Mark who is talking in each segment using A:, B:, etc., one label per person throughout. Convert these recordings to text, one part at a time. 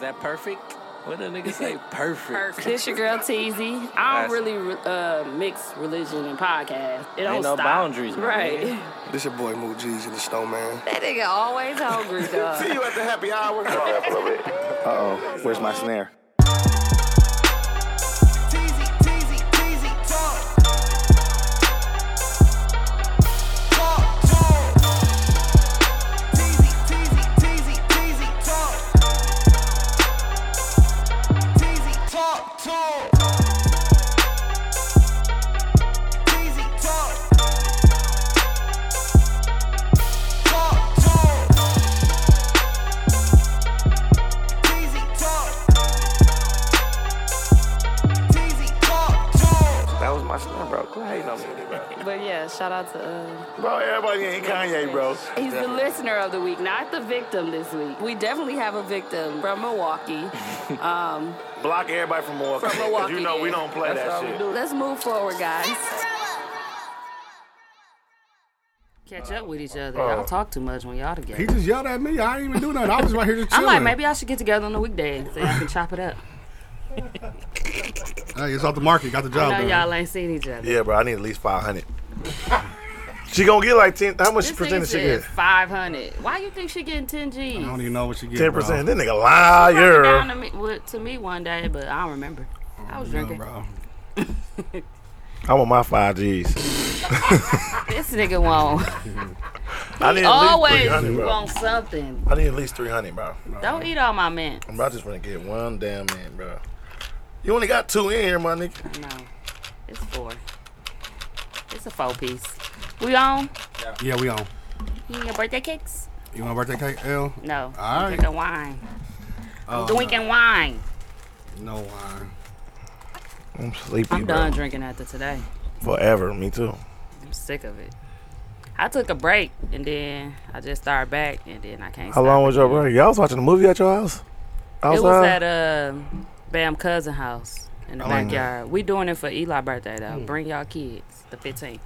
A: that perfect? What the nigga say? Perfect.
B: Perfect.
C: This your girl Teasy. I
A: Nice.
C: don't really uh, mix religion and podcast. It don't
A: Ain't no
C: stop.
A: boundaries, my
C: right?
A: nigga.
D: This your boy Moot G's and the Snowman.
B: That nigga always hungry, dog.
E: See you at the happy hour.
D: Uh-oh, where's my snare?
F: Teasy, teasy, teasy, talk. Talk, talk. Teasy, teasy, teasy, teasy, talk. Teasy, talk, talk. Teasy, talk. Talk, talk. Teasy, talk. Teasy, talk, talk.
A: That was my son, bro. Quit hating on me, bro.
C: But yeah, shout out to. Uh,
E: Bro, everybody ain't Kanye, bro.
C: he's the listener of the week, not the victim this week. We definitely have a victim from Milwaukee.
E: Block everybody from Milwaukee.
C: From
E: 'cause
C: Milwaukee,
E: you know we
C: yeah.
E: don't play
A: That's all
E: that
A: we
E: shit.
A: do.
C: Let's move forward, guys.
B: Catch up with each
E: Oh.
B: other. Y'all talk too much when y'all
G: He
B: together.
G: just yelled at me. I didn't even do nothing. I was right here just
B: I'm
G: chilling.
B: like, maybe I should get together on the weekdays so y'all can chop it up.
G: Hey, it's off the market. Got the job
B: I know
G: done.
B: y'all ain't seen each other.
E: Yeah, bro, I need at least 500. she gonna get like 10. How much
B: This
E: percentage
B: nigga
E: she
B: said
E: get?
B: 500. Why you think she getting 10 G's?
G: I don't even know what you get.
E: 10%.
G: bro.
E: That nigga
B: down
E: liar.
B: to me, well, to me one day, but I don't remember. I was
G: No,
B: drinking.
G: bro.
E: I want my 5 G's.
B: This nigga won't.
E: I need at least
B: Always
E: 300, bro.
B: want something.
E: I need at least 300, bro.
B: Don't eat all my mint.
E: Bro, I just wanna get one damn man, bro. You only got two in here, my nigga.
B: No, it's four. It's a four piece. We on?
G: Yeah, we on.
B: You eating your birthday cakes?
G: You want birthday cake, L?
B: No.
G: All
B: I'm
G: right.
B: Drinking wine. I'm
G: Oh,
B: drinking wine.
G: No wine.
E: I'm sleepy,
B: I'm
E: bro.
B: done drinking after today.
E: Forever. Me too.
B: I'm sick of it. I took a break and then I just started back and then I can't.
E: How
B: stop.
E: long was your break? Y'all was watching a movie at your house?
B: It was at
E: Outside?
B: uh, Bam cousin house in the
E: Oh, yeah.
B: backyard. We doing it for Eli birthday though. Bring y'all kids. The 15th.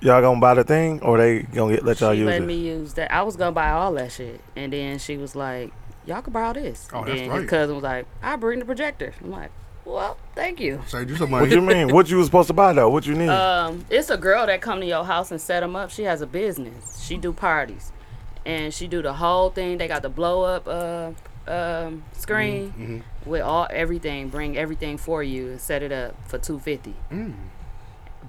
E: Y'all gonna buy the thing or they gonna get, let y'all
B: she
E: use
B: let
E: it?
B: me use that. I was gonna buy all that shit, and then she was like, "Y'all can borrow this."
G: Oh,
B: and
G: that's
B: then
G: right.
B: his cousin was like, "I bring the projector." I'm like, "Well, thank you."
G: Saved you
E: What
G: somebody.
E: you mean? What you was supposed to buy though? What you need?
B: Um, it's a girl that come to your house and set them up. She has a business. She do parties, and she do the whole thing. They got the blow up uh, um, screen
E: Mm-hmm.
B: with all everything. Bring everything for you and set it up for two fifty.
E: Mm.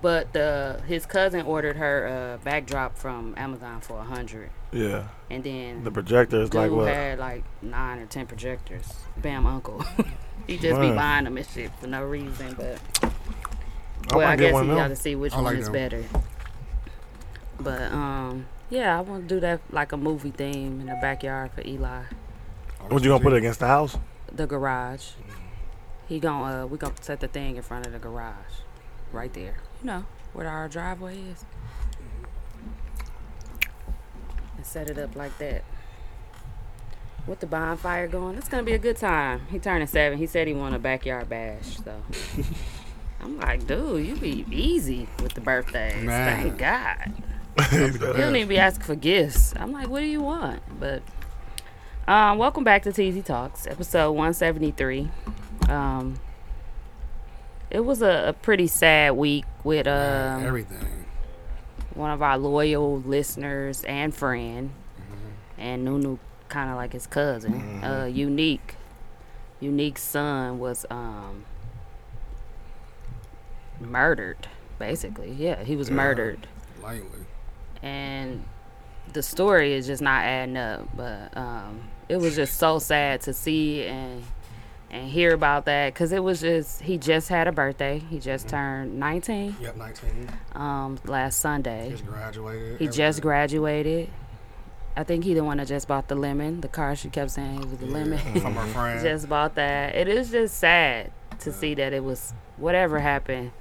B: But the his cousin ordered her uh, backdrop from Amazon for a hundred,
E: yeah,
B: and then
E: the projector is
B: dude
E: like what?
B: had like nine or ten projectors. Bam, uncle. he just
E: Wow.
B: be buying them and shit for no reason. But
E: I
B: well,
E: might
B: I,
E: get
B: guess
E: one
B: you
E: of
B: got
E: them.
B: to see which
G: I
B: one
G: like
B: is
G: them.
B: better. But um, yeah, I want to do that like a movie theme in the backyard for Eli,
E: What you gonna put it against the house?
B: the garage. He gonna uh, we gonna set the thing in front of the garage, right there. You know where our driveway is. And set it up like that. With the bonfire going, it's gonna be a good time. He turning seven. He said he want a backyard bash, so I'm like, dude, you be easy with the birthdays.
G: Man.
B: Thank God. You don't
G: Yeah.
B: even be asking for gifts. I'm like, what do you want? But um, welcome back to TZ Talks, episode 173. Um, it was a, a pretty sad week with um,
G: Everything.
B: one of our loyal listeners and friend,
G: Mm-hmm.
B: and Nunu, kind of like his cousin, uh, Unique. Unique's son was um, murdered, basically. Yeah, he was murdered
G: Lightly.
B: and the story is just not adding up. But um, it was just so sad to see and and hear about that because it was just he just had a birthday. He just turned 19
G: Yep, 19.
B: um, last Sunday.
G: Just graduated.
B: He just graduated. I think he the one that just bought the lemon. The car she kept saying it was the lemon.
G: everything. From her friend.
B: just bought that. It is just sad to see that it was whatever happened.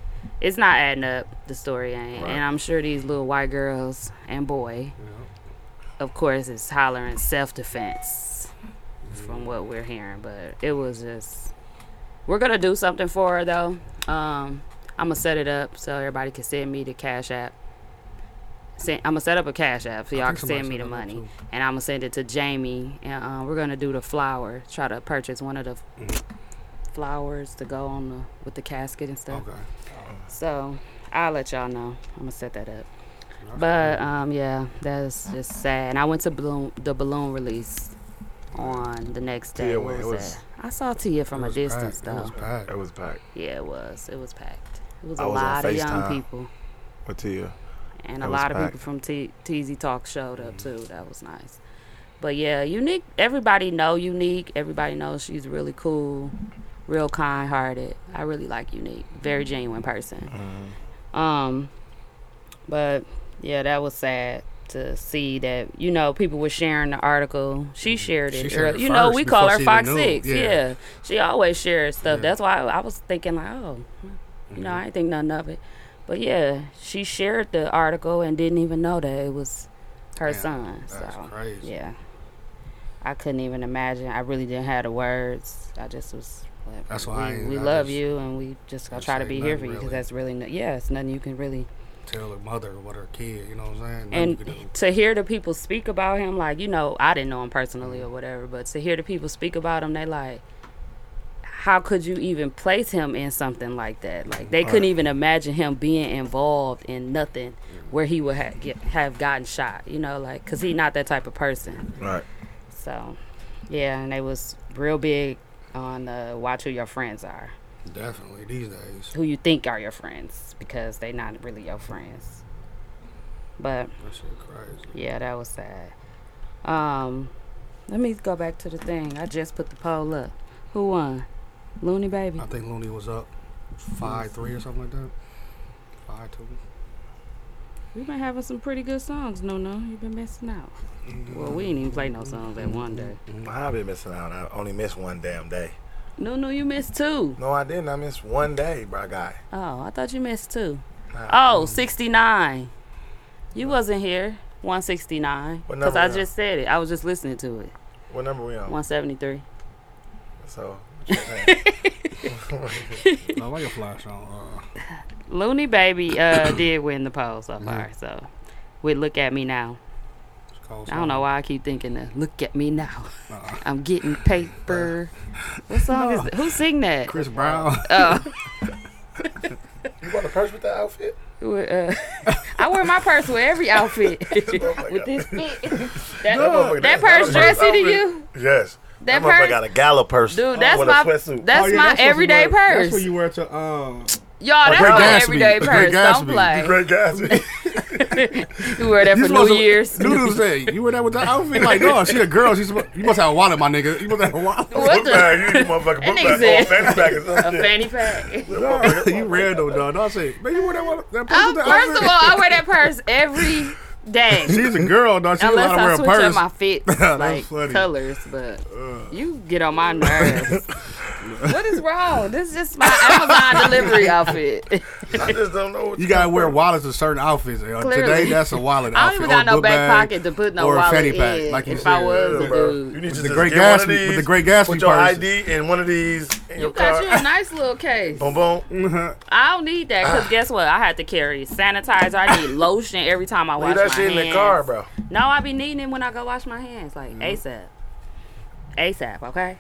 B: It's not adding up. The story ain't, and I'm sure these little white girls and boy, of course, is hollering self defense from what we're hearing. But it was just we're gonna do something for her though. Um, I'm gonna set it up so everybody can send me the cash app. Send, I'm gonna set up a cash app so y'all can
G: think somebody
B: send me the
G: set that up,
B: money,
G: too.
B: and I'm gonna send it to Jamie, and uh, we're gonna do the flower. Try to purchase one of the flowers to go on the with the casket and stuff.
G: Okay.
B: So I'll let y'all know. I'm gonna set that up. But um, yeah, that's just sad. And I went to balloon, the balloon release on the next day.
E: Yeah,
B: What
E: it
B: was
E: was-
B: that? I saw Tia from
G: It
B: a
G: was
B: distance
G: packed. It was
B: though.
G: packed.
E: That was packed.
B: Yeah, it was. It was packed. It was a
E: I was on
B: lot of young
E: FaceTime.
B: people.
E: With Tia.
B: And
E: That
B: a
E: was
B: lot of
E: packed.
B: people from T- TZ Talk showed up too. That was nice. But yeah, Unique, everybody know Unique. Everybody knows she's really cool, real kind hearted. I really like Unique. Very genuine person.
G: Mm-hmm.
B: Um, but yeah, that was sad to see that, you know, people were sharing the article. She shared it.
G: Mm-hmm. She shared
B: early-
G: it
B: you know,
G: first
B: we call
G: before
B: her
G: she
B: Fox
G: even knew.
B: 6. Yeah.
G: Yeah.
B: She always shares stuff.
G: Yeah.
B: That's why I, I was thinking like, oh, you know,
G: Mm-hmm.
B: I didn't think nothing of it. But yeah, she shared the article and didn't even know that it was her
G: Damn,
B: son.
G: that's
B: so
G: crazy.
B: yeah, I couldn't even imagine. I really didn't have the words. I just was. Like,
G: That's
B: we,
G: why I ain't-
B: we
G: I
B: love
G: just-
B: you, and we just gonna
G: just
B: try to
G: ain't
B: be here
G: nothing
B: for you because
G: really.
B: that's really no, yeah, it's nothing you can really.
G: Tell her mother what her kid, you know what I'm saying? Nothing you could do.
B: And to hear the people speak about him, like you know, I didn't know him personally or whatever, but to hear the people speak about him, they like, how could you even place him in something like that? Like they couldn't even imagine him being involved in nothing where he would ha- get, have gotten shot. You know, like because he not that type of person.
E: Right.
B: So, yeah, and they was real big on uh, watch who your friends are,
G: Definitely these days.
B: who you think are your friends, because they not really your friends. But
G: That shit crazy.
B: yeah, that was sad. Um, let me go back to the thing. I just put the poll up. Who won? Looney Baby.
G: I think Looney was up five three or something like that. Five two.
B: We've been having some pretty good songs, no no. You've been missing out. Well, we ain't even play no songs that one day.
E: I've been missing out. I only missed one damn day.
B: No no, you missed two.
E: No, I didn't. I missed one day, bro, guy.
B: Oh, I thought you missed two.
E: Nah.
B: Oh, 69. You wasn't here. 169.
E: What
B: Because
E: number
B: I
E: now?
B: just said it. I was just listening to it.
E: What number we on?
B: 173.
E: So, what you saying?
G: I like a flash on. Uh,
B: Looney Baby uh, did win the poll so
G: Mm-hmm.
B: far. So, with Look At Me Now.
G: it's called
B: I don't know why I keep thinking that. Look at me now.
G: Uh-uh.
B: I'm getting paper. What song is that? Who sing that?
G: Chris Brown.
E: you bought a purse with that outfit?
B: With, uh, I wear my purse with every outfit.
E: Oh my
B: with
E: God.
B: this fit. That,
E: motherfucker-
B: that
E: that's
B: purse
E: not a purse
B: dressy to
E: outfit.
B: you?
E: Yes.
B: That
E: motherfucker
B: purse-
E: got a gala purse.
B: Dude,
E: on
B: that's
E: with
B: my
E: a sweatsuit.
G: Oh,
B: that's my everyday purse.
G: That's what you wear to um.
B: Y'all, that's
E: Great
B: my
G: Gatsby.
B: everyday
G: Great
B: purse. Don't
G: Gatsby.
B: play.
E: Great guys.
B: You wear that
G: you
B: for
G: supposed
B: New
G: to-
B: Year's.
G: Dude, was saying, you wear that with that outfit? Like, no, she a girl. She's supposed, you must have a wallet, my nigga. You must have a wallet.
B: What
E: book
B: the?
E: bag. You need a motherfucking book
B: nigga
E: bag.
B: said-
E: Oh, fanny bag or
B: A
E: some shit.
B: fanny pack.
G: you random, dog. No, I say, man, you wear that wallet, that purse
B: Oh,
G: with that
B: first of
G: outfit?
B: all, I wear that purse every day.
G: She's a girl, dog. She allowed
B: Unless
G: to wear
B: I
G: a
B: switch up
G: purse.
B: my fits,
G: That's
B: like
G: funny.
B: colors, but you get on my nerves. what is wrong? This is just my Amazon delivery outfit.
E: I just don't know what
G: you gotta wear wallets with certain outfits. yo.
B: Clearly.
G: Today, that's a
B: I
G: wallet.
B: don't
G: outfit,
B: even
G: or
B: got
G: a
B: no
G: book
B: back
G: bag
B: pocket to put no
G: or a
B: wallet
G: fanny pack,
B: in.
G: like you
B: if I
G: said.
B: was
E: Yeah,
B: a
E: bro.
B: dude,
E: You need
G: the
E: to just
G: Great
E: get one of
G: Gatsby- with the
E: these
G: Great Gatsby
E: with your
G: purse.
E: ID and one of these in your
B: you got
E: car.
B: you a nice Mm, little case.
E: boom, boom.
B: I don't need that
E: Ah.
B: because guess what? I had to carry sanitizer. I need lotion every time I wash
E: Leave
B: my
E: that
B: hands.
E: shit in the car, bro. Mm-hmm.
B: No, I be needing it when I go wash my hands, like ASAP. ASAP, okay?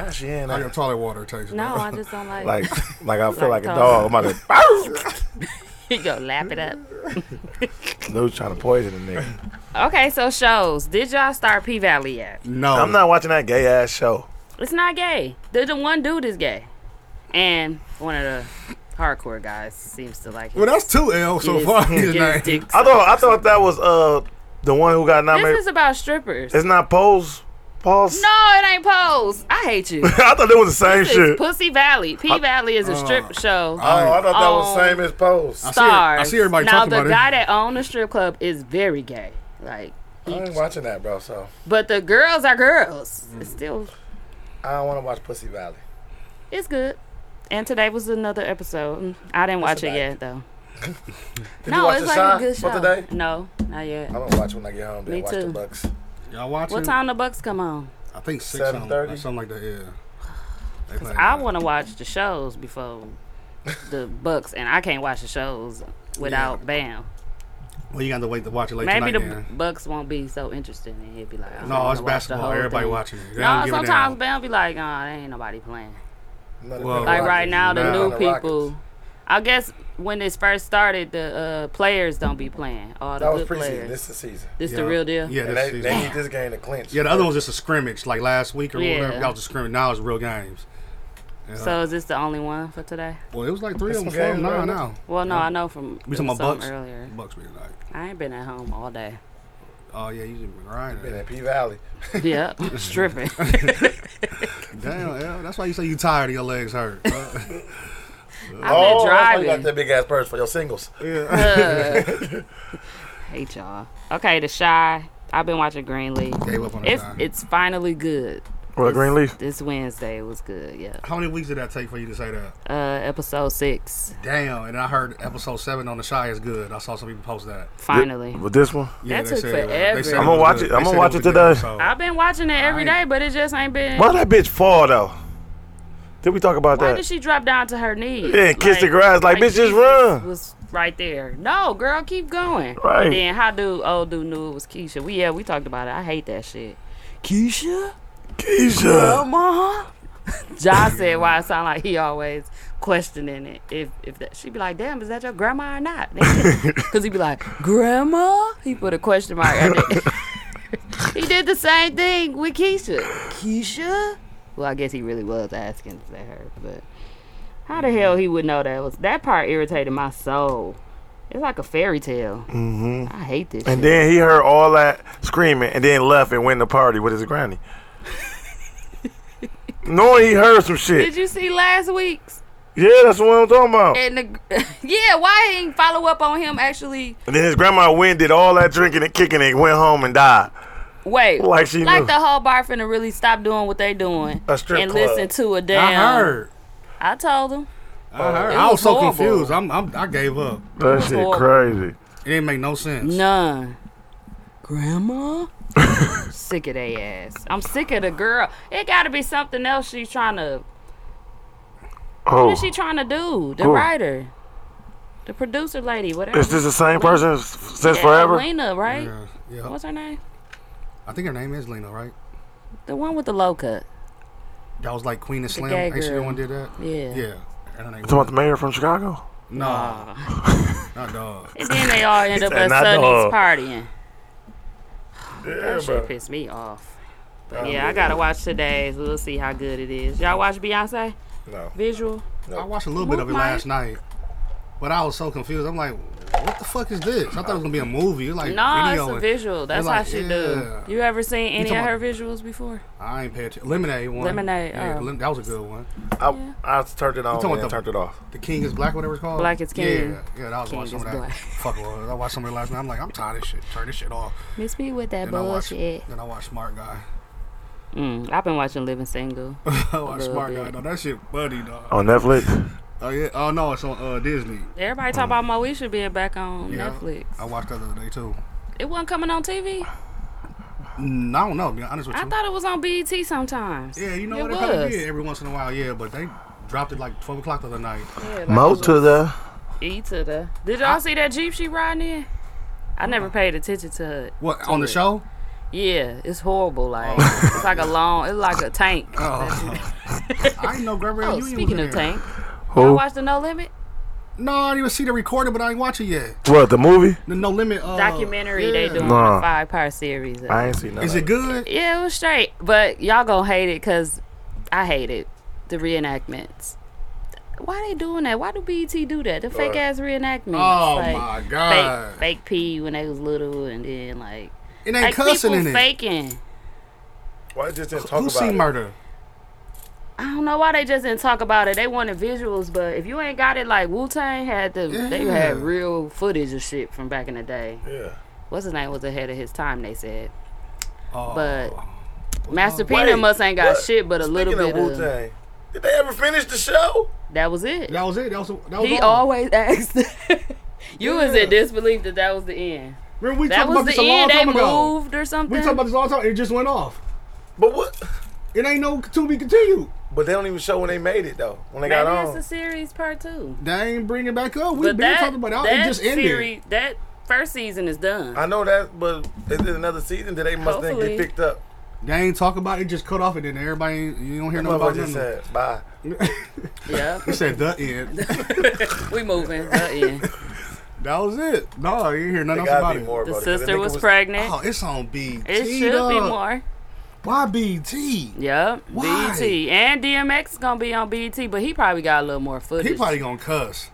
E: Ah, she ain't
G: Like a toilet water tastes.
B: No, I just don't like.
E: like, like I feel
B: Like
E: like a
B: a
E: dog. I'm about to.
B: you go lap it up.
E: Dude's trying to poison a nigga.
B: Okay, so shows. Did y'all start P Valley yet?
G: no.
E: I'm not watching that gay ass show.
B: It's not gay. The, the one dude is gay, and one of the hardcore guys seems to like him.
G: Well, that's two L so far. His name.
E: I thought I thought that was uh the one who got
B: this
E: nominated.
B: is about strippers.
E: it's not Pose. Pause.
B: no, it ain't pose. I hate you.
E: I thought it was the same
B: This is
E: shit.
B: Pussy Valley. P Valley is a strip show.
E: Oh, I thought that was
B: Oh.
E: the same as Pose.
G: see it. I
B: Stars.
G: see everybody
B: now
G: talking
B: the
G: about it.
B: guy that owned the strip club is very gay. Like,
E: I ain't watching that, bro. So
B: but the girls are girls.
G: Mm.
B: It's still,
E: I don't want to watch Pussy Valley.
B: it's good. And today was another episode. I didn't watch it
E: about
B: yet though.
E: Did you
B: no,
E: watch
B: it's
E: the
B: like
E: Shy
B: a good show.
E: for today?
B: No, not yet.
E: I'm gonna watch when I get home.
B: Me
E: Then watch the
B: too.
E: Bucks.
G: Y'all watching?
B: What time the Bucks come on?
G: I think six. Seven
E: 7:30?
G: thirty. Something like that. Yeah. They play
B: I
G: that.
B: want to watch the shows before the Bucks, and I can't watch the shows without Bam.
G: Well, you got to wait to watch it later
B: Maybe
G: tonight.
B: the
G: then.
B: Bucks won't be so interested, and he'll be like, I don't
G: No,
B: wanna
G: it's
B: watch the
G: basketball.
B: whole
G: Everybody
B: thing.
G: watching it. They
B: No,
G: don't give a
B: sometimes they'll
G: damn.
B: be like, "Oh, there ain't nobody playing."
E: Not
G: Well,
B: Like right
G: Rockets,
B: now, the
G: nah.
B: new
E: The Rockets.
B: people. I guess when this first started, the uh, players don't be playing. All the
E: That was
B: good
E: preseason.
B: players.
E: This is the season.
B: This
G: Yeah.
B: the real deal.
G: Yeah,
E: And
G: this
E: they,
G: season.
E: they need this game to clinch.
G: yeah. The other one was just a scrimmage, like last week or
B: Yeah.
G: whatever. That was a scrimmage. Now it's real games.
B: So is this the only one for today?
G: Well, it was like three
E: It's
G: of them.
E: some
G: four of them.
E: games,
G: Nah,
E: right?
G: now
B: Well, no, I know from
G: we
B: it
G: talking
B: was
G: about
B: something
G: Bucks.
B: earlier.
G: Bucks being like,
B: I ain't been at home all day.
G: oh yeah, you just been riding.
E: Been in P Valley.
B: yep, stripping.
G: Damn, L, that's why you say you tired of your legs hurt. Uh,
B: I've been
E: that's why Oh, you got
B: driving.
E: that big ass purse for your singles.
B: Ugh. Hate y'all. Okay, the shy. I've been watching Greenleaf.
G: gave up on
B: It's
G: that.
B: it's finally good.
D: Well, Greenleaf.
B: This Wednesday was good. Yeah.
G: How many weeks did that take for you to say that?
B: Uh, episode six.
G: Damn, and I heard episode seven on the shy is good. I saw some people post that.
B: Finally.
D: But this one,
G: Yeah,
B: That
G: they
B: took
G: said it was-
B: forever.
G: they said
B: I'm
G: it
D: gonna
G: was
D: watch
G: good.
D: it-
G: They
D: I'm gonna
G: said
D: watch
G: was
D: it
G: a good
D: today.
G: episode.
B: I've been watching it every
G: Alright.
B: day, but it just ain't been.
D: why that bitch fall though? Did we talk about
B: Why
D: that?
B: did she drop down to her knees?
D: Yeah, and kiss the grass, like, bitch, just
B: Jesus
D: run.
B: Was right there. No, girl, keep going.
D: Right.
B: And then how do old dude knew it was Keisha? We yeah, we talked about it. I hate that shit. Keisha,
D: Keisha.
B: grandma. John Uh-huh. said why it sound like he always questioning it. If if that she'd be like, damn, is that your grandma or not? Because he'd be like, grandma. He put a question mark. at it. he did the same thing with Keisha. Keisha. Well, I guess he really was asking for her, but how the hell he would know that was that part irritated my soul. It's like a fairy tale. Mm-hmm. I hate this.
D: And
B: shit.
D: then he heard all that screaming and then left and went to party with his granny. Knowing he heard some shit.
B: did you see last week's?
D: Yeah, that's what I'm talking about.
B: And the, yeah, why he didn't follow up on him actually?
D: And then his grandma went, did all that drinking and kicking and went home and died.
B: Wait,
D: Like she
B: like
D: knew.
B: the whole bar finna really stop doing what they doing
E: A strip
B: and
E: club.
B: listen to a
G: I
B: damn.
G: heard.
B: I told them
G: I
B: Oh,
G: heard.
B: It
G: I was
B: was
G: so
B: horrible.
G: confused. I'm, I'm, I gave up.
D: That shit
B: horrible.
D: crazy.
G: It didn't make no sense.
B: none. Grandma, sick of they ass. I'm sick of the girl. It got to be something else she's trying to. What
D: Oh,
B: is she trying to do? The
D: Who?
B: writer, the producer lady, whatever.
D: is this the same person s- since
B: Yeah,
D: forever?
B: Lena, right?
G: Yeah, yeah.
B: What's her name?
G: I think her name is Lena, right?
B: The one with the low cut.
G: That was like Queen of Slim.
B: gay
G: Ain't she the
B: girl.
G: one did that?
B: Yeah.
G: Yeah. And her name
D: Talking about the mayor from Chicago?
G: Nah, not dog.
B: And then they all end up
D: said,
B: at
D: "Not uh,
B: Sunny's
D: dog."
B: partying.
E: Yeah,
B: That
E: bro.
B: shit pissed me off. But yeah, I gotta watch today's. We'll see how good it is. Y'all watch Beyonce
E: No.
B: visual?
G: I watched a little bit of it
B: Mike.
G: last night, but I was so confused. I'm like, what the fuck is this? I thought it was gonna be a movie. It's like
B: No,
G: video
B: it's a
G: and-
B: visual. That's how
G: like,
B: she
G: yeah.
B: do. You ever seen any of
G: talking
B: her visuals before?
G: I ain't pay attention. Lemonade one.
B: Lemonade,
G: Yeah,
B: oh.
G: lim- that was a good one.
E: I, I turned it on
G: talking
E: and
G: about the-
E: turned it off.
G: The King is Black, whatever it's called.
B: Black is King.
G: Yeah, yeah. That was
B: King
G: watching some
B: is
G: of that.
B: Black.
G: Fuck, it was. I watched some of it last night. I'm like, I'm tired of this shit. Turn this shit off.
B: Miss me with that
G: Then I watched.
B: bullshit.
G: Then I watched Smart Guy.
B: Mm, I've been watching Living Single.
G: I watched
B: little
G: Smart Guy.
B: bit.
G: No, that shit funny, dog.
D: On Netflix?
G: Oh yeah. Oh no, it's on uh, Disney.
B: Everybody talk about Moesha being back on
G: Yeah.
B: Netflix.
G: I watched that the other day too.
B: It wasn't coming on TV.
G: Mm, I don't know. To be honest with you.
B: I thought it was on BET sometimes.
G: Yeah, you know
B: it
G: what? They
B: was.
G: probably did every once in a while, yeah, but they dropped it like 12 o'clock the other night.
B: Yeah, like
D: Mo
B: it was-
D: to the.
B: E to the. Did y'all see that Jeep she riding in? I never paid attention to it.
G: What, on the show?
B: Yeah, it's horrible. Like it's like a long, it's like a tank.
G: Oh. I didn't know Grubber
B: Oh,
G: Union was
B: speaking
G: in
B: of
G: there.
B: tank, I
D: Who?
B: watched the No Limit
G: No, I didn't even see the recording, but I ain't watch it yet.
D: What, the movie?
G: The No Limit. Uh,
B: documentary.
G: yeah.
B: They doing
D: Nah.
B: a five part series. of-
D: I ain't seen nothing.
G: Is it good?
B: yeah, it was straight, but y'all gonna hate it because I hate it. The reenactments. Why they doing that? Why do BET do that? The fake ass reenactments.
G: Oh,
B: like,
G: my God.
B: Fake, fake pee when they was little, and then like,
G: It ain't
B: like
G: cussing
B: people
G: in it.
B: faking.
E: Why just didn't talk
G: Who
E: about
G: seen
E: it?
G: murder?
B: I don't know why they just didn't talk about it. They wanted visuals, but if you ain't got it, like Wu Tang had the, they
G: Yeah.
B: had real footage of shit from back in the day.
E: Yeah.
B: What's his name was ahead of his time. They said,
G: Oh,
B: but Master
E: Wait,
B: Peanut must ain't got
E: what?
B: shit, but a little
E: Speaking
B: bit
E: of
B: of,
E: Wu-Tang, did they ever finish the show?
B: that was it.
G: that was it. That was, that was
B: He
G: all.
B: always asked. you was in disbelief that that was the end.
G: Remember, we
B: That
G: talked about
B: was
G: this
B: the
G: a long
B: end. They
G: time ago.
B: moved or something.
G: We talked about this all the time. It just went off.
E: But what?
G: It ain't no to be continued.
E: But they don't even show when they made it though. When they
B: Maybe
E: got on.
B: it's a series part two.
G: They ain't bringing it back up. We
B: But
G: been
B: that,
G: talking about it.
B: that
G: It just ended.
B: series, that first season is done.
E: I know that, but is it another season? Did they must then
B: Hopefully.
E: get picked up?
G: They ain't talk about it. Just cut off, and then everybody ain't- you don't hear nothing
E: Motherfucker
G: about
E: just
G: nothing.
E: said bye.
B: yeah,
G: He said the end.
B: we moving. The end.
G: that was it. No, you didn't hear
E: There
G: nothing else about
E: gotta be
G: it.
E: more.
B: The
E: about it, 'cause that
B: sister
E: nigga
B: was, pregnant.
G: Oh, it's on BT.
B: it should be
G: dog.
B: more.
G: Why BT?
B: Yep.
G: Why?
B: BT and DMX is gonna be on BT, but he probably got a little more footage.
G: He probably gonna cuss.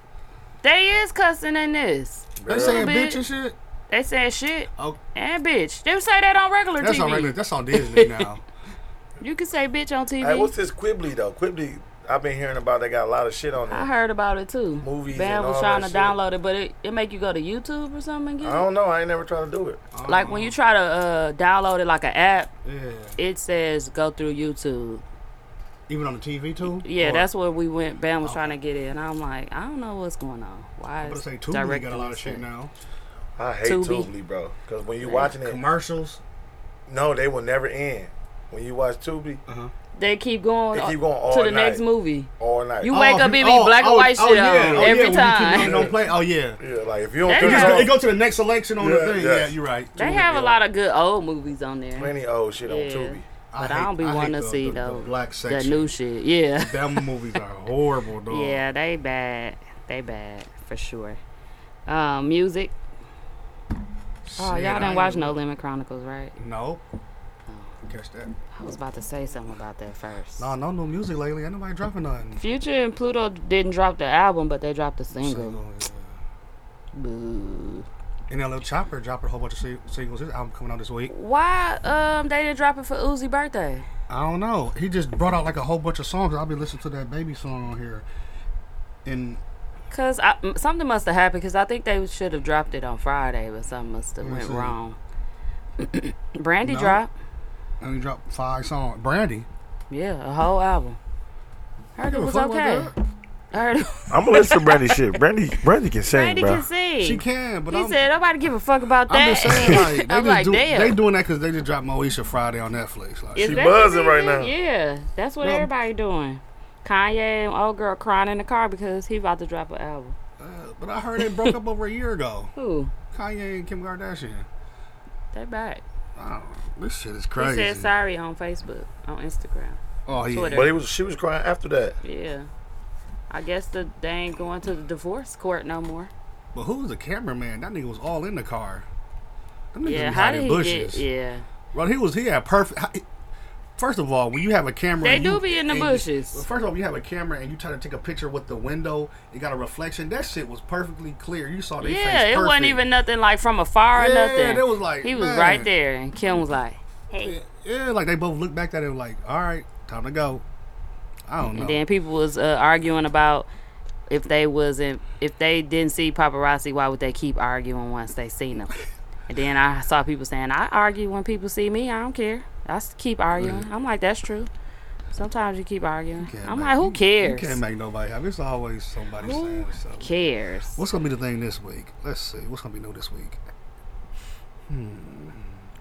B: they is cussing in this.
G: They saying
B: bit.
G: bitch and shit.
B: They said shit
G: Oh,
B: and bitch. They say that on regular
G: that's
B: TV.
G: on regular. That's on Disney now.
B: You can say bitch on TV.
E: Hey, what's this Quibbly though? Quibbly, I've been hearing about. They got a lot of shit on it.
B: I
E: I
B: heard about it too.
E: Movies
B: Bam
E: and
B: was
E: all
B: trying to
E: that shit.
B: download it, but it, it make you go to YouTube or something. and get it?
E: don't know. I ain't never tried to do it.
B: Like when you try to uh, download it like an app,
G: Yeah.
B: it says go through YouTube.
G: Even on the TV too.
B: Yeah,
G: Or-
B: that's where we went. Bam was trying to get in. I'm like, I don't know what's going on. Why
G: Oh. I'm gonna
B: is
G: say Tubi
B: directing
G: got a lot of
B: us
G: shit
B: in?
G: now.
E: I hate
B: Tubi.
E: Tubi, bro. Because when you watching it,
G: Commercials.
E: no, they will never end. When you watch Tubi
B: They keep going
D: Uh-huh.
E: They keep
B: o-
E: going all
B: to the
E: night.
B: next movie.
E: all night,
B: You
G: Oh,
B: wake up, it be black and white shit on every
G: When you
B: time.
G: keep, don't play. Oh yeah.
E: yeah, like if you don't
B: They
E: turn
B: got-
E: it
G: It just-
E: off,
G: it go to the next selection on
E: Yeah,
G: the thing.
E: yeah.
G: Yeah, you're right.
B: They have a lot of good old movies on there.
E: plenty old shit on
B: Yeah.
E: Tubi.
B: But I don't be
G: hate
B: wanting to
G: the-
B: see
G: the- the
B: those-
G: black
B: The
G: section. Oh.
B: new shit. Yeah.
G: Them movies are horrible, dog.
B: Yeah, they bad. They bad for sure. Um, music. Oh,
G: Shit,
B: y'all
G: I
B: didn't watch
G: ain't-
B: No Limit Chronicles, right?
G: No. Catch that.
B: I was about to say something about that first.
G: No, no new music lately. Ain't nobody dropping nothing.
B: Future and Pluto didn't drop the album, but they dropped the single.
G: Single, yeah.
B: Boo.
G: And then Lil Chopper dropped a whole bunch of sing- singles. His album coming out this week.
B: Why um they didn't drop it for Uzi's birthday?
G: I don't know. He just brought out like a whole bunch of songs. I'll be listening to that baby song on here. And
B: Cause I, m- something must have happened. Cause I think they should have dropped it on Friday, but something must have
G: Let me
B: went
G: see.
B: wrong. Brandy
G: No.
B: dropped,
G: and he dropped five songs. Brandy.
B: yeah, a whole album. Heard it
G: give a
B: was
G: fuck about
B: okay. I heard it.
D: I'm gonna listen to Brandy shit. Brandy, Brandy can sing,
B: Brandy
D: bro.
B: can sing.
G: She can, but
B: He
G: I'm,
B: said nobody give a fuck about that.
G: I'm just saying, like, they,
B: I'm
G: just
B: like,
G: do,
B: damn.
G: they doing that because they just dropped Moesha Friday on Netflix. Like,
B: Is
G: she-
B: that
E: buzzing
B: the
E: right
B: reason?
E: now.
B: Yeah, that's what
G: No.
B: everybody doing. Kanye and old girl crying in the car because he about to drop an album.
G: Uh, but I heard they broke up over a year ago.
B: Who?
G: Kanye and Kim Kardashian.
B: They back.
G: I don't know. This shit is
B: He
G: crazy.
B: said sorry on Facebook, on Instagram,
G: oh yeah.
B: Twitter.
E: But he was, she was crying after that.
B: Yeah. I guess the, they ain't going to the divorce court no more.
G: But who was the cameraman? That nigga was all in the car. Them niggas
B: Yeah,
G: be
B: how
G: hiding
B: did he
G: bushes.
B: get? Yeah,
G: Bro, he was he had perfect. how- First of all, when you have a camera,
B: They
G: and
B: do
G: you-
B: be in the
G: and you-
B: bushes.
G: well, first of all, when you have a camera and you try to take a picture with the window. It got a reflection. That shit was perfectly clear. You saw their face.
B: yeah. It wasn't
G: perfect.
B: even nothing like from afar or
G: Yeah,
B: nothing.
G: they was like,
B: he was
G: man.
B: right there, and Kim was like,
G: Yeah, like they both looked back at it like, all right, time to go. I don't know.
B: And then people was uh, arguing about if they wasn't if they didn't see paparazzi, why would they keep arguing once they seen them? and then I saw people saying, "I argue when people see me. I don't care. I s- keep arguing." I'm like, "That's true." Sometimes you keep arguing.
G: can't
B: I'm
G: make-
B: like, "Who
G: you
B: cares?
G: can't make nobody happy. It's always somebody saying something.
B: cares?"
G: What's gonna be the thing this week? Let's see. What's gonna be new this week?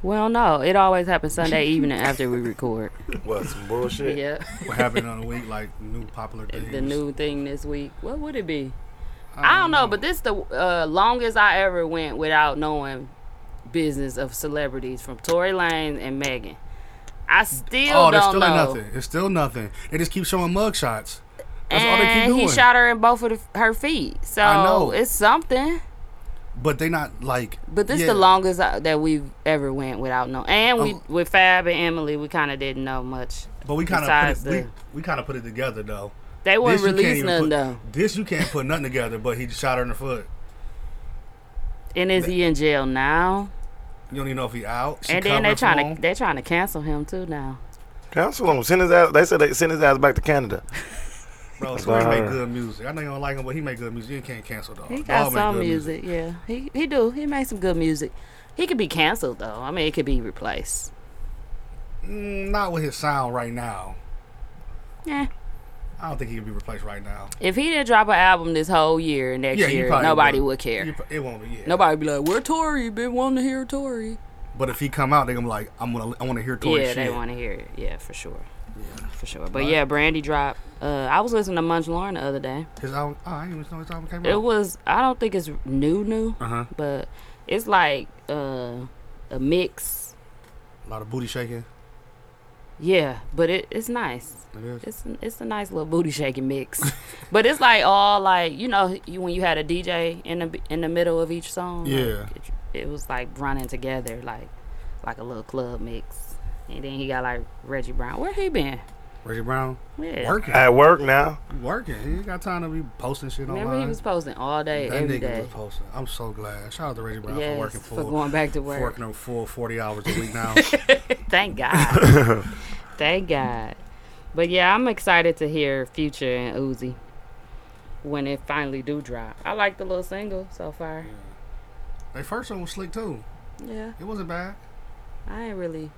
B: Well, no, it always happens Sunday evening after we record.
E: What some bullshit?
B: Yeah,
G: What happened on the week? Like new popular things.
B: the new thing this week. What would it be? I don't know, but this the uh, longest I ever went without knowing business of celebrities from Tory Lanez and Megan. I still
G: Oh, there's
B: don't
G: still
B: know.
G: ain't nothing. It's still nothing. They just keep showing mugshots. That's all they keep
B: And Eh, he
G: doing.
B: shot her in both of the, her feet, so
G: I know.
B: it's something.
G: But they not like.
B: But this is the
G: yeah.
B: longest I, that we've ever went without knowing. And we
G: Oh.
B: with Fab and Emily, we kind of didn't know much.
G: But we kind
B: besides
G: of we,
B: the-
G: we kind of put it together though.
B: They
G: This
B: wouldn't
G: you can't
B: release
G: even
B: nothing
G: put-
B: though.
G: This you can't put nothing together. But he just shot her in the foot.
B: And is he in jail now?
G: You don't even know if he out. She
B: and then they
G: covering for
B: trying to
G: him.
B: they trying to cancel him too now.
D: Counsel him. Send his ass. They said they send his ass back to Canada.
G: Bro, Scream make
D: Nah.
G: good music. I know you don't like him, but he make good music. You can't cancel dog.
B: He
G: Dog
B: got
G: make
B: some
G: good
B: music, yeah. He he do. He makes some good music. He could be canceled though. I mean, it could be replaced.
G: Mm, not with his sound right now.
B: Yeah.
G: I don't think he can be replaced right now.
B: If he didn't drop an album this whole year and next
G: Yeah, you
B: year,
G: probably
B: nobody
G: would.
B: would care.
G: You pro- It won't be. Yeah.
B: Nobody would be like, "Where Tory? Been wanting to hear Tory."
G: But if he come out, they gonna be like, I'm gonna, I want to hear Tory
B: yeah,
G: shit.
B: they want to hear it. Yeah, for sure. For sure. But yeah, Brandy dropped. Uh, I was listening to Munch Lauren the other day.
G: His album, oh, I didn't even know his album came
B: It
G: out.
B: was. I don't think it's new, new,
G: Uh-huh.
B: but It's like uh, a mix.
G: A lot of booty shaking.
B: Yeah, but it, it's nice.
G: It is.
B: It's it's a nice little booty shaking mix, but it's like all like you know you, when you had a DJ in the in the middle of each song. like,
G: Yeah.
B: it, it was like running together like like a little club mix, and then he got like Reggie Brown. Where he been?
G: Reggie Brown
B: Yeah.
G: working,
D: At work now.
G: working. He ain't got time to be posting shit
B: Remember
G: online.
B: he was posting all day,
G: that
B: every
G: nigga
B: day.
G: was posting. I'm so glad. Shout out to Reggie Brown
B: Yes,
G: for working
B: for
G: full,
B: going back to
G: for
B: work.
G: working on full 40 hours a week now.
B: Thank God. Thank God. But yeah, I'm excited to hear Future and Uzi when it finally do drop. I like the little single so far.
G: Their first one was slick too.
B: Yeah,
G: It wasn't bad.
B: I ain't really.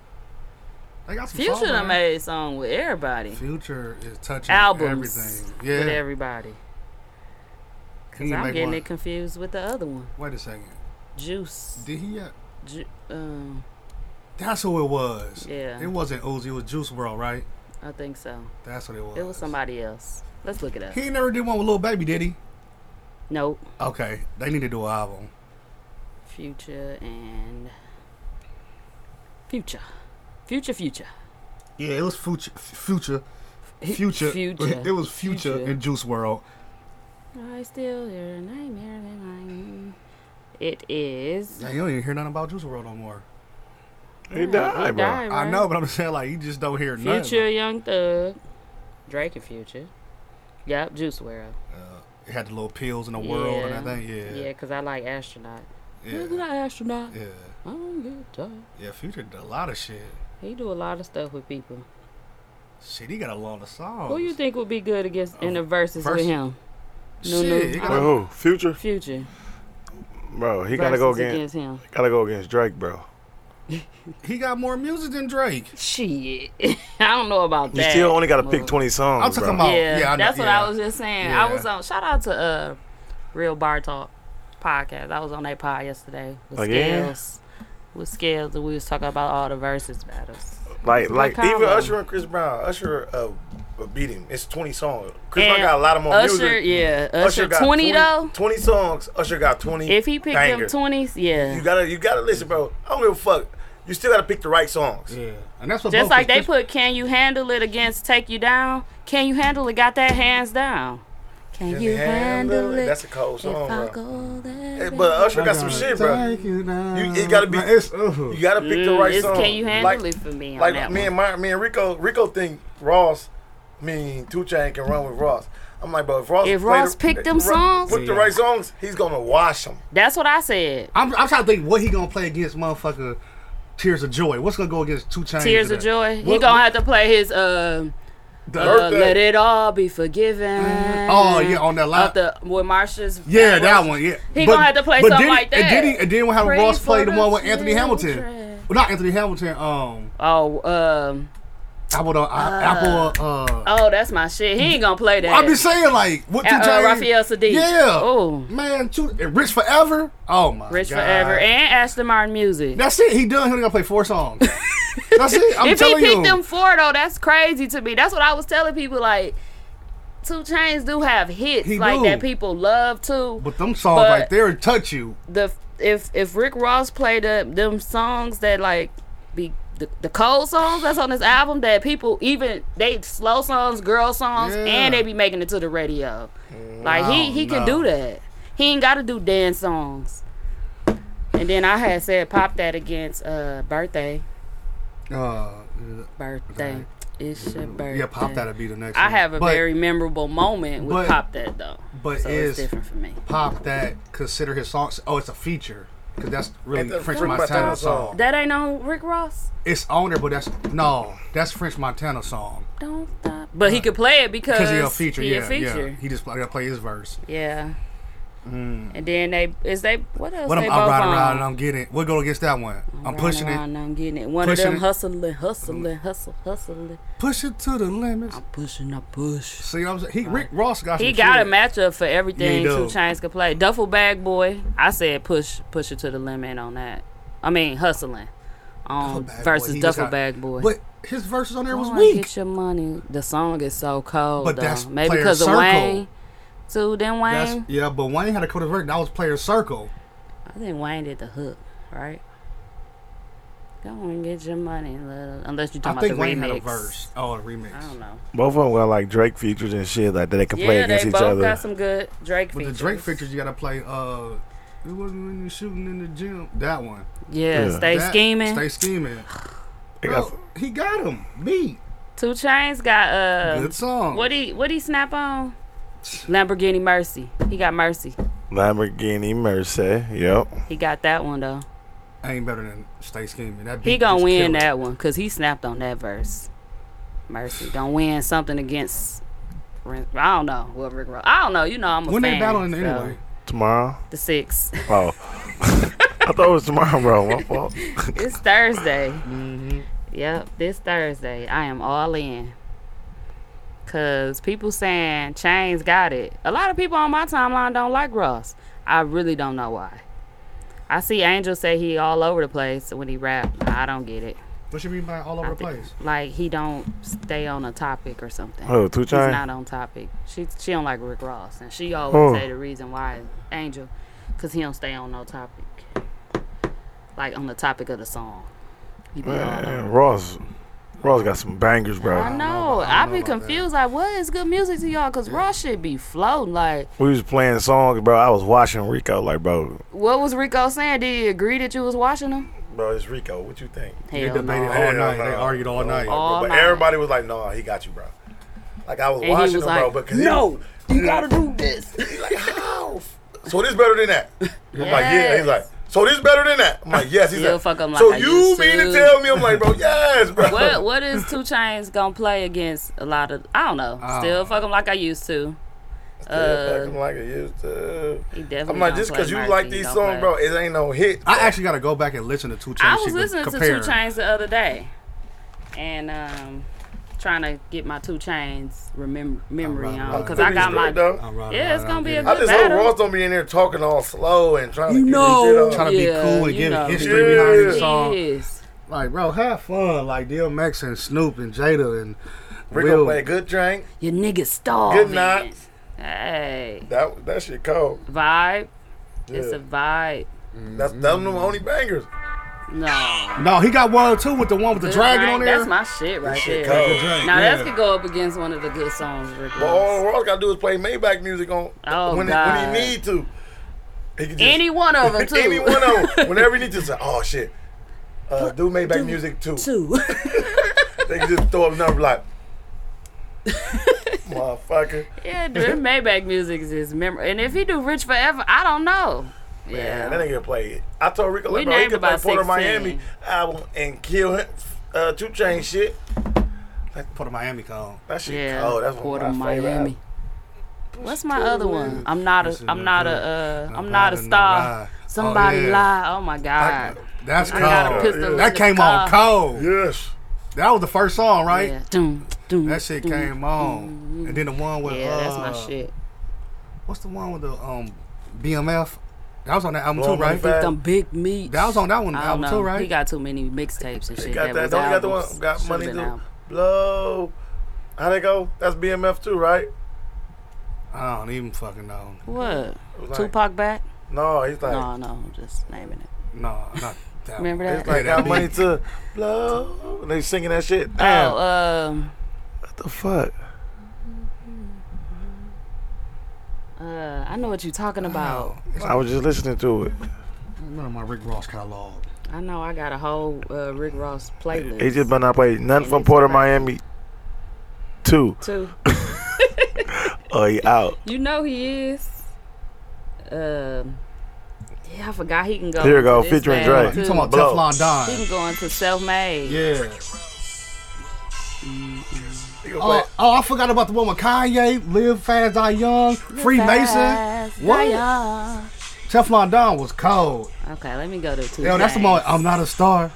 G: They got some songs
B: Future done
G: on there.
B: made a song with everybody.
G: Future is touching
B: Albums
G: everything. Yeah.
B: with everybody.
G: He
B: Cause
G: didn't
B: I'm
G: make
B: getting
G: one.
B: it confused with the other one,
G: Wait a second.
B: Juice.
G: Did he? uh,
B: Ju- um,
G: That's who it was.
B: Yeah.
G: It wasn't Uzi. It was Juice World, right?
B: I think so.
G: That's what it was.
B: It was somebody else. Let's look it up.
G: He ain't never did one with Lil Baby, did he?
B: Nope.
G: Okay. They need to do an album.
B: Future and Future. Future, future.
G: Yeah, it was Future. Future. Future.
B: Future.
G: It was Future,
B: Future.
G: and Juice World.
B: I still your nightmare than mine. It is.
G: Now, you don't even hear nothing about Juice World no more.
D: He
B: He
D: died, bro.
B: died,
G: I
B: right?
G: know, but I'm saying, like, you just don't hear nothing.
B: Future, Young Thug, Drake, and Future. Yep, Juice WRLD.
G: Uh, It had the little pills in the world and everything.
B: Yeah,
G: Yeah.
B: 'cause I like astronaut.
G: Yeah.
B: Look at that astronaut.
G: Yeah.
B: I don't give a damn.
G: Yeah, Future did a lot of shit.
B: He do a lot of stuff with people.
G: Shit, he got a lot of songs.
B: Who you think would be good against
G: Oh,
B: in the verses
G: verse-
B: with him? Nunu.
G: Shit, he got
D: Wait,
G: a-
D: who? Future,
B: Future.
D: bro. He gotta go
B: versus
D: against.
B: against him.
D: Gotta go against Drake, bro.
G: he got more music than Drake.
B: Shit, I don't know about
D: You
B: that.
D: still only gotta pick
B: Well,
D: twenty songs.
G: I'm talking
D: bro.
G: about- Oh,
B: yeah,
G: yeah, I know-
B: that's what
G: yeah.
B: I was just saying.
G: Yeah.
B: I was on. Shout out to uh, Real Bar Talk podcast. I was on that pod yesterday with
D: Oh, yeah?
B: Scales. With Scales, and we was talking about all the verses battles.
D: Like, like,
B: Combo.
E: Even Usher and Chris Brown. Usher uh, beat him. It's 20 songs. Chris Brown
B: And
E: got a lot of more
B: Usher,
E: music.
B: yeah, Usher, twenty though.
E: 20 songs. Usher got 20.
B: If he picked
E: bangers.
B: them twenties, yeah.
E: You gotta, you gotta listen, bro. I don't give a fuck. You still gotta pick the right songs.
G: Yeah, and that's what
B: Just
G: both
B: like they
G: Chris-
B: put "Can you handle it?" against "Take you down." Can you handle it? Got that hands down. Can
E: Just
B: you handle it?
E: That's a cold song,
B: if I
E: bro.
B: go there,
E: Hey, but Usher got some
G: Like,
E: shit, bro.
G: Thank you, now.
E: You- it gotta be-
G: Like, it's, uh,
E: You gotta pick the
B: Mm,
E: right
B: it's
E: song.
B: Can you handle
E: like,
B: it for me? On
E: Like
B: that
E: me
B: one.
E: and my, me and Rico, Rico think Ross, I mean Two Chain can run with Ross. I'm like, but if Ross,
B: If
E: play
B: Ross
E: the-
B: picked them
E: Ro-
B: songs?
E: with the right songs, he's gonna wash them.
B: That's what I said.
G: I'm, I'm trying to think what he gonna play against motherfucker Tears of Joy. What's gonna go against Two Chainz?
B: Tears of
G: today?
B: Joy. He
G: What-
B: gonna have to play his uh,
G: the-
B: uh
E: Birthday. Mm-hmm.
B: let it all be forgiven.
G: Oh, yeah, on that line.
B: Of the with Marsha's.
G: yeah, that one. Yeah,
B: He gonna have to play something
G: then,
B: like that.
G: And then, he, and then we'll have
B: Pray
G: Ross
B: for
G: play the
B: the
G: one with Anthony
B: children.
G: Hamilton. Well, not Anthony Hamilton. Um,
B: Oh, um,
G: Apple. Uh, Apple. Uh,
B: oh, that's my shit. He ain't gonna play that.
G: I'm just saying, like what
B: Uh,
G: Two
B: uh,
G: Chainz?
B: Raphael Sadiq.
G: Yeah.
B: Oh.
G: man, two, and Rich Forever. Oh my.
B: Rich
G: God.
B: forever and Aston Martin music.
G: That's it. He done. He only gotta play four songs. That's it. I'm
B: if he
G: telling
B: picked
G: you.
B: them four though, that's crazy to me. That's what I was telling people. Like, Two Chains do have hits
G: He
B: like
G: do.
B: that people love too.
G: But them songs
B: But-
G: right there touch you.
B: the if if Rick Ross played the, them songs that like be the, the cold songs that's on this album that people even they slow songs, girl songs,
G: Yeah.
B: and they be making it to the radio. Like he
G: Wow,
B: he can
G: no.
B: do that. He ain't got to do dance songs. And then I had said pop that against uh birthday
G: Uh,
B: birthday. It's your birthday.
G: yeah, pop that'll be the next.
B: I
G: one.
B: have a
G: But
B: very memorable moment with
G: but-
B: pop that though.
G: but
B: so it's
G: is-
B: different for me.
G: pop that. Consider his songs. Oh, it's a feature because that's really
E: Ain't that
G: French
E: French
G: Montana
E: Montana
G: song.
E: song?
B: That ain't on Rick Ross.
G: It's on there, but that's no, that's French Montana song
B: Don't stop. But he could play it because
G: because he a feature.
B: He
G: yeah,
B: a feature.
G: yeah. He just play, gotta play his verse.
B: Yeah. And then they is they what else?
G: But
B: they
G: Mm. I'm,
B: both
G: I'm riding
B: on?
G: around and I'm getting. it. We'll go against that one. I'm,
B: Riding
G: pushing it,
B: around, I'm getting it. One
G: Pushing
B: of them
G: it.
B: hustling, hustling, hustle, hustling.
G: push it to the limits.
B: Pushing a push.
G: See, what I'm saying? he Rick Ross got.
B: He
G: some
B: got
G: shit.
B: a matchup for everything
G: Yeah, he
B: two
G: do.
B: chains could play. Duffel bag boy. I said push push it to the limit on that. I mean hustling.
G: Duffel
B: Um
G: Bag Boy,
B: versus
G: he just
B: duffel
G: got-
B: bag boy.
G: But his verses on there was
B: Go and
G: weak.
B: Get your money. The song is so cold.
G: But
B: though.
G: that's
B: maybe
G: Player
B: because of
G: Circle.
B: Wayne. Too then Wayne.
G: That's, yeah, but Wayne had a code of work. That was player circle.
B: I think Wayne did the hook, right? Go on, get your money, little. Unless you're talking
G: I think
B: about the
G: Wayne
B: remix.
G: had a verse. Oh, a remix.
B: I don't know.
D: Both of them got like Drake features and shit like that. They can play
B: yeah,
D: against
B: they
D: each
B: both
D: other.
B: got some good Drake
G: But the
B: features.
G: Drake features, you gotta play. Uh, it wasn't when you shooting in the gym. That one.
B: Yeah,
D: Yeah.
B: stay
G: That-
B: scheming.
G: Stay scheming.
D: They
G: Bro,
D: got-
G: he got him beat.
B: Two Chains got uh,
G: Good song.
B: what he what he snap on? Lamborghini Mercy. He got Mercy.
D: Lamborghini Mercy. Yep.
B: He got that one though.
G: Ain't better than stay scheming. That
B: He
G: beat
B: gonna
G: just
B: win
G: killed it.
B: that one because he snapped on that verse. Mercy gonna win something against. Ren- I don't know what Rick Ross. I don't know. You know I'm a
G: When
B: fan.
G: they battling
B: so-
G: anyway?
D: Tomorrow.
B: The six.
D: Oh. I thought it was tomorrow, bro. My fault.
B: it's Thursday. Yep, this Thursday I am all in. Cause people saying Chains got it. A lot of people on my timeline don't like Ross. I really don't know why. I see Angel say he all over the place when he rap. I don't get it.
G: What you mean by all over
B: I
G: the
B: think-
G: place?
B: Like he don't stay on a topic or something.
D: Oh, Two
B: He's
D: Chainz?
B: not on topic. She she don't like Rick Ross, and she always
D: Oh.
B: say the reason why is Angel, cause he don't stay on no topic. Like on the topic of the song. He be all
D: Man,
B: over.
D: Ross. Ross got some bangers,
B: I
D: bro.
B: know.
G: I
B: I
G: don't
B: be
G: know about that.
B: confused. Like, what is good music to y'all? Cause Ross should be floating. Like,
D: We was playing songs, bro. I was watching Rico, like, bro.
B: what was Rico saying? Did he agree that you was watching him?
E: Bro, it's Rico. What you think?
G: They
B: Hell
G: debated
B: no.
G: all
E: Hell
G: night.
E: no.
G: They argued all night.
B: All
E: but
B: night.
E: everybody was like, "Nah, he got you, bro." Like I was
B: he
E: watching
B: was
E: him,
B: like,
E: bro. Because no, you gotta do this. He's like, how? So this better than that? I'm like, yeah. He's like, so this better than that? I'm like, yes. He's
B: You'll
E: like,
B: fuck 'em like
E: so
B: I
E: you
B: used
E: mean
B: to."
E: to tell me? I'm like, bro, yes, bro.
B: what what is Two Chains gonna play against a lot of? I don't know.
G: Oh.
B: Still fuck him like I used to.
E: Yeah, fuck him like I used to.
B: Uh, He definitely.
E: I'm like,
B: gonna
E: just
B: play
E: because you
B: Mercy,
E: like
B: he
E: these
B: gonna
E: songs,
B: play.
E: bro, it ain't no hit.
G: I actually gotta go back and listen to Two Chainz.
B: I
G: shit
B: was
G: to
B: listening to
G: compare.
B: Two Chains the other day, and um, trying to get my Two Chains remem- memory
G: Alright,
B: on
G: alright.
B: because I got
E: Straight
B: my.
E: though.
G: I'm riding
B: Yeah, it's
G: around
B: gonna be
G: here.
B: a
E: I
B: good
E: just hope
B: battle.
E: Ross don't be in there talking all slow and trying to get
B: know.
E: his shit
G: trying
E: off.
G: to be
B: Yeah,
G: cool and
B: you
G: give
B: know.
G: history behind the
E: Yeah.
G: song.
B: Yes.
G: Like, bro, have fun. Like DMX and Snoop and Jada and
E: Rico
G: Will.
E: play good drink.
B: Your niggas stall.
E: Good night.
B: Hey,
E: That that shit cold.
B: vibe. It's a vibe.
E: That's them
B: Mm.
E: the only bangers.
B: No.
G: No, he got one too with the one with the
B: Good
G: dragon
B: night.
G: on there.
B: That's my shit right
E: shit
B: there.
E: cold.
B: Now
G: yeah.
B: that could go up against one of the good songs. Rick
E: But
B: Ross.
E: all Ross gotta do is play Maybach music on
B: Oh,
E: when, he,
B: God.
E: when he need to. He can just,
B: Any one of them too.
E: any one of them. Whenever he need to say, oh shit. Uh, do Maybach music too.
B: Two.
E: They can just throw up another like motherfucker.
B: yeah, dude. Maybach music is his memory. And if he do Rich Forever, I don't know.
E: Man,
B: yeah.
E: that nigga play it. I told Rico
B: We
E: like, bro, he
B: named
E: could play
B: about
E: Port of
B: 16.
E: Miami album and kill him uh two chain shit.
G: Put a Miami call.
E: That shit
B: Yeah.
E: cold. That's one
B: Port
E: of
B: of
E: my favorite
B: Miami.
E: albums.
B: What's my other one? I'm not a.
G: Listen
B: I'm
G: to
B: not a.
G: that.
B: Uh,
G: Nobody
B: I'm not a
G: know
B: star.
G: why. Oh,
B: Somebody
G: yeah.
B: lie. Oh my God.
G: That's
B: I got a
G: cold.
B: pistol in the
G: That came
B: car.
G: on cold.
E: Yes.
G: That was the first song, right?
B: Yeah. Doom, doom,
G: That shit
B: doom.
G: came on. And then the one with
B: Yeah, that's
G: uh,
B: my shit.
G: What's the one with the um BMF? That was on that album
E: Blowing
G: too,
E: Money
G: right?
E: Fast.
B: Them big meat.
G: That was on that one
B: I
G: album
B: don't
G: too,
B: know.
G: right?
B: He got too many mixtapes and shit.
E: got that.
B: was
E: Don't he got the
B: albums.
E: one got
B: Should've
E: money
B: been
E: to
B: album.
E: blow. How they go? That's BMF too, right?
G: I don't even fucking know.
B: What?
E: like-
B: Tupac back?
E: No, he's like
B: No, no, I'm just naming it.
G: No, not that.
B: Remember
G: one.
B: that?
E: It's like
G: Yeah, that
E: got money
G: beat.
E: to blow. And they singing that shit. Damn,
B: Oh, um,
D: What the fuck?
B: uh, I know what you're talking about.
D: I was just listening to it.
G: Remember my Rick Ross catalog.
B: I know I got a whole uh, Rick Ross playlist.
D: He just better not play nothing from
B: it's
D: Port of
B: alright.
D: Miami. Two.
B: too.
D: Oh, he out.
B: You know he is. Um, yeah, I forgot he can go.
D: Here you go,
B: into this
D: featuring
B: band,
D: Drake.
G: You
B: too.
G: talking about
D: Blow.
G: Teflon
B: He
G: Don?
B: can go into self-made.
G: Yeah.
E: He gonna play
G: Oh, oh, I forgot about the one with Kanye, Live Fast, Die Young, Freemason.
B: Fast,
G: What?
B: yeah.
G: Teflon Don was cold.
B: Okay, let me go to two.
G: Yo, that's the
B: things.
G: one. I'm not a star.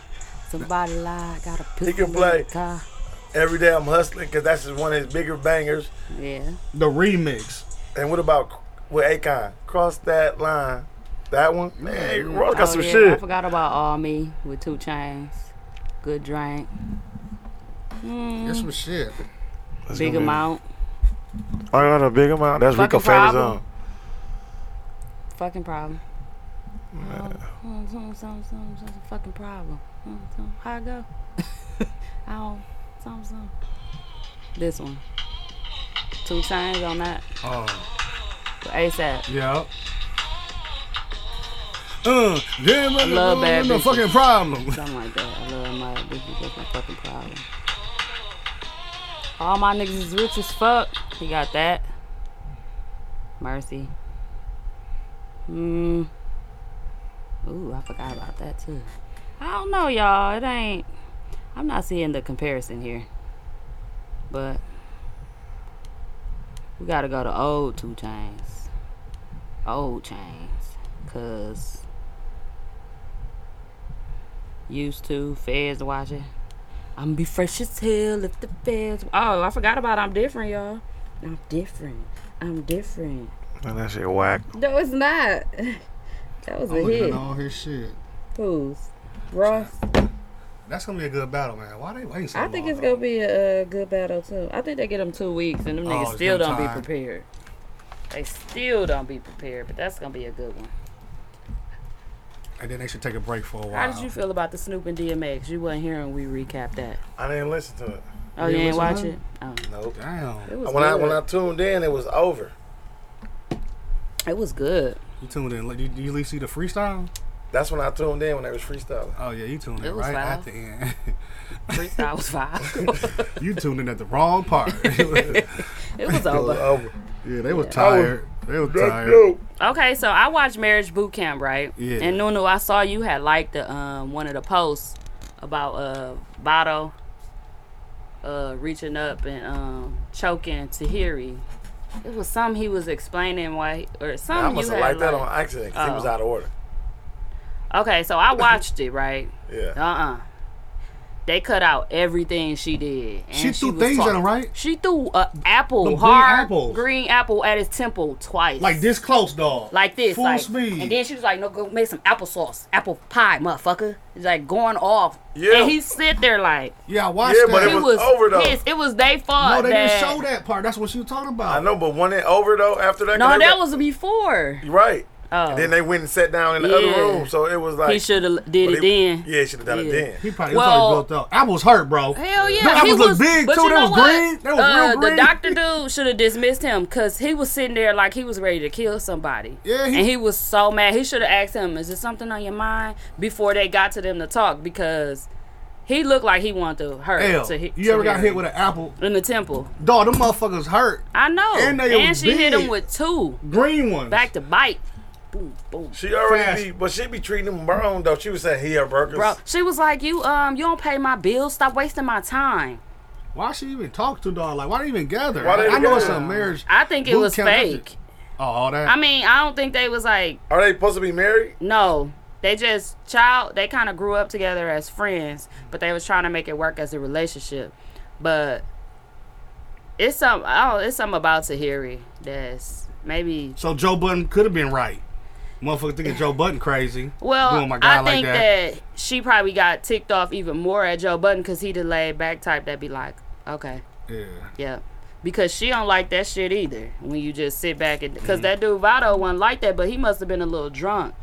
B: Somebody lie, got a pistol.
E: can
B: in
E: play.
B: the car.
E: every day I'm hustling because that's just one of his bigger bangers.
B: Yeah.
G: The remix.
E: And what about with Akon? Cross that line. That one? Man, Ross got
B: Oh,
E: some
B: yeah, I
E: shit.
B: forgot about All Me with Two Chains. Good drink. Mm,
G: That's some shit.
B: Big amount.
E: Oh,
D: I got a big amount. That's Rico
B: Fucking
D: favorite
B: problem.
D: song.
B: Fucking problem. Some, some, some, some, some fucking problem. Some, some. How I go? I don't. Some, some. This one. Two times on that.
G: Oh,
B: ASAP.
G: yeah. Uh, damn, I
B: love bad
G: No
B: bitches.
G: fucking problem.
B: Something like that. I love my bitches. That's my fucking problem. All my niggas is rich as fuck. He got that. Mercy. Hmm. Ooh, I forgot about that too. I don't know, y'all. It ain't. I'm not seeing the comparison here. But we gotta go to old two chains. Old chains. Cause used to. Feds watching. I'm be fresh as hell if the feds. Oh, I forgot about I'm different, y'all. I'm different. I'm different.
D: Man, that shit whack.
B: No, it's not. That was a
G: Looking at
B: hit.
G: all his shit.
B: Who's Ross?
G: That's gonna be a good battle, man. Why they waiting so
B: I think
G: long,
B: it's gonna
G: though?
B: be a uh, good battle too. I think they get them two weeks, and them
G: Oh,
B: niggas
G: it's
B: still
G: no
B: don't
G: time.
B: be prepared. They still don't be prepared, but that's gonna be a good one.
G: And then they should take a break for a while.
B: How did you feel about the Snoop and DMX? You wasn't here when we recap that.
E: I didn't listen to it.
B: Oh,
G: You
B: you,
G: didn't
B: ain't watch
G: listen
B: it? Oh,
E: Nope.
G: Damn,
B: it was
E: When I
B: good.
E: when I tuned in, it was over.
B: it was good.
G: you tuned in. Like, you- you at least see the freestyle?
E: That's when I tuned in when they was freestyling.
G: Oh yeah, you tuned
B: It
G: in
B: was
G: right
B: loud.
G: at the end.
B: Freestyle was vibe.
G: you tuned in at the wrong part. yeah,
B: it was
E: It was
B: over.
E: over.
G: they was tired. They was tired.
E: Dope.
B: Okay, so I watched Marriage Boot Camp, right?
G: Yeah.
B: And Nunu, I saw you had liked the um one of the posts about uh Botto uh reaching up and um choking Tahiri. It was some he was explaining why or some
E: I
B: you
E: must have
B: had
E: liked that on
B: liked.
E: accident 'cause
B: Oh.
E: he was out of order.
B: Okay, so I watched it, right? Uh
E: Yeah.
B: uh They cut out everything she did. and
G: She threw
B: was
G: things at him,
B: talking-
G: right?
B: She threw a apple,
G: Them green
B: hard
G: apples.
B: green apple at his temple twice.
G: Like this close, dog.
B: like this,
G: Full
B: like,
G: speed.
B: and then she was like, "No, go make some applesauce, apple pie, motherfucker." It's like going off,
E: Yeah.
B: and he sit there like
G: yeah, I watched
E: Yeah,
G: that.
E: but
B: he
E: it was
B: was,
E: over, though.
B: pissed. It was they fault.
G: no, they
B: that,
G: didn't show that part. That's what she was talking about.
E: I know, but when it over though, after that, 'cause
B: No,
E: they
B: that
E: were-
B: was before.
E: right.
B: Oh,
E: And then they went and sat down in the
B: Yeah.
E: other room, so it was like
B: he should have did
E: but
B: it then.
E: Yeah, he should have done
B: Yeah.
E: it then.
G: He probably
B: Well-
G: was built up. I was hurt, bro.
B: Hell yeah,
G: Them
B: he
G: apples
B: was
G: look big
B: but
G: too.
B: you
G: They
B: know
G: was
B: what?
G: green. They was
B: uh,
G: real green.
B: The doctor dude should have dismissed him because he was sitting there like he was ready to kill somebody.
G: Yeah, he-
B: and he was so mad. He should have asked him, "Is there something on your mind?" Before they got to them to talk because he looked like he wanted to hurt.
G: Hell,
B: to hit,
G: you
B: to
G: ever got
B: hurt
G: hit
B: him.
G: with an apple?
B: in the temple?
G: Dog, them motherfuckers hurt.
B: I know.
G: And
B: And,
G: they was
B: she hit him
G: big.
B: with two
G: Green ones.
B: back to bite. Boom, boom.
E: She already
G: Fast.
E: be, but she be treating him wrong though. She was saying he a burgers.
B: Bro, she was like, "You um, you don't pay my bills. Stop wasting my time."
G: Why she even talk to dog? Like, why they even gather?
E: Why they
G: I know it's
E: gather?
G: a marriage.
B: I think it
G: boot
B: was
G: camp. That's
B: fake.
G: it. Oh, all that.
B: I mean, I don't think they was like
E: Are they supposed to be married?
B: No, they just child. They kind of grew up together as friends, but they was trying to make it work as a relationship. But it's some. Oh, it's something about Tahiri that's maybe.
G: so Joe Button could have been right. Motherfucker thinking Joe Button crazy.
B: Well,
G: doing my guy
B: I
G: like
B: think that. she probably got ticked off even more at Joe Budden because he delayed back type that be like, okay,
G: Yeah.
B: yeah. Because she don't like that shit either. When you just sit back and
G: Mm-hmm.
B: because that dude Vado wasn't like that, but he must have been a little drunk.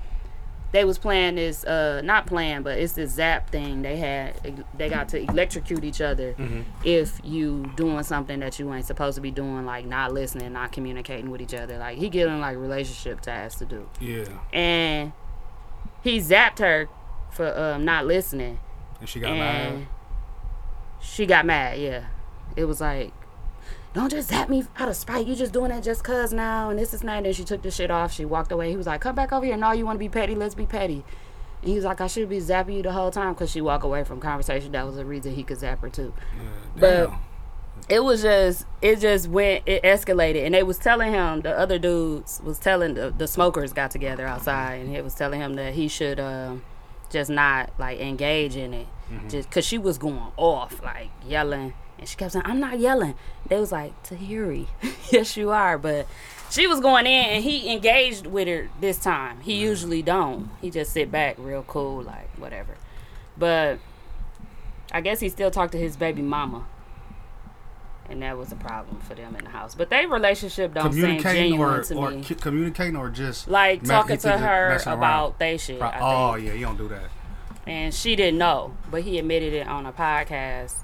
B: They was playing this, uh, not playing, but it's this zap thing they had. e-, They got to electrocute each other
G: Mm-hmm.
B: if you doing something that you ain't supposed to be doing, like not listening, not communicating with each other. Like he giving like relationship tasks to do,
G: Yeah.
B: and he zapped her for um, not listening
G: And she got mad.
B: and she got mad. Yeah, it was like, don't just zap me out of spite. You just doing that just cause now, and this is not. And then she took the shit off. She walked away. He was like, come back over here. No, you want to be petty? Let's be petty. And he was like, I should be zapping you the whole time because she walked away from conversation. That was the reason he could zap her too. but
G: Damn.
B: it was just it just went it escalated and they was telling him the other dudes was telling the, the smokers got together outside and it was telling him that he should um just not like engage in it just because she was going off like yelling and she kept saying i'm not yelling they was like tahiri yes you are but she was going in and he engaged with her this time he usually don't he just sit back real cool like whatever but i guess he still talked to his baby mama and that was a problem for them in the house. But their relationship don't seem
G: communicating
B: genuine
G: or,
B: to
G: or
B: me.
G: c- communicating or just
B: like
G: mess-
B: talking
G: he
B: to
G: thinks it-
B: her
G: messing around.
B: about they shit,
G: Pro-
B: I
G: oh
B: think.
G: yeah, you don't do that.
B: and she didn't know, but he admitted it on a podcast,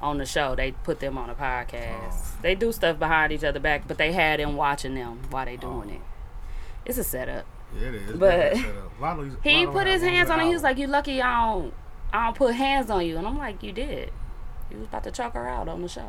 B: on the show. They put them on a podcast.
G: Oh.
B: They do stuff behind each other back, but they had him watching them while they doing
G: Oh.
B: it. It's a setup.
G: Yeah, it is.
B: But-
G: Why do you- why
B: He
G: do
B: put
G: I
B: his
G: have
B: hands
G: one
B: on her. He was
G: hour?
B: like, "You lucky I don't, I don't put hands on you." And I'm like, "You did." He was about to choke her out on the show.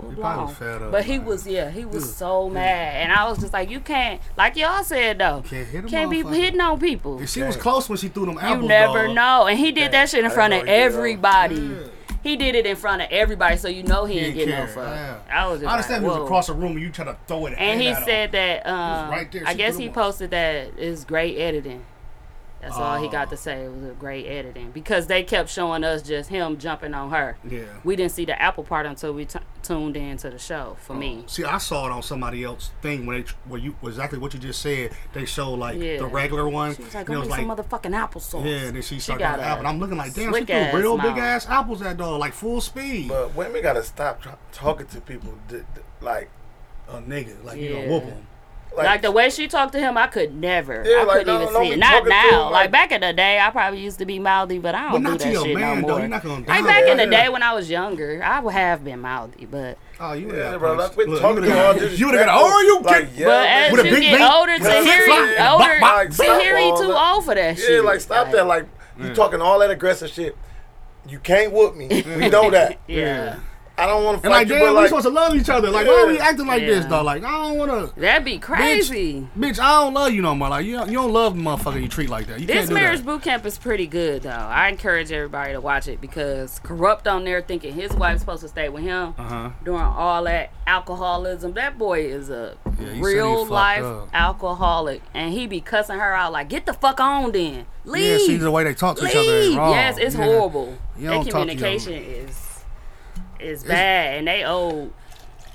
B: Full
G: He probably
B: blown.
G: was fed up,
B: But he
G: man.
B: was, yeah, he was so mad, and I was just like, "You can't." Like y'all said though,
G: Can't hit a
B: be
G: motherfucker.
B: hitting on people.
G: If she was close when she threw them
B: You
G: apples,
B: never
G: dog,
B: know. And he did that shit in front
E: how
B: of
G: uh,
E: he get off.
B: everybody. He did it in front of everybody, so you know he
G: He
B: ain't
G: didn't
B: getting
G: care.
B: no fuck.
G: Yeah.
B: I was just
G: I understand
B: like,
G: he
B: whoa.
G: was across the room and you try to throw it.
B: And he
G: at him.
B: said that um,
G: right there.
B: I
G: She
B: guess
G: threw
B: he
G: him off.
B: posted that it's great editing. That's all he
G: Oh.
B: got to say. It was a great editing because they kept showing us just him jumping on her.
G: Yeah.
B: We didn't see the apple part until we t- tuned into the show. For me,
G: See, I saw it on somebody else's thing when they, where you exactly what you just said. They showed like
B: Yeah.
G: the regular one.
B: she was like,
G: and it
B: "Give
G: was
B: me
G: like,
B: some motherfucking applesauce."
G: yeah, and then she started
B: got
G: throwing
B: a
G: apple. And I'm looking like, damn, she
B: slick ass
G: threw real
B: mouth.
G: big ass apples at dog, like full speed.
E: But women gotta stop tr- talking to people d- d- like,
G: a nigga, like you
B: Yeah.
G: know, whoop him.
E: like,
B: like the way she talked to him, I could never.
E: Yeah,
B: I
E: like,
B: couldn't
E: no-
B: even
E: don't
B: see
E: be
B: it. Not
E: talking to
B: now.
E: him,
B: like,
E: like-
B: back in the day, I probably used to be mouthy, but I
G: But
B: don't
G: not
B: do
G: to
B: that
G: your
B: shit no
G: man though.
B: more.
G: You're not gonna.
B: like
G: do
B: back
G: that.
B: in the day when I was younger, I would have been mouthy, but
G: Oh, you
E: yeah,
G: would've got
E: bro, like,
G: punched.
E: quit
G: Look,
E: talking
G: you
E: to all
G: would've-
E: this.
G: You would have got. Oh, you
E: like,
G: get.
E: yeah,
B: But
E: man.
B: as
G: With a
B: you
G: big
B: get
G: link,
B: older, to
G: with a
B: hear
G: flip-flop,
B: he
G: yeah,
B: older,
G: bop,
E: bop,
B: to hear he
E: stop all
B: too
E: that.
B: old for that
E: Yeah,
B: shit.
E: like stop that. Like you talking all that aggressive shit. You can't whoop me. We know that.
B: yeah,
E: I don't want to
G: And like,
E: fight you,
G: damn,
E: but
G: we
E: like,
G: supposed to love each other. Like, why are we
E: Yeah.
G: acting like this,
B: Yeah.
G: dog? Like, I don't wanna.
B: that'd be crazy.
G: Bitch, I don't love you no more. Like, you don't, you don't love the motherfucker you treat like that. You
B: This
G: can't do
B: marriage
G: that.
B: boot camp is pretty good though. I encourage everybody to watch it because corrupt on there thinking his wife's supposed to stay with him
G: Uh-huh.
B: during all that alcoholism. That boy is a
G: Yeah, he said he
B: real
G: fucked
B: life
G: up.
B: alcoholic, and he be cussing her out like, "Get the fuck on, then
G: Yeah,
B: leave."
G: see the way they talk to each other. is
B: Leave.
G: wrong.
B: Yes, it's
G: Yeah.
B: horrible.
G: You
B: Their
G: don't talk to your-
B: communication is is bad, and they old.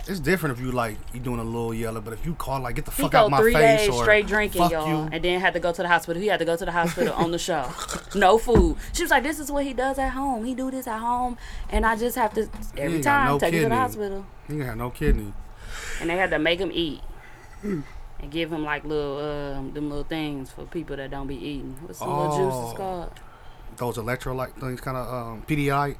G: It's different if you like you doing a little yeller, but if you call like get the
B: He
G: fuck
B: go
G: out my
B: three
G: face
B: days
G: or
B: straight drinking,
G: fuck
B: y'all,
G: you.
B: and then had to go to the hospital. He had to go to the hospital on the show. No food. She was like, "This is what he does at home. He do this at home, and I just have to every
G: ain't got
B: time
G: no
B: take him to the
G: kidney.
B: hospital."
G: You ain't got no kidney.
B: And they had to make him eat and give him like little um, them little things for people that don't be eating. What's some little juices
G: Oh.
B: called?
G: Those electrolyte things, kind of um, PDI.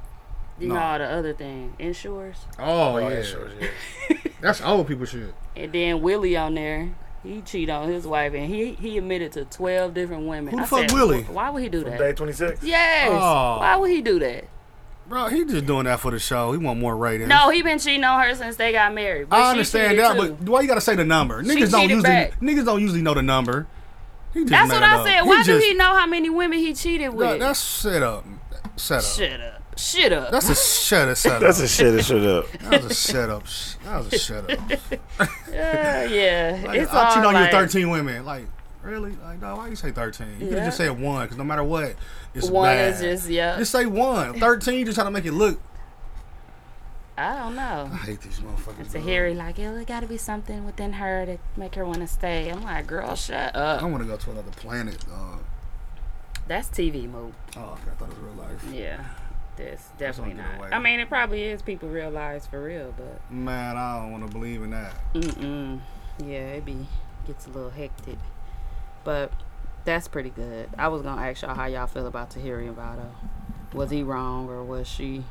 B: You
G: No.
B: know all the other thing, insures.
G: Oh,
E: Yeah, sure, yeah.
G: that's old people shit.
B: And then Willie on there, he cheat on his wife, and he he admitted to twelve different women.
G: Who the
B: I
G: fuck
B: said,
G: Willie?
B: "Wh- Why would he do that?
E: day twenty six.
B: Yes.
G: Oh.
B: Why would he do that?
G: Bro, he just doing that for the show. He want more ratings.
B: No, he been cheating on her since they got married. But
G: I understand that, but why you gotta say the number? Niggas don't
B: cheated
G: usually
B: back.
G: niggas don't usually know the number. He just
B: that's
G: made
B: what
G: it
B: I
G: up.
B: said. Why do
G: just-
B: he know how many women he cheated
G: That-
B: with?
G: that's set up, set up.
B: shut up. Shut up.
G: That's a shut up. Set
D: That's
G: up.
D: a shit. It shut up.
G: That was a shut up. That was a shut up.
B: Uh, yeah.
G: Like,
B: it's
G: I
B: all
G: cheat on
B: like,
G: you 13 women. Like, really? Like, dog, why you say 13? You could have just said one, because no matter what, it's
B: One
G: bad.
B: is just yeah.
G: Just say one. 13, just try to make it look.
B: I don't know.
G: I hate these motherfuckers.
B: To
G: dog.
B: hear it like, yeah, there got to be something within her to make her want to stay. I'm like, girl, shut up.
G: I want to go to another planet. dog.
B: That's TV move.
G: oh, God, I thought it was real life.
B: Yeah, that's definitely
G: definitely not.
B: not.
G: away
B: I
G: with.
B: mean, it probably is people real lives for real, but
G: Man, I don't want to believe in that.
B: mm-mm. yeah, it be gets a little hectic. But that's pretty good. I was gonna ask y'all how y'all feel about Tahiri Vado. Was he wrong or was she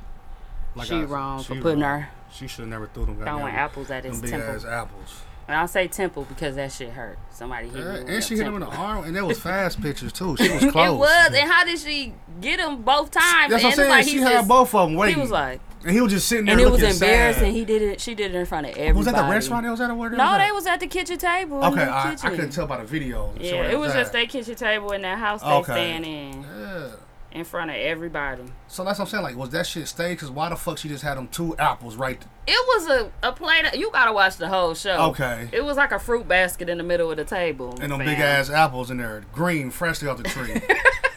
B: she
G: I-
B: wrong for
G: she
B: putting
G: wrong.
B: her
G: She should have never threw them goddamn-
B: throwing apples at his
G: them big ass
B: temple?
G: apples.
B: And I say temple because that shit hurt. Somebody hit
G: Yeah,
B: him.
G: Uh, and she hit him in the arm, and that was fast pictures, too. She was close.
B: It was, and how did she get him both times?
G: That's what I'm
B: and it's
G: saying.
B: Like
G: she
B: he's
G: had
B: just-
G: both of them waiting.
B: He was like,
G: and he was just sitting there
B: and it was
G: looking sad.
B: embarrassing. He did it. She did it in front of everybody.
G: Was that the restaurant? They was at or where? they
B: No,
G: was at?
B: they was at the kitchen table. in
G: Okay,
B: the
G: I, I
B: kitchen.
G: couldn't tell by the video. so
B: Yeah,
G: where
B: it was
G: at.
B: just their kitchen table in that house they
G: Okay.
B: staying in,
G: Yeah.
B: in front of everybody.
G: So that's what I'm saying. Like, was that shit staged? Cause why the fuck she just had them two apples right? th-
B: It was a, a plate. Of, you gotta watch the whole show.
G: Okay.
B: It was like a fruit basket in the middle of the table.
G: and them
B: fam.
G: big ass apples in there, green, freshly off the tree.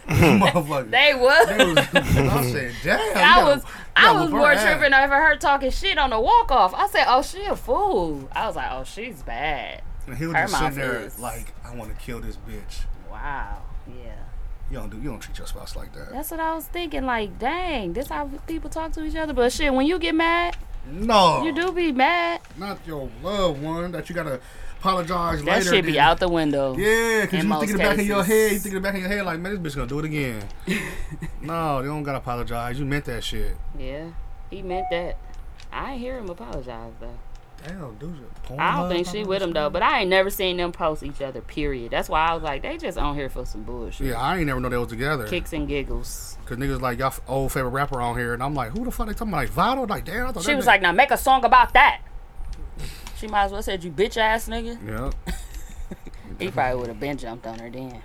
G: Motherfucker.
B: They was.
G: They was- I said, damn.
B: I
G: you
B: was
G: gotta- you
B: I
G: gotta
B: was
G: whoop her
B: more
G: ass.
B: tripping over her talking shit on the walk off. I said, "Oh, she a fool." I was like, "Oh, she's bad."
G: And he was
B: Her
G: just sitting
B: mouth
G: there
B: is-
G: like, I want to kill this bitch.
B: Wow. Yeah.
G: You don't do. You don't treat your spouse like that.
B: That's what I was thinking. Like, dang, this how people talk to each other. But shit, when you get mad,
G: No.
B: You do be mad.
G: Not your loved one that you gotta apologize
B: That
G: later.
B: should be
G: than-
B: out the window.
G: Yeah, because
B: in
G: you
B: most
G: thinking back in your
B: cases.
G: head, you thinking back in your head like, man, this bitch gonna do it again. no, they don't gotta apologize. You meant that shit.
B: Yeah, he meant that. I ain't hear him apologize though.
G: Damn, dude.
B: I don't think she with him though, but I ain't never seen them post each other. Period. That's why I was like, they just on here for some bullshit.
G: Yeah, I ain't never know they was together.
B: Kicks and giggles.
G: Cause niggas like y'all f- old favorite rapper on here, and I'm like, who the fuck they talking about? Like Vado? Like damn, I thought
B: She
G: that
B: was
G: nigga-
B: like, now make a song about that. She might as well said, you bitch ass nigga.
G: yeah,
B: He probably would have been jumped on her then.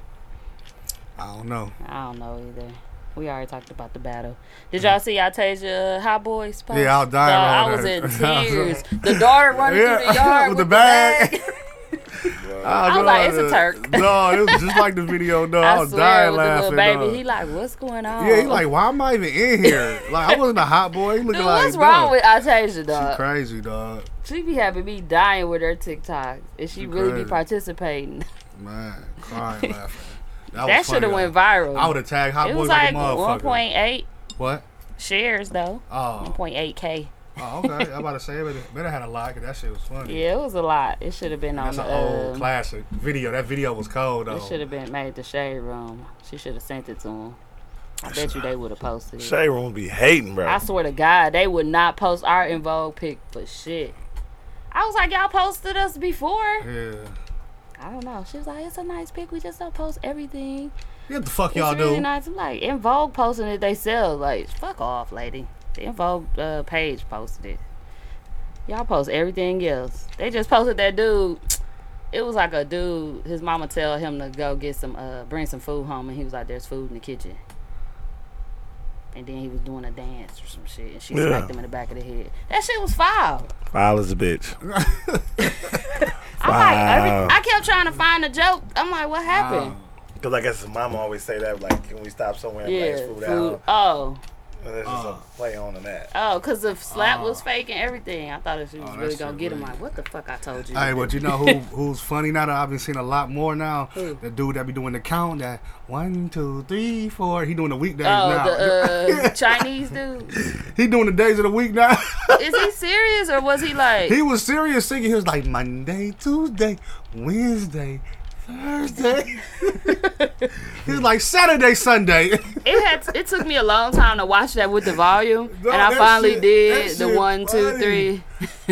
G: I don't know.
B: I don't know either. We already talked about the battle. Did y'all see Altasia uh, Hot Boys post?
G: Yeah, I was dying
B: Dog, Mm-hmm. I
G: over
B: was
G: that.
B: in tears. the daughter running through the yard with, the bag.
G: I
B: was like, it's a Turk.
G: No, it was just like the video. No, I,
B: I
G: was
B: swear,
G: Oh, dying
B: with the
G: laughing.
B: little baby,
G: dog.
B: he like, what's going on?
G: yeah, he like, why am I even in here? like, I wasn't a hot boy. He looking
B: Dude,
G: like
B: what's wrong
G: dog,
B: with uh, Altasia, dog?
G: She crazy, dog.
B: She be having me dying with her TikToks, and she really
G: crazy.
B: be participating.
G: Man, crying, laughing.
B: That should have went viral.
G: I would have tagged hot
B: it
G: boy
B: was
G: like,
B: like
G: a motherfucker.
B: 1.8
G: What?
B: shares though,
G: Oh,
B: 1.8k.
G: oh, okay. I'm about to say it. but- Better had a lot. 'cause that shit was funny.
B: Yeah, it was a lot. It should have been on
G: That's
B: the.
G: an old
B: um,
G: classic video. That video was cold though.
B: It should have been made the shade room. She should have sent it to him. I bet you they would have posted it.
D: Shay Room be hating, bro.
B: I swear to God, they would not post our in vogue pic for shit. I was like, y'all posted us before.
G: Yeah.
B: I don't know. She was like, it's a nice pic. We just don't post everything.
G: Yeah, what the fuck
B: It's
G: y'all
B: really
G: do?
B: nice. I'm like, in vogue posting it they sell. Like, fuck off, lady. The in vogue uh, page posted it. Y'all post everything else. They just posted that dude. It was like a dude. His mama tell him to go get some, uh, bring some food home, and he was like, "There's food in the kitchen." And then he was doing a dance or some shit, and she
D: Yeah.
B: smacked him in the back of the head. That shit was foul.
D: Foul as a bitch.
B: I'm like, every,
G: Oh.
D: Wow.
B: I kept trying to find a joke. I'm like, what happened?
E: Because I guess his mama always say that, like, can we stop somewhere and
B: yeah,
E: play food,
B: food.
E: out?
B: Oh.
E: And it's just a play on and that.
B: Oh, because the slap
G: Oh.
B: was fake and everything. I thought that she was really
G: shit
B: going to get him.
G: weird.
B: Like, what the fuck I told you? Oh,
G: Hey, but you know who who's funny now that I've been seeing a lot more now?
B: Who?
G: The dude that be doing the count that one, two, three, four. He doing the weekdays now.
B: oh, the uh, Chinese dude.
G: he doing the days of the week now.
B: Is he serious or was he like,
G: he was serious singing. He was like Monday, Tuesday, Wednesday, Thursday. He's like Saturday, Sunday.
B: it had. It took me a long time to watch that with the volume.
G: No,
B: and I
G: that
B: finally
G: shit-
B: did
G: that
B: the
G: shit
B: one, two,
G: funny.
B: three,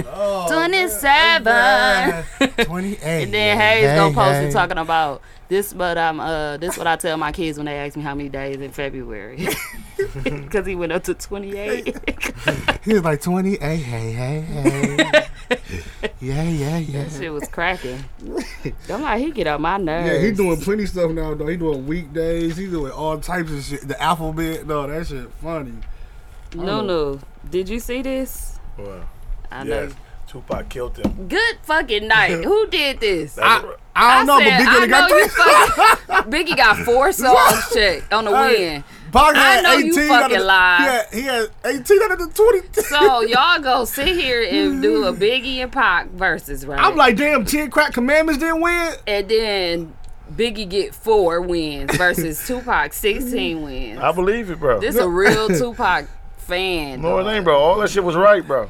G: oh,
B: 27.
G: Twenty-eight.
B: And then Hayes gonna post
G: hey.
B: it talking about this, but I'm uh, this what I tell my kids when they ask me how many days in February, because he went up to 28.
G: He was like 28. Hey, hey, hey. yeah, yeah, yeah.
B: Shit was cracking. I'm like, he get on my nerves.
G: Yeah, he doing plenty stuff now though. He doing weekdays. He doing all types of shit. The alphabet, no, that shit funny.
B: No, no. Did you see this? I know.
E: Yes. Tupac killed him.
B: Good fucking night. Who did this?
E: That's right.
G: I don't know,
B: said,
G: but
B: I
G: Biggie got
B: know you
G: three.
B: fucking- Biggie got four songs checked on the win.
G: Pac
B: I
G: had
B: know you
G: 18 out of
B: fucking
G: the-
B: lied.
G: Yeah, he had 18 out of the 20.
B: So y'all go sit here and do a Biggie and Pac versus, right?
G: I'm like, damn, 10 crack commandments didn't win.
B: and then Biggie get four wins versus Tupac sixteen wins.
E: I believe it, bro.
B: This a real Tupac fan.
E: No, it ain't, bro. All that shit was right, bro.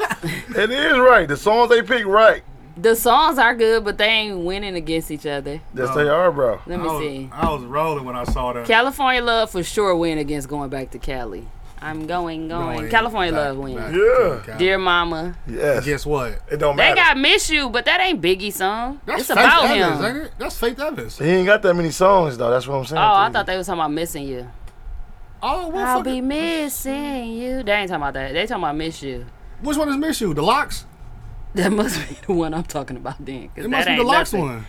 E: it is right. The songs they picked, right.
B: The songs are good, but they ain't winning against each other.
E: Yes, they are, bro.
B: Let
G: I
B: me
G: was,
B: see.
G: I was rolling when I saw that.
B: California Love for sure win against going back to Cali. I'm going, going.
G: Going
B: California
G: back-
B: Love win.
G: back
E: Yeah.
G: to Cali.
B: Dear Mama.
E: Yes.
G: Guess what?
E: It don't
B: They
E: matter.
B: got Miss You, but that ain't Biggie song. it's
G: Faith
B: about
G: Evans,
B: him.
G: ain't it? That's Oh, Faith Evans.
E: he ain't got that many songs, though. That's what I'm saying.
B: Oh, I thought they was talking about missing you.
G: Oh, what
B: I'll
G: fucking-
B: be missing you. They ain't talking about that. They talking about miss you.
G: Which one is Miss You? The Locks?
B: That must be the one I'm talking about then. 'cause
G: It must
B: that
G: be the
B: ain't
G: Locks
B: nothing.
G: one.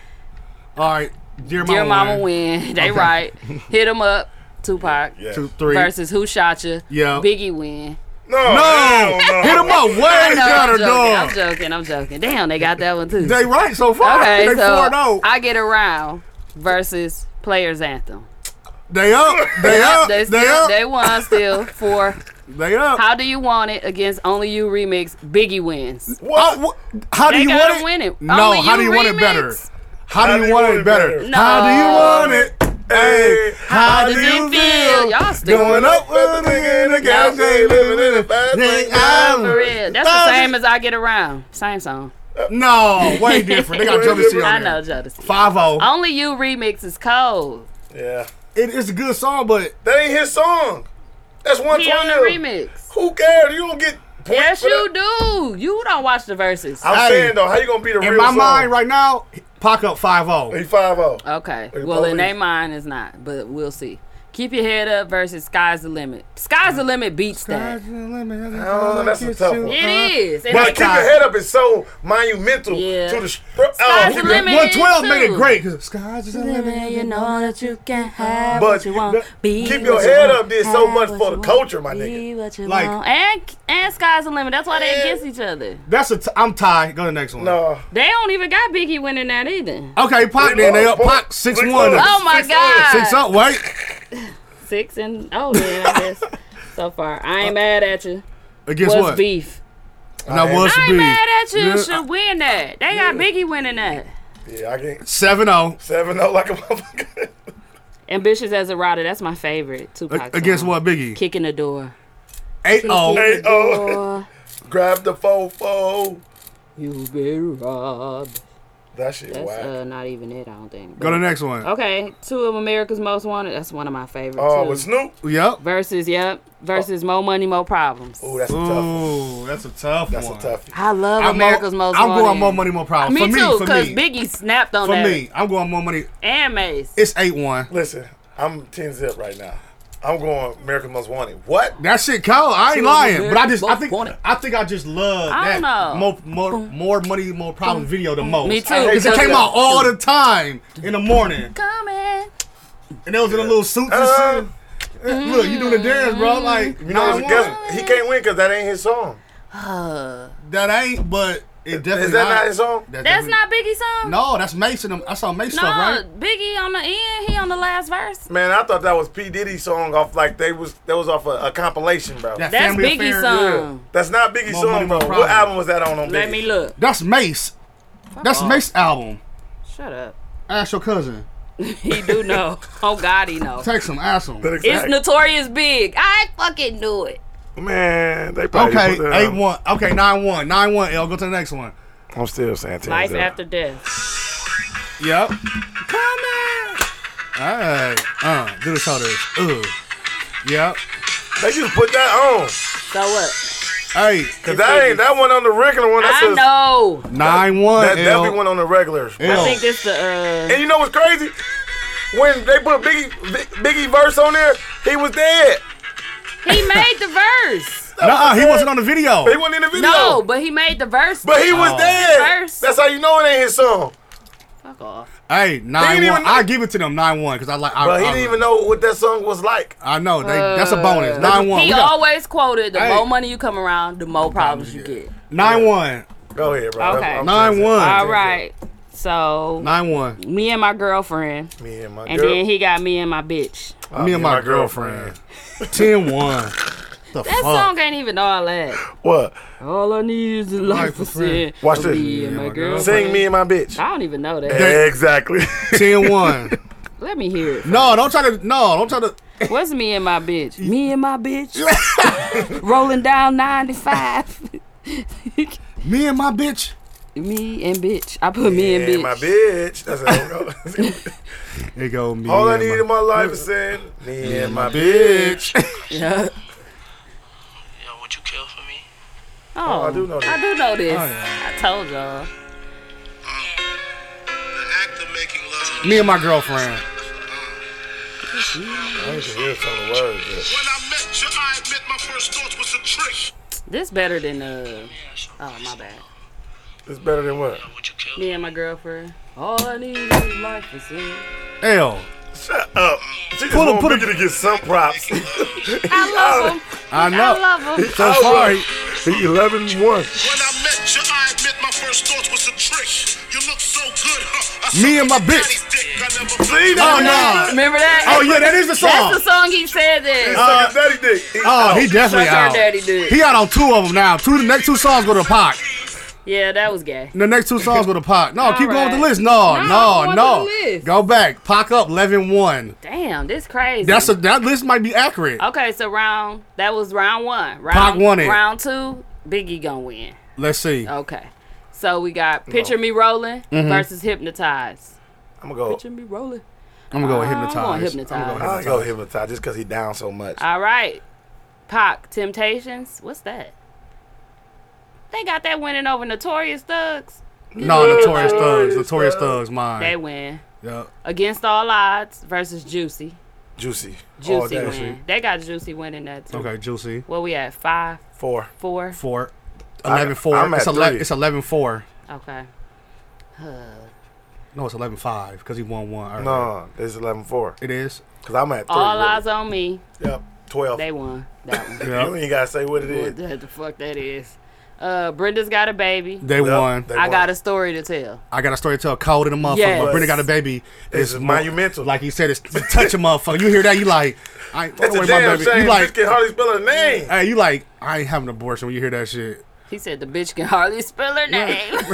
G: All right. Dear Mama,
B: Dear Mama
G: win.
B: win. They right. Hit 'em up. Tupac
E: Yes.
G: Two, three.
B: versus Who Shot You.
G: Yeah.
B: Biggie win.
E: No.
G: No, hit him up way
B: No, I'm
G: down
B: joking. I'm
G: the door.
B: joking. I'm joking. Damn, they got that one too.
G: They right so far.
B: Okay,
G: they four oh.
B: so
G: zero.
B: I get around versus Players Anthem.
G: They up. They up.
B: They
G: They,
B: still
G: up.
B: they won still for
G: They up.
B: How Do You Want It against Only You Remix. Biggie wins.
G: What? Oh, wh- how do
B: They
G: you
B: gotta
G: want it?
B: win it.
G: No.
B: Only
G: how
B: you
G: do you want
B: remix.
G: it better? How do you want it better?
B: No.
G: How do you want it?
E: Hey,
G: How
B: does it feel? Y'all stupid.
G: Going up with a nigga in the gas station, living in a fast lane.
B: For real. That's the same as I get around. Same song.
G: No, way different. They got Jodeci
B: I
G: on
B: know Oh.
G: there.
B: Jodeci.
G: Five O.
B: Only you remix is cold.
E: yeah,
G: It, it's a good song, but
E: that ain't his song. That's one
B: He on the
E: twenty.
B: remix.
E: Who cares? You don't get points.
B: Yes,
E: for that.
B: you do. You don't watch the verses.
E: I'm
G: Hey.
E: saying though, how you gonna be the
G: in
E: real
G: my
E: song?
G: mind right now, Pac up five oh.
E: He
G: O.
E: five oh. zero.
B: Okay.
E: Hey,
B: Well, in
E: police.
B: their mind, it's not, but we'll see. Keep your head up versus sky's the limit. Sky's the limit beats that.
E: know, that's a tough one.
B: It is. And
E: Uh-huh. But
B: they-
E: keep your head up is so monumental
B: Yeah.
E: to the. Stri- oh,
B: Sky's the
E: keep your-
B: limit.
G: One twelve made
B: too.
G: it great. 'cause Sky's just a
B: Limit,
G: limit.
B: You know that you can have
E: Uh-huh. But
B: what you want. Be
E: keep
B: what
E: your
B: you
E: head
B: want,
E: up did so
B: have what
E: much for
B: you
E: the
B: want,
E: culture, my nigga.
B: be what you
G: Like-
B: want. and and sky's the limit. That's why they against each other.
G: That's a. T- I'm tied. Go to the next one.
E: No,
B: They don't even got Biggie winning that either.
G: Okay, Pac. Then they up Pac six one.
B: Oh my god.
G: Six up. Wait.
B: Six and oh yeah, I guess so far. I
E: Uh,
B: ain't mad at you.
G: Against
B: What's
G: Uh, what?
B: beef?
G: And I was
B: I ain't mad
G: B.
B: at you.
G: Yeah.
B: Should win that. They got Biggie winning that.
E: Yeah, I get
G: Seven oh. O.
E: seven zero like a motherfucker.
B: Ambitious as a rider. That's my favorite. Tupac.
G: Against
B: song.
G: Uh, what? Biggie.
B: Kicking the door.
G: Eight O.
E: Eight oh,
B: Door,
E: grab the fofo.
B: you been robbed.
E: That shit
B: That's
E: whack.
B: uh, not even it. I don't think.
G: Go to the next one.
B: Okay, two of America's Most Wanted. That's one of my favorites.
E: Oh,
B: too.
E: with Snoop.
G: Yep.
B: Versus, yep. Versus, more money, more problems.
E: Ooh, that's a tough. one.
G: Ooh, that's a tough
E: That's
G: one.
E: a tough. one.
B: I love
G: I'm
B: America's
G: on-
B: Most
G: I'm
B: Wanted.
G: going more money, more problems.
B: Me
G: for me,
B: too,
G: for
B: because
G: me.
B: Biggie snapped on
G: for
B: that.
G: me, I'm going more money.
B: And Mace.
G: It's eight one.
E: Listen, I'm ten zip right now. I'm going American Most Wanted. What?
G: That shit cold. I ain't lying, but I just I
B: Most
G: think
B: wanted.
G: I think I just love
B: I
G: that
B: don't know.
G: more more more money more problem video the most.
B: Me too,
G: Because it
B: because-
G: came out all the time in the morning,
B: Coming.
G: and it was in a little suit.
E: Uh,
G: and shit. Look, you doing the dance, bro? Like
E: You know,
G: I
E: it's a
G: won.
E: guess, he can't win because that ain't his song.
G: that ain't, but it definitely
E: Is that not his song?
G: That's,
B: Uh, That's
G: definitely-
B: not Biggie's song?
G: No, that's Mason. I saw Mason
B: No,
G: stuff, right?
B: Biggie on the end. He on the last verse.
E: Man, I thought that was P Diddy song off like they was that was off a, a compilation, bro.
G: That
B: That's
G: Family
B: Biggie's
G: Affair.
B: song.
E: That's not Biggie's
G: More Money,
E: song, bro.
G: More
E: What
G: Problems.
E: album was that on? on
B: Let
E: Biggie?
B: me look.
G: That's Mace. That's Mace album.
B: Shut up.
G: Ask your cousin.
B: He do know. oh, God, he know.
G: Text him. Ask him.
E: That
B: It's
E: exact-
B: notorious big. I fucking knew it.
D: Man, they probably
G: Okay,
D: put that
G: eight
D: on.
G: one. Okay, nine one. Nine one. L. Go to the next one.
D: I'm still saying 10
B: Life
D: zip.
B: after death.
G: Yep. Come
E: Ah!
G: on. All right. Uh, do the sodas. Ugh. Yep.
E: They just put that on.
B: So what?
G: Hey,
E: Cause that ain't that one on the regular one. That's
B: I
E: just,
B: know.
G: nine one.
E: That
G: L.
E: definitely one on the regular.
B: I
G: L.
B: think this the uh
E: And you know what's crazy? When they put Biggie Biggie verse on there, he was dead.
B: He made the verse.
G: Nuh-uh, he wasn't on the video.
E: He wasn't in the video.
B: No, but he made the verse.
E: But he was
G: Oh.
E: dead.
B: Verse.
E: That's how you know it ain't his song.
B: Fuck off.
G: Hey, nine
E: didn't
G: one.
E: even-
G: I give it to them nine one because I like. I,
E: But he
G: I,
E: didn't even know what that song was like.
G: I know. They, that's a bonus. Nine one.
B: Uh, He always quoted, "The
G: Hey.
B: more money you come around, the more problems you get."
G: Nine one.
E: Go ahead,
B: Okay.
E: bro. I'm trying
G: Nine
E: to
G: one.
B: All right. So
G: Nine one.
B: me and my girlfriend,
E: say. Me and my
B: and
E: girl. uh,
B: then he got me and my bitch.
G: Me and my, girlfriend. Ten one. The
B: That
G: fuck.
B: song ain't even all that.
E: What?
B: All I need is a life
G: for
B: of
G: free.
B: sin.
E: Watch
B: of
E: this.
B: Me and my girlfriend.
E: Sing me and my bitch.
B: I don't even know that.
E: Exactly.
G: Ten one.
B: Let me hear it.
G: No, don't try to. No, don't try to.
B: What's me and my bitch? Me and my bitch. Rolling down 95.
G: Me and my bitch.
B: me and bitch. I put me and
E: Me
B: bitch.
E: and my bitch. That's how it goes.
G: There go me.
E: All I
G: and
E: need in my life is sin. Me and my bitch.
B: Yeah.
H: Would you kill for me?
B: Oh,
E: I do know
B: I
E: that.
B: do know this.
G: Oh, yeah.
B: I told y'all.
H: The act of making love.
G: Me and my girlfriend.
E: I need to hear some of the words. but-
H: When I met you, I admit my first thoughts was a trick.
B: This better than uh. Oh my bad.
E: It's better than what?
H: Would you kill?
B: Me and my girlfriend. All I need is life for sin.
G: L.
E: Shut up. She just
G: Pull him,
E: want
G: pull him.
E: Biggie to get some props.
B: I love him.
G: Oh, I
B: I
G: know.
B: love him.
G: So far, he-
E: He 11 1.
H: When I met you, I admit my first thoughts was a trick. You look so good, huh? I
G: Me
H: sucked
G: and my
H: your
G: bitch.
H: daddy's dick. I never
E: See
G: Oh
E: that?
G: no.
B: Remember that?
G: Oh yeah, that is the
B: That's the
G: song.
B: song he said that.
E: Suck his daddy dick. He-
G: Oh, he definitely
B: Suck our
G: out.
B: daddy dick.
G: He out on two of them now. Two the next two songs go to Pac.
B: Yeah, that was gay.
G: The next two songs go to Pac. No, keep going with
B: right.
G: the list. No,
B: No,
G: no,
B: I'm going
G: no.
B: with the list.
G: Go back. Pac up 11 1.
B: Damn, Oh. this crazy.
G: That's a that list might be accurate.
B: okay. So round that was round one. Round,
G: won it.
B: Round two, Biggie gonna win.
G: Let's see.
B: Okay. So we got Picture Me Rolling
G: Mm-hmm.
B: versus Hypnotize.
E: I'm gonna go.
B: Picture Me Rolling.
G: I'm gonna go with
B: I'm
G: hypnotize.
B: gonna
G: I'm
B: hypnotize.
G: gonna
E: I go hypnotize just because he down so much.
B: All right. Pac, Temptations. What's that? They got that winning over Notorious Thugs.
G: No, Notorious Thugs. Notorious Thugs,
B: They
G: mine.
B: win.
G: Yeah.
B: Against All Odds versus Juicy.
E: Juicy.
G: Oh,
E: All
B: Juicy
E: day.
B: win. They got Juicy winning that too.
G: Okay, Juicy.
B: Where we at? Five,
E: Four.
B: four?
G: Four.
E: I-
G: 11 4.
E: I'm at
G: it's, ele-
E: three.
G: it's 11 4.
B: Okay.
G: No, it's 11 5 because he won one. earlier.
E: No, it's 11 4.
G: It is.
E: Because I'm at three.
B: All
E: really.
B: Eyes on Me.
E: Yep. 12.
B: They won that one.
E: You ain't got to say what it
B: what
E: is.
B: the, the fuck that is. Uh, Brenda's got a baby.
G: They
E: Yep,
G: won.
E: they
B: I
E: won.
B: got a story to tell.
G: I got a story to tell. Cold in the motherfucker.
B: Yes.
G: But Brenda got a baby.
E: It's
G: more-
E: monumental.
G: Like he said, it's you touch a motherfucker. You hear that? You like, I ain't
E: That's
G: throwing
E: a
G: away my
E: damn
G: baby.
E: shame.
G: You
E: Like,
G: like,
E: can hardly spell her name.
G: hey, you like, I ain't having an abortion when you hear that shit.
B: He said the bitch can hardly spell her name.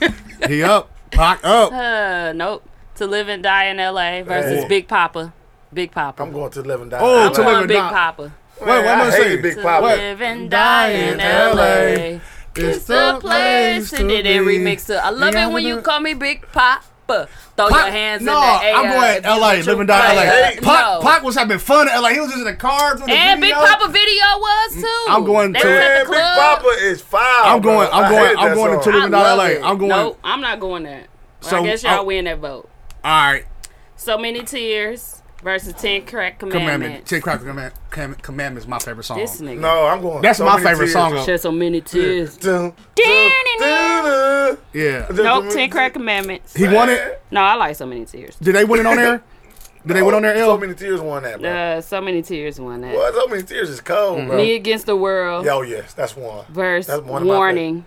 G: He up, Pac up.
B: uh, nope. To live and die in L.A. versus
E: Hey.
B: Big Papa. Big Papa.
E: I'm going to 11 dollars.
G: Oh,
B: I'm
G: to
B: going
G: live and
B: Big
G: die.
B: Papa.
G: Wait, what am I
E: I
G: saying?
E: hated Big
B: To
E: Papa.
B: live and die in L.A. It's the place. And then they remix to I love it when you call me Big Papa. Throw your hands
G: no,
B: in the air.
G: I'm going
B: if
G: to
B: you
G: LA,
B: want to
G: living down LA.
B: play.
E: Hey,
G: Pac,
B: No.
G: Pac was having fun in LA. He was just in a car. doing the
B: And Big
G: video.
B: Papa video was too.
G: I'm going
B: They
G: to-
B: was
E: Man,
B: at the
E: Big
B: club.
E: Papa is five.
G: I'm going.
E: bro. I
G: I'm
E: hated
G: going. I'm
E: that
G: going
E: song.
G: to living down LA. I'm going.
B: Nope, I'm not going that.
G: So,
B: I guess y'all
G: I'll-
B: win that vote.
G: All right.
B: So many tears versus ten crack
G: Commandment.
B: commandments.
G: Ten Crack Command- Command- Commandments. My favorite song.
B: This nigga.
E: No, I'm going.
G: That's
E: So
G: my
E: many
G: favorite
E: tears.
G: song. Of,
B: Shed so many tears.
E: Dun, dun,
B: Dun-dun-dun.
E: dun, dun.
G: yeah.
B: Nope, ten crack commandments.
G: He won it.
B: No, I like so many tears.
G: Did they win it on there? Did they win on there?
E: So
G: L.
E: many tears won that, bro.
B: Uh, so many tears won that.
E: Boy, so many tears is
G: Mm-hmm.
E: cold, bro.
B: Me against the world
E: Yeah, oh yes, that's one.
B: verse
E: That's one of my
B: warning.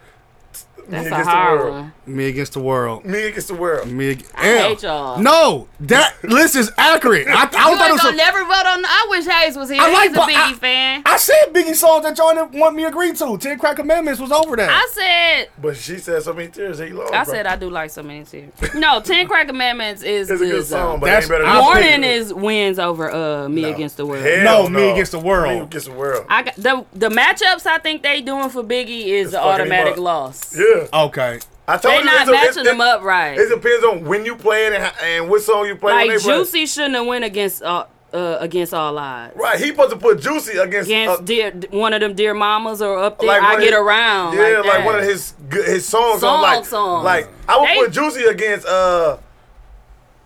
E: Me
B: That's a
E: Against the
B: hard
E: World.
B: one.
G: Me against the world.
E: Me against the world.
G: Me ag- L.
B: hate y'all.
G: No, that list is accurate. I, I
B: You
G: thought
B: ain't
G: it
B: gonna
G: was. A,
B: never vote on. I wish Hayes was here.
G: I like
B: He's a
G: Bo-
B: Biggie
G: I-
B: fan. I,
G: I said Biggie songs that y'all didn't want me to agree to. Ten Crack Commandments was over that.
B: said.
E: But she said so many tears. He lost.
B: I
E: bro.
B: said I do like so many tears. No, ten crack commandments is
E: It's a good song, but it
G: That's-
E: ain't better.
G: I
E: than-
B: Warning is wins over uh me against the world.
E: Hell
G: No, Me Against the World.
E: Me against the world.
B: I got the the matchups I think they doing for Biggie is the
E: fucking him
B: automatic
E: up.
B: loss.
E: yeah,
G: okay.
E: I told
B: They
E: you
B: not
E: it's a- it's-
B: matching them
E: it-
B: up right.
E: It depends on when you play it and, how, and what song you play. when
B: Like
E: they play.
B: Juicy shouldn't have went against uh, uh against all odds.
E: Right, he supposed to put Juicy against,
B: Against
E: uh,
B: dear, one of them dear mamas or up there
E: one
B: I
E: of
B: get
E: his-
B: around.
E: Yeah, like,
B: that.
E: one of his good- his songs.
B: Song
E: on, like,
B: songs.
E: Like I would
B: They-
E: put Juicy against uh,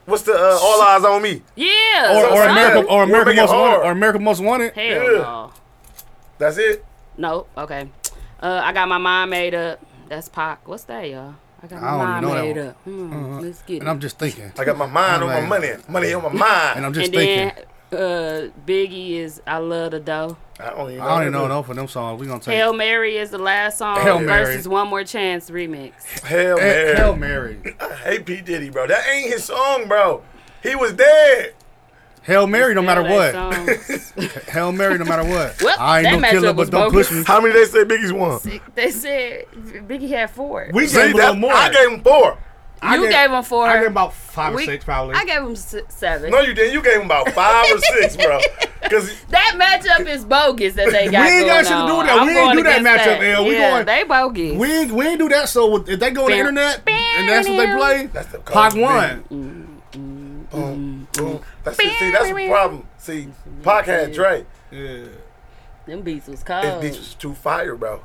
E: what's the uh, All Eyes on Me?
B: Yeah.
G: Or, or
E: Sometimes
G: America, or
E: we'll
G: America
E: make it
G: Most
E: hard.
G: Wanted, or America Most Wanted.
B: Hell
E: Yeah.
B: no.
E: That's it.
B: No, okay. Uh, I got my mind made up. That's Pac. What's that, y'all? I got my
G: I don't
B: mind
G: know that
B: made
G: one. Uh-huh.
B: up. Hmm, Let's get
G: And
B: it.
G: I'm just thinking.
E: I got my mind
G: Oh,
E: on my
G: man.
E: money, money on my mind.
G: And I'm just
B: and
G: thinking.
B: then uh, Biggie is I love the dough.
E: I don't even know.
G: I don't even
E: what
G: know
E: it
G: enough of them songs. We gonna take
B: Hail Mary is the last song
G: Hail Mary.
B: versus One More Chance remix.
E: is.
G: Hail,
E: Hell Mary.
G: Hail Mary.
E: Hey P Diddy, bro, that ain't his song, bro. He was dead.
G: Hail Mary, no matter
B: That
G: what.
B: song.
G: Hail Mary, no matter what.
B: Well,
G: I ain't
B: that
G: no
B: matchup
G: killer,
B: was
G: but don't
B: bogus.
G: push me.
E: How many they say Biggie's won?
B: they said Biggie had four.
G: We
E: See,
G: gave a little
E: that-
G: more.
E: I gave him four.
G: I
B: you gave, him four.
G: I gave about five or
B: We-
G: six, probably.
B: I gave him s- seven.
E: No, you didn't. You gave him about five or six, bro. Because
B: that matchup is bogus that they got.
G: We ain't
B: going
G: got shit to do
B: on.
G: with that.
B: I'm
G: We ain't
B: going
G: do that
B: against
G: matchup, L. We
B: yeah,
G: going-
B: they bogus.
G: we ain't, we ain't do that. So if they go on the
B: Bam.
G: internet and that's what they play,
E: That's the
G: Pac
E: code,
G: one.
E: boom, boom. That's it. See, that's the problem. See, Pac had Dre.
B: Them beats was
E: His
B: cold.
E: beats was too fire, bro.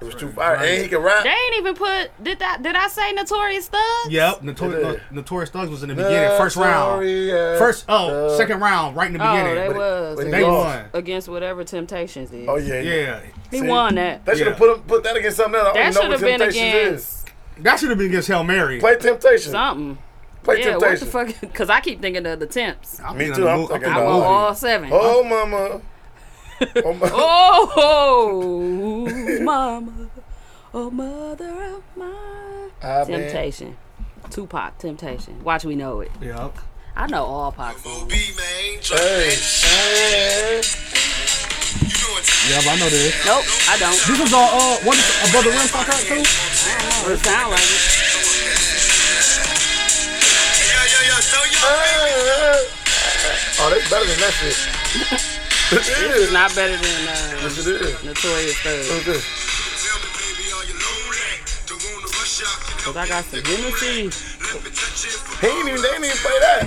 E: It was too fire, and he can rap.
B: They ain't even put. Did that? Did I say Notorious Thugs?
G: Yep, Notorious,
E: Yeah.
G: Notorious Thugs was in the beginning, first round,
E: Notorious
G: first oh,
E: Thug.
G: second round, right in the
B: Oh,
G: beginning.
B: they
G: But
B: was
E: but
G: They
E: lost.
G: won.
B: against whatever Temptations is.
E: Oh yeah, yeah.
G: Yeah,
B: he won that.
E: They should have
G: Yeah.
E: put him, put that against something else. I
B: That
E: don't even
B: should
E: know
B: have
E: what
B: been
E: Temptations
B: against
E: is.
G: that should have been against Hail Mary.
E: Play Temptation.
B: something.
E: Play
B: yeah, what the
E: Temptation.
B: fuck? Because I keep thinking of the temps.
G: I'm
E: Me
G: thinking
E: too,
G: of
E: I'm
G: the mo-
E: thinking
G: thinking
E: about
G: of the
E: it.
G: movie.
B: All seven.
E: Oh mama. Oh, mama.
B: Oh, mama, oh mother of mine.
E: I mean,
B: Temptation. Tupac, Temptation. Watch we know it.
G: Yep.
B: I know all Pac songs.
I: OB, man. Just
E: Hey,
I: hey.
E: hey.
I: You
G: Yeah, but I know this.
B: Nope, I don't.
G: This was on uh, what is above the rim soundtrack too?
B: But it sound like it.
E: Oh, that's better than that shit.
B: It's not better than uh,
E: Yes, it is.
B: Notorious Thug.
E: Look at this.
B: Cause I got some unity.
E: He ain't even, they ain't even play that.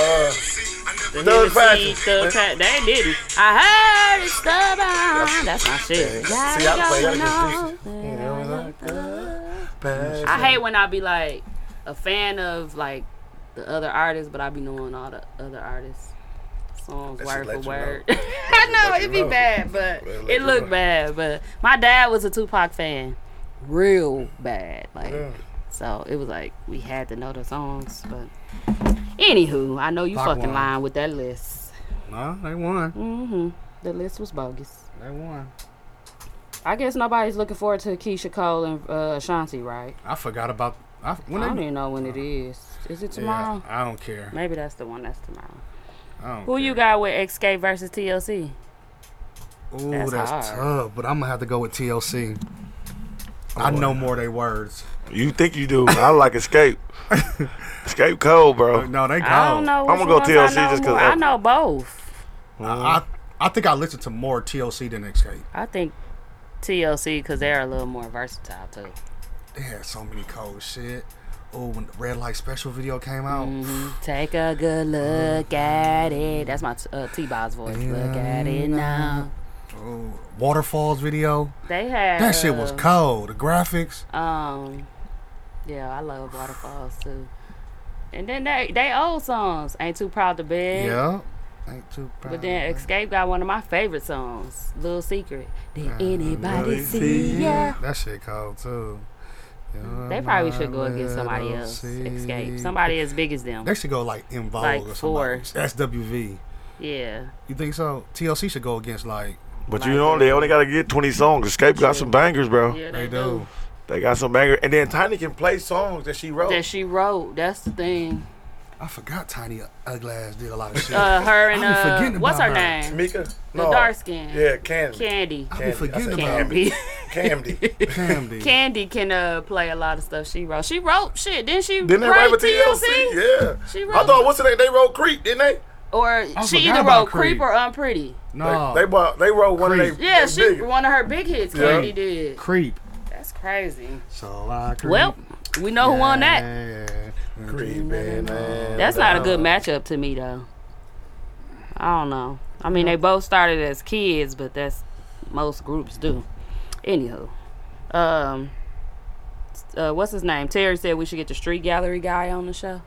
E: Uh,
B: The
E: Thug
B: Hennessy,
E: Patrick.
B: Thug Pat. They didn't. I heard it's stubborn. That's my shit.
E: see, I play that.
B: I hate when I be like a fan of like the other artists, but I be knowing all the other artists. Songs
E: should
B: word for
E: let you
B: word. I know it be bad, but it look bad. But my dad was a Tupac fan, real bad. Like so, it was like we had to know the songs. But anywho, I know you
G: Fuck
B: fucking
G: one.
B: lying with that list.
G: Nah, they won.
B: Mm-hmm. The list was bogus.
G: They won.
B: I guess nobody's looking forward to Keisha Cole and uh, Ashanti, right?
G: I forgot about. I, when
B: I don't
G: they,
B: even know when it is. Is it
G: Yeah,
B: tomorrow?
G: I don't care.
B: Maybe that's the one that's tomorrow.
G: I don't
B: Who you got with Escape versus TLC?
G: got? Ooh,
B: That's
G: that's,
B: hard.
G: tough. But I'm gonna have to go with TLC.
B: Oh,
G: I know more they words.
D: You think you do? I like escape. escape cold, bro.
G: No, they go.
B: I don't know.
D: I'ma
B: which
D: go
B: ones I
D: TLC
B: know
D: just 'cause
B: more.
D: I-
B: I know both.
G: I, I think I listened to more TLC than Escape.
B: I think TLC because they're a little more versatile too.
G: They had so many cold shit. Oh, when the Red Light Special video came out,
B: Mm-hmm. Take a good look at it. That's my uh, T Bob's voice. Look at it now.
G: oh, Waterfalls video.
B: They had
G: That shit was
B: uh,
G: cold. The graphics.
B: Um, yeah, I love waterfalls too. And then they they old songs ain't too proud to beg.
G: Yeah. Ain't too proud.
B: But then Escape got one of my favorite songs, "Little Secret." Did anybody
G: Anybody
B: see ya?
G: That shit cold too. You're
B: Mm, They probably should go
G: my
B: against somebody
G: little
B: else.
G: secret.
B: Escape somebody as big as them.
G: They should go like in Vogue
B: Like
G: or
B: four.
G: something. SWV.
B: Yeah,
G: You think so? TLC should go against like
D: But you know they only gotta get twenty songs. Escape got some bangers, bro.
B: yeah,
G: they do.
D: They got some bangers, and then Tiny can play.
E: Play songs that she wrote.
B: That she wrote. That's the thing.
G: I forgot Tiny Ugly Ass did a lot of shit.
B: Uh, her and
G: I be
B: uh,
G: forgetting
B: what's her,
G: about her.
B: name?
E: Mika?
B: The dark skin.
E: Yeah, Candy.
B: Candy.
G: I be forgetting about
B: Candy.
E: Candy.
G: Camden.
B: Candy can uh, play a lot of stuff she wrote. She wrote shit, didn't she?
E: Didn't they write with TLC? Yeah.
B: She
E: I
B: wrote-
E: thought what's the name? They wrote Creep, didn't they?
B: Or
G: I
B: she
G: forgot
B: either
G: about
B: wrote Creep
G: Creep.
B: or Unpretty.
G: No,
E: They bought. They wrote one of
G: Oh. Creep.
E: they.
B: Yeah,
E: they
B: she
E: big-
B: one of her big hits. Candy did.
G: creep.
B: That's crazy.
G: So I creep.
B: Well, we know who won that.
E: Creep, man.
B: That's not a good matchup to me though. I don't know. I mean, they both started as kids, but that's most groups do. Anywho, um, uh, what's his name? Terry said we should get the street gallery guy on the show.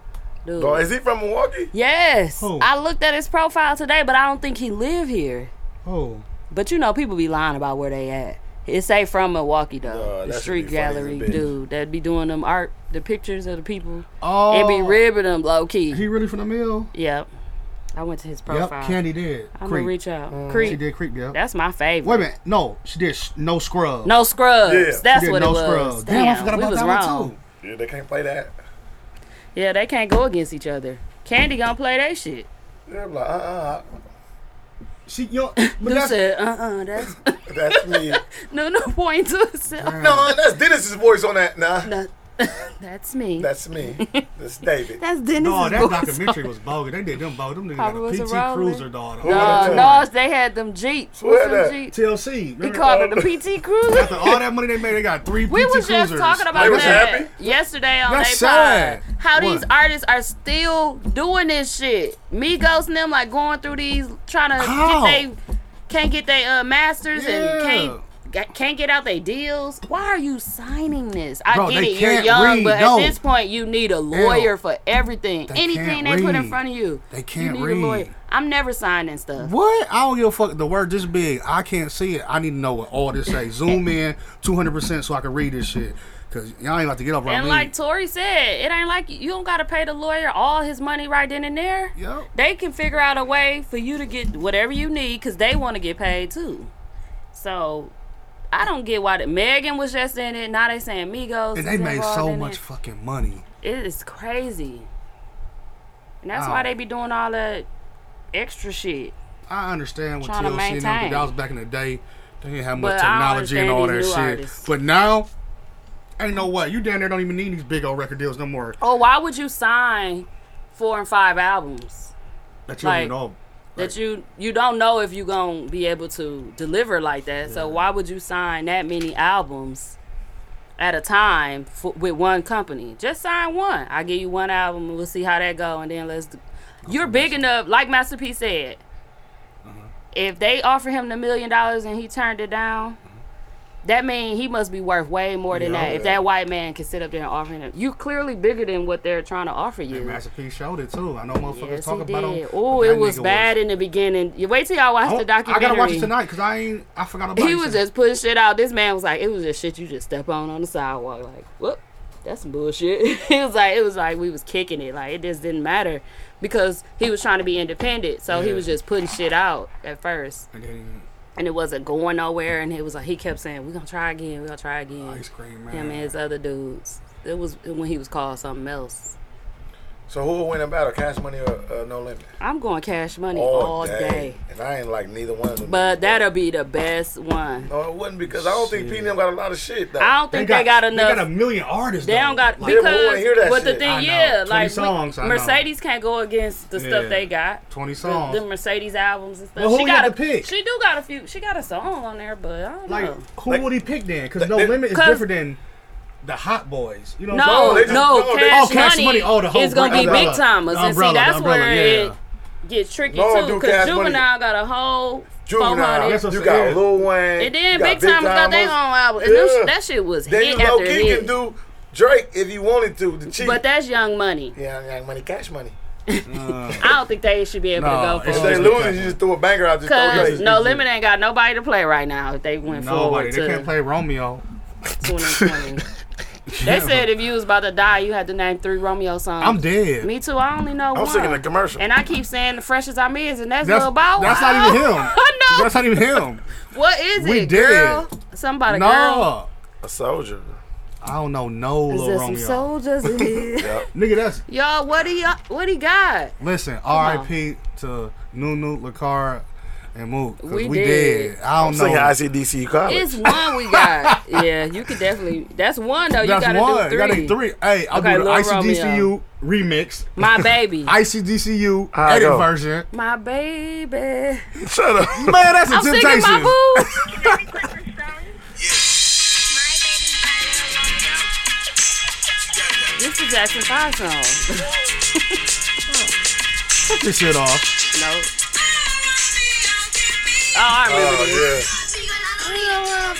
B: Dude,
E: Oh, is he from Milwaukee?
B: yes,
G: Who?
B: I looked at his profile today, but I don't think he live here.
G: Oh,
B: But you know, people be lying about where they at. It say from Milwaukee though.
E: Nah, that
B: the
E: should
B: street
E: be funny as a
B: gallery
E: bitch.
B: dude that be doing them art, the pictures of the people,
G: oh.
B: and be ribbing them low key.
G: He really from the mill?
B: Yep. I went to his
G: Yep.
B: profile.
G: Candy did.
B: I'm
G: creep.
B: gonna reach out.
G: She
B: Creep.
G: did creep. Yeah.
B: That's my favorite.
G: Wait a minute. No, she did sh- no scrub.
B: No scrubs.
E: Yeah.
B: That's
G: she did
B: what
G: no
B: it was.
G: scrub. Damn, I forgot
B: we
G: about
B: was
G: that
B: wrong.
G: one too.
E: Yeah, they can't play that.
B: Yeah, they can't go against each other. Candy gonna play that shit.
E: Yeah, I'm like, uh-uh.
G: She, you know, but
B: Who
G: that's
B: said, uh uh that's
E: That's me.
B: no no point to itself.
E: no, that's Dennis's voice on that. Nah,
B: No. that's me. That's,
E: that's me. That's David.
B: Dennis.
G: no. That documentary was bogus. They did them bogus. Them niggas
B: Probably was
G: had
B: a
G: a PT
B: rolling.
G: Cruiser dog.
E: that
B: Uh,
E: too.
B: no, they had them Jeeps. What's
E: Where
B: them
E: that?
B: Jeeps?
G: TLC.
B: He
G: remember? Oh.
B: called it the PT Cruiser.
G: After all that money they made, they got three
B: We
G: PT
B: was
G: Cruisers.
B: just talking
E: They
B: about
E: was
B: that
E: happy?
B: yesterday on
G: That's
B: they pod.
G: sad.
B: How these
G: What?
B: artists are still doing this shit. Migos and them like going through these trying to
G: How?
B: get they can't get their uh, masters
G: Yeah.
B: and can't can't get out their deals. Why are you signing this? I
G: Bro,
B: get
G: they
B: it, you're
G: can't
B: young,
G: read,
B: but
G: no.
B: at this point you need a lawyer for everything.
G: They
B: Anything
G: can't
B: they put in
G: read.
B: front of you.
G: They can't
B: you need
G: read.
B: a lawyer. I'm never signing stuff.
G: What? I don't give a fuck. The word this big. I can't see it. I need to know what all this say. Zoom in 200% so I can read this shit. Because y'all ain't about to get up
B: And
G: around
B: like
G: me.
B: Tori said, it ain't like you don't gotta pay the lawyer all his money right then and there.
G: Yup.
B: They can figure out a way for you to get whatever you need because they want to get paid too. So I don't get why the Megan was just in it. Now they saying Migos.
G: And
B: is
G: they made
B: involved
G: so
B: in
G: much
B: It.
G: fucking money.
B: it is crazy, and that's
G: Wow.
B: why they be doing all that extra shit.
G: I understand what
B: Tryna
G: TLC and them, but
B: maintain.
G: that was back in the day. They didn't have much
B: But I don't
G: technology and all that
B: understand
G: shit.
B: these new artists.
G: But now, ain't no what. You down there don't even need these big old record deals no more.
B: Oh, why would you sign four and five albums
G: That you don't
B: like-
G: even know.
B: that you you don't know if you gonna be able to deliver like that? So why would you sign that many albums at a time for, with one company? Just sign one. I give you one album. and We'll see how that go, and then let's. Do. You're big enough, like Master Uh-huh. P said. If they offer him the million dollars and he turned it down, that mean he must be worth way more than Uh-huh. that. If that white man can sit up there and offer him, you clearly bigger than what they're trying to offer you.
G: Master P showed it too. I know motherfuckers
B: Yes,
G: talk
B: he
G: about
B: did.
G: him.
B: Oh,
G: but
B: it
G: that
B: was
G: nigga Oh,
B: bad in the beginning. You wait till y'all watch
G: I,
B: the
G: don't- I
B: documentary.
G: gotta watch it tonight because I ain't. I forgot about.
B: He
G: it.
B: was just putting shit out. This man was like, it was just shit you just step on on the sidewalk. Like, whoop, that's some bullshit. he was like, it was like we was kicking it. Like it just didn't matter because he was trying to be independent. So he
G: Yeah.
B: was just putting shit out at first,
G: And then
B: and it wasn't going nowhere. And it was like he kept saying, "We gonna try again. We gonna try again."
G: Ice cream man.
B: Him and his other dudes. It was when he was called something else.
E: So who will win a battle, Cash Money or uh, No Limit?
B: I'm going cash money all, day.
E: And I ain't like neither one of them.
B: But that'll be the best one.
E: no, it wouldn't because I don't think P and M got a lot of shit though.
B: I don't think they got, enough.
G: They got a million artists.
B: They don't got
E: Yeah,
B: because
E: but we wanna hear that
B: but the
E: shit.
B: thing,
G: I know.
B: yeah,
G: 20
B: like we-
G: songs, I know.
B: Mercedes can't go against the
G: Yeah.
B: stuff they got.
G: twenty
B: The,
G: songs.
B: the Mercedes albums and stuff.
G: Well, who
B: she
G: you got
B: got a
G: to pick?
B: She do got a few. She got a song on there, but I don't
G: like
B: know.
G: who
E: Like-
G: would he pick then? Because
E: Like,
G: No
E: they-
G: Limit is
B: 'Cause-
G: different than the Hot Boys. You know what I'm
B: No,
E: No,
B: no,
E: they just- no, they-
B: cash,
G: Oh, Cash
B: money,
G: Money, oh, the whole
B: is gonna be
G: brand-
B: big
G: umbrella,
B: timers,
G: the
B: and see
G: umbrella,
B: that's
G: the umbrella,
B: where
G: yeah.
B: it gets tricky
E: No,
B: too.
E: do
B: Because
E: Cash Money.
B: Juvenile got a whole four
E: Juvenile,
B: hundred.
G: That's what
E: you
G: I'm
E: got
G: saying.
E: Lil Wayne,
B: And then
E: you got
B: Big Timers got their own album, and them sh-
E: Yeah.
B: that shit was
E: Then
B: hit
E: you low
B: after
E: key can
B: hit.
E: do Drake if you wanted to, the cheap.
B: But that's Young Money.
E: yeah, yeah, money, cash money.
B: I don't think they should be able
G: No,
B: to go
G: it's
E: If
B: for.
E: they
G: just
E: lose,
G: because-
E: you just throw a banger out. Just throw
B: Cause
E: Drake.
B: no limit ain't got nobody to play right now. If they went
G: saying? Nobody.
B: forward
G: They can't
B: to
G: play Romeo.
B: 2020, they said if you was about to die, you had to name three Romeo songs.
G: I'm dead.
B: Me too. I only know
E: I'm
B: one.
E: singing the commercial.
B: and I keep saying the freshest I'm is, and that's,
G: That's,
B: Lil Bow
G: that's
B: Wow.
G: not even him.
B: I know.
G: That's not even him.
B: What is
G: We
B: it,
G: dead.
B: girl? Somebody, girl.
G: No.
E: a soldier.
G: I don't know no
B: Is
G: Lil
B: there some
G: Romeo.
B: soldiers in here?
G: Nigga, that's
B: Y'all, what he what he got?
G: listen. R.I.P. to Nunu, Lakara, and Mook. 'cause
B: We
G: We,
B: dead.
G: did. I
E: I'm
G: don't
E: singing
G: know.
E: ICDC college.
B: It's one we got. yeah, you could definitely. That's one though. You
G: That's
B: gotta
G: one.
B: do
G: Got
B: three.
G: it three. Hey, I'll
B: Okay,
G: do the
B: Lil
G: ICDCU
B: Romeo.
G: remix.
B: My baby.
G: ICDCU
E: How I
G: edit
E: go?
G: version.
B: My baby.
E: Shut up.
G: Man, that's a
B: I'm
G: temptation.
B: singing my boo. This is Jackson Five song.
G: Cut this shit off.
B: No. Oh, I remember
G: Oh,
B: this.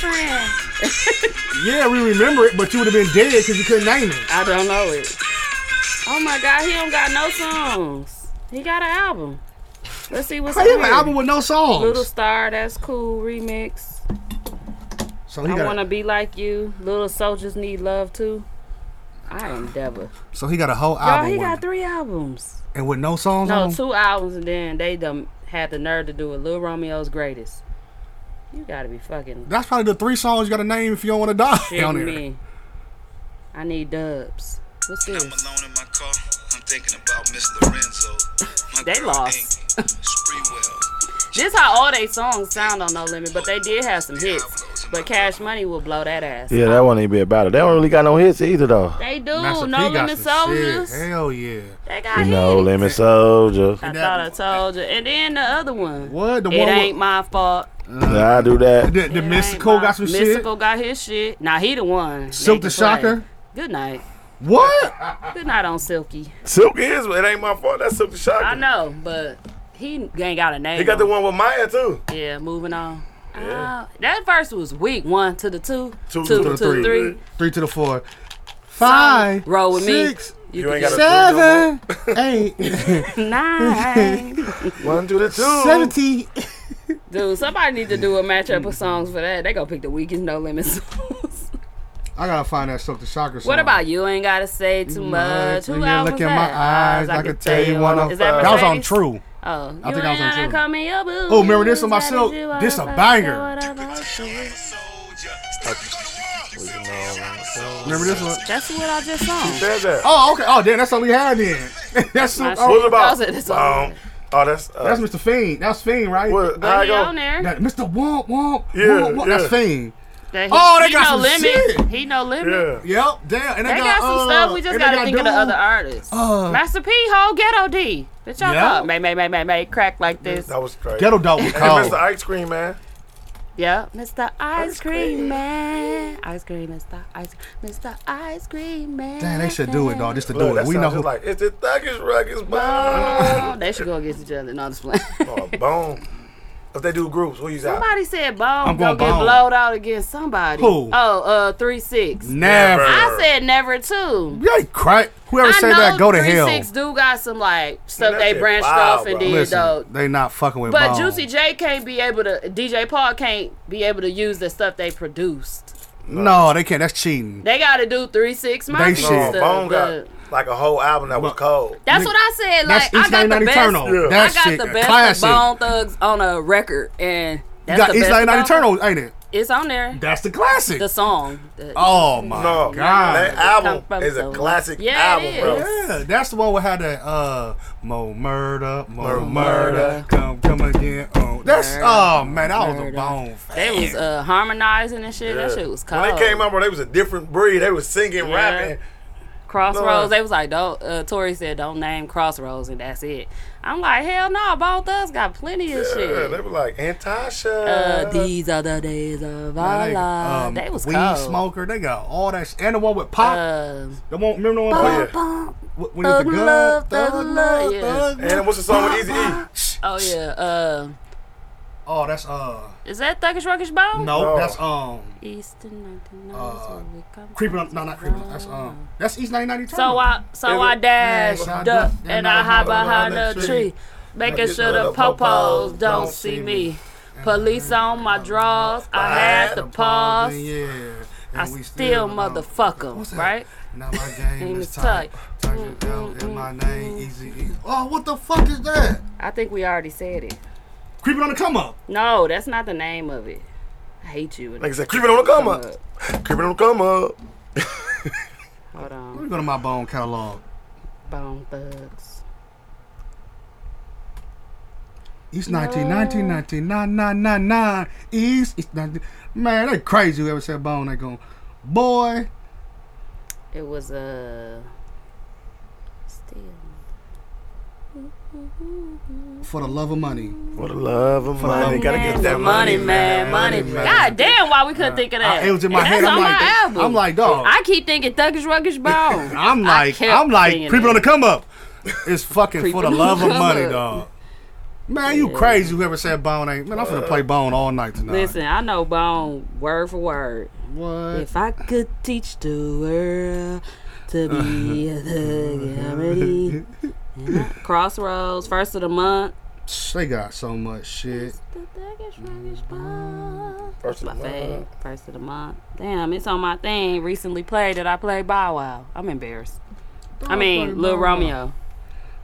E: Oh, Yeah.
G: Yeah, we remember it, but you would have been dead because you couldn't name it.
B: I don't know it. Oh my God, he don't got no songs. He got an album. Let's see what's
G: How
B: on
G: you have
B: here.
G: an album with no songs?
B: Little Star, that's cool remix.
G: so he
B: I
G: got.
B: wanna be like you. Little soldiers need love too. I am devil.
G: so he got a whole
B: Y'all,
G: album,
B: he
G: with-
B: got three albums.
G: and with no songs
B: No,
G: on. 'em?
B: two albums, and then they done had the nerve to do a Lil Romeo's Greatest. You gotta be fucking
G: That's probably the three songs you got to name if you don't want to die on
B: kidding
G: there.
B: me. I need dubs. What's
H: I'm
B: this?
H: alone in my car. I'm thinking about Miss Lorenzo. My
B: They
H: girl,
B: lost.
H: Ink, Spreewell.
B: This how all they songs sound on No Limit, but they did have some hits. But Cash Money will blow that ass.
A: Yeah, that won't even be a battle. They don't really got no hits either, though.
B: They do.
G: Master P
B: no
G: got
B: Limit
G: some shit.
B: Soldiers.
G: Hell yeah.
B: They got hits.
A: No limit soldier.
B: I thought I
G: That-
B: told you. And then the other one.
G: What? The
B: It
G: one with-
B: ain't my fault.
A: Nah, I do that.
G: The, the
B: It
G: Mystical
B: ain't my-
G: got some shit.
B: Mystical got his shit. Now he the one.
G: Silk
B: making
G: the Shocker?
B: plays. Good night.
G: What?
B: Good night on Silky.
E: Silk is, it ain't my fault. That's Silk the Shocker.
B: I know, but he ain't got a name.
E: He got the one with Maya too.
B: Yeah, moving on. Uh, that verse was weak. One to the two, two to
E: Two
B: the
E: to the
B: three.
G: Three to the four. Five.
B: Roll with me.
G: six,
E: You ain't got to
G: Seven. Eight.
B: Nine.
E: One to the two.
G: Seventeen.
B: Dude, somebody need to do a matchup of songs for that. They gonna pick the weakest No Limits songs.
G: I gotta find that Silk the Shocker song.
B: what about uh, you? Ain't gotta say too much. Who
G: When you
B: else
G: look
B: was
G: in
B: that?
G: my eyes, I, could tell you one
B: Is
G: of
B: that
G: That was on
B: Mercedes?
G: True.
B: Oh, you
G: I think I was on
B: ain't
G: True.
B: gotta call me your boo.
G: Oh, remember this on my
B: How did
G: Silk?
B: you wanna
G: This a
B: fuck
G: banger.
B: what I like to do?
G: Remember this one?
B: That's what I just sung.
E: Said that.
G: Oh, okay. Oh, damn, that's all we had then. that's
B: My
G: oh,
E: What about?
B: That was it. That's all.
E: Um, Oh, that's uh,
G: That's Mr. Fiend. That's Fiend, right?
E: what- how I
B: He
E: go?
B: on there.
G: That Mr. Womp Womp.
E: Yeah,
G: womp, womp. That's
E: yeah.
G: Fiend.
B: That he,
G: Oh, they
B: he
G: got
B: no
G: some
B: limit.
G: shit.
B: He no limit.
E: Yeah.
G: Yep. Damn. And they,
B: They got some
G: uh,
B: stuff. We just
G: and they
B: gotta think of the
G: Doom.
B: other artists.
G: Uh.
B: Master P, whole ghetto D. Bitch, y'all
G: Yeah.
B: thought may may may may may crack like this.
E: That was crazy.
G: Ghetto Dog was
E: Hey,
G: cold.
E: Mr. Ice Cream Man.
B: Yeah, Mr. Ice Cream Man, Ice Cream Mr. Ice Mr. Ice Cream Man.
G: Damn, they should do it, dog. Just to
E: Look,
G: do it.
E: that
G: We know
E: sounds
G: who.
E: just like it's the thuggish ruggest bomb.
B: Oh, they should go against each other. No, I'm just playing.
E: oh, boom. If they do groups, who you got?
B: Somebody said Bone
G: I'm
B: I'm
G: going
B: gonna get
G: Bone.
B: blowed out against somebody.
G: Who?
B: Oh, uh, three six.
G: never.
B: I said never too.
G: Yeah, you crack. Whoever
B: I
G: say
B: know
G: that, go to
B: three
G: hell.
B: six do got some like stuff
E: Man, that
B: they
E: shit
B: branched
E: wild,
B: off and
E: bro.
B: did
G: Listen,
B: though.
G: they not fucking with
B: But
G: Bone.
B: Juicy J can't be able to. DJ Paul can't be able to use the stuff they produced.
G: No, they can't. That's cheating.
B: They got to do three six mafia
G: should.
E: Oh,
B: stuff.
E: Bone
B: but-
E: got like a whole album that was cold.
B: That's what I said. Like
G: That's
B: I got the
G: 89
B: best.
G: Eternal. Yeah.
B: I
G: That
B: got
G: shit
B: the best
G: classic.
B: of Bone Thugs on a record, and
G: You
B: that's
G: got
B: the
G: East
B: best
G: Lane Night
B: of Bone-
G: Eternal, ain't it?
B: It's on there.
G: That's the classic.
B: The song. The-
G: oh my
E: No,
G: god.
E: that album
B: Come from
E: is a
B: somewhere.
E: classic
B: Yeah, it
E: album, bro.
B: is.
G: Yeah, that's the one we had that uh Mo Murder, Mo
E: Mo
G: Murder, come come again. Oh, that's
B: Murder,
G: oh man, that was a
B: Murder.
G: bone. fan.
B: They was uh, harmonizing and shit. That shit was cold.
E: When they came out, bro, they was a different breed. They was singing,
B: Yeah.
E: rapping.
B: Crossroads. They was like, don't. Uh, Tori said, don't name Crossroads, and that's it. I'm like, hell no. Bone Thugs got plenty of
E: Yeah, they
B: shit.
E: were like, and Tasha.
B: Uh, these are the days of our
G: They,
B: lives.
G: um,
B: they was
G: weed
B: cold.
G: smoker. They got all that. Sh- and the one with pop.
B: Uh,
G: the one remember the one
E: oh,
G: with
E: yeah.
B: bum.
G: pop? When it was the
B: Thug
G: gun.
B: love, thug love, yeah.
E: And what's the song with Easy E?
B: Oh yeah. Uh,
G: Oh, that's uh
B: is that Thuggish Ruggish Bone?
G: no,
E: No.
G: that's um
B: Eastern Mountain Nights
G: Uh,
B: where we come
G: creeping
B: from.
G: up. No, not creeping up. That's um that's East 99 Turner.
B: So I so
E: Is
B: I
E: it-
B: dashed
G: Yeah,
B: up and I hide behind
G: behind
B: a
G: the
B: tree, making sure the popos don't see me. Police on my drawers, I had to pause.
G: Yeah.
B: I still
G: What's
B: motherfucker,
G: that?
B: right?
G: Now my game
B: Name
G: is
B: is
G: tight.
B: tight. Mm,
G: Turn it down in my name, easy, easy. Oh, what the fuck is that?
B: I think we already said it.
G: Creeping on the come up.
B: No, that's not the name of it. I hate you.
E: Like I said, creeping on the come up. Creeping on the come up.
B: Hold
G: Let
B: on,
G: me go to my bone catalog.
B: Bone Thugs.
G: East 19, 19, 19, 9, 9, 9, 9. East, East 19. Man, they crazy whoever said bone. They going, boy.
B: It was uh, still.
G: For the love of money.
A: For the love of money, gotta get that
B: Money man, money man. Uh, God damn, why we couldn't think of that?
G: I- it was in my
B: And
G: head.
B: That's
G: I'm
B: on
G: like,
B: my album.
G: I'm like, dog.
B: I keep thinking thuggish, ruggish bone.
G: I'm like,
B: kept
G: I'm like
B: singing
G: creeping
B: it.
G: on the come up. It's fucking for
B: Creeping
G: the
B: on the
G: love of
B: come
G: money,
B: up.
G: dog. Man, you crazy whoever said bone ain't. Man, I'm finna play bone all night tonight.
B: Listen, I know bone word for word.
G: What?
B: If I could teach the world to be a thug, I'm ready. And I- Crossroads, first of the month.
G: They got so much shit.
B: The thuggish, ruggish bone.
E: First of
B: My
E: the
B: fave,
E: month.
B: first of the month. Damn, it's on my thing. Recently played that I played Bow Wow. I'm embarrassed. I mean, Lil Romeo.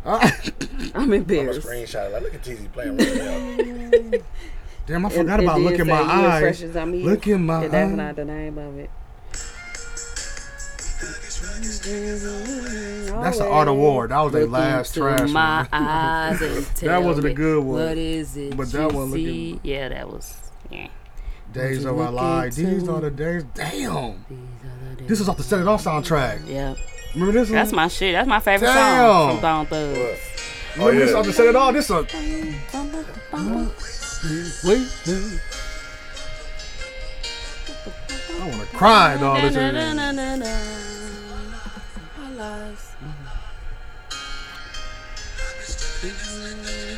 G: Uh,
B: I'm embarrassed.
E: Screenshot. Like, look at TZ playing right now.
G: Damn, I forgot about look in my eyes. Look in my
B: That's
G: eyes.
B: not the name of it.
G: That's the Art of War. That was their
B: Look
G: last
B: into
G: trash.
B: my
G: one.
B: eyes and tell
G: wasn't a
B: me,
G: good one.
B: What is it?
G: But that
B: you
G: one looking-
B: see? Yeah, that was. Yeah.
G: Days
B: you
G: of our
B: look
G: lives. These
B: into-
G: are the days. Damn. This is off the Set It Off soundtrack.
B: Yeah.
G: Remember this one?
B: That's my shit. That's my favorite
G: Damn.
B: song from Bone Thugs.
G: Remember Oh, this off the Set It Off? This one. I wanna cry and all Oh, this. is-
B: Our lives.
G: Mm-hmm.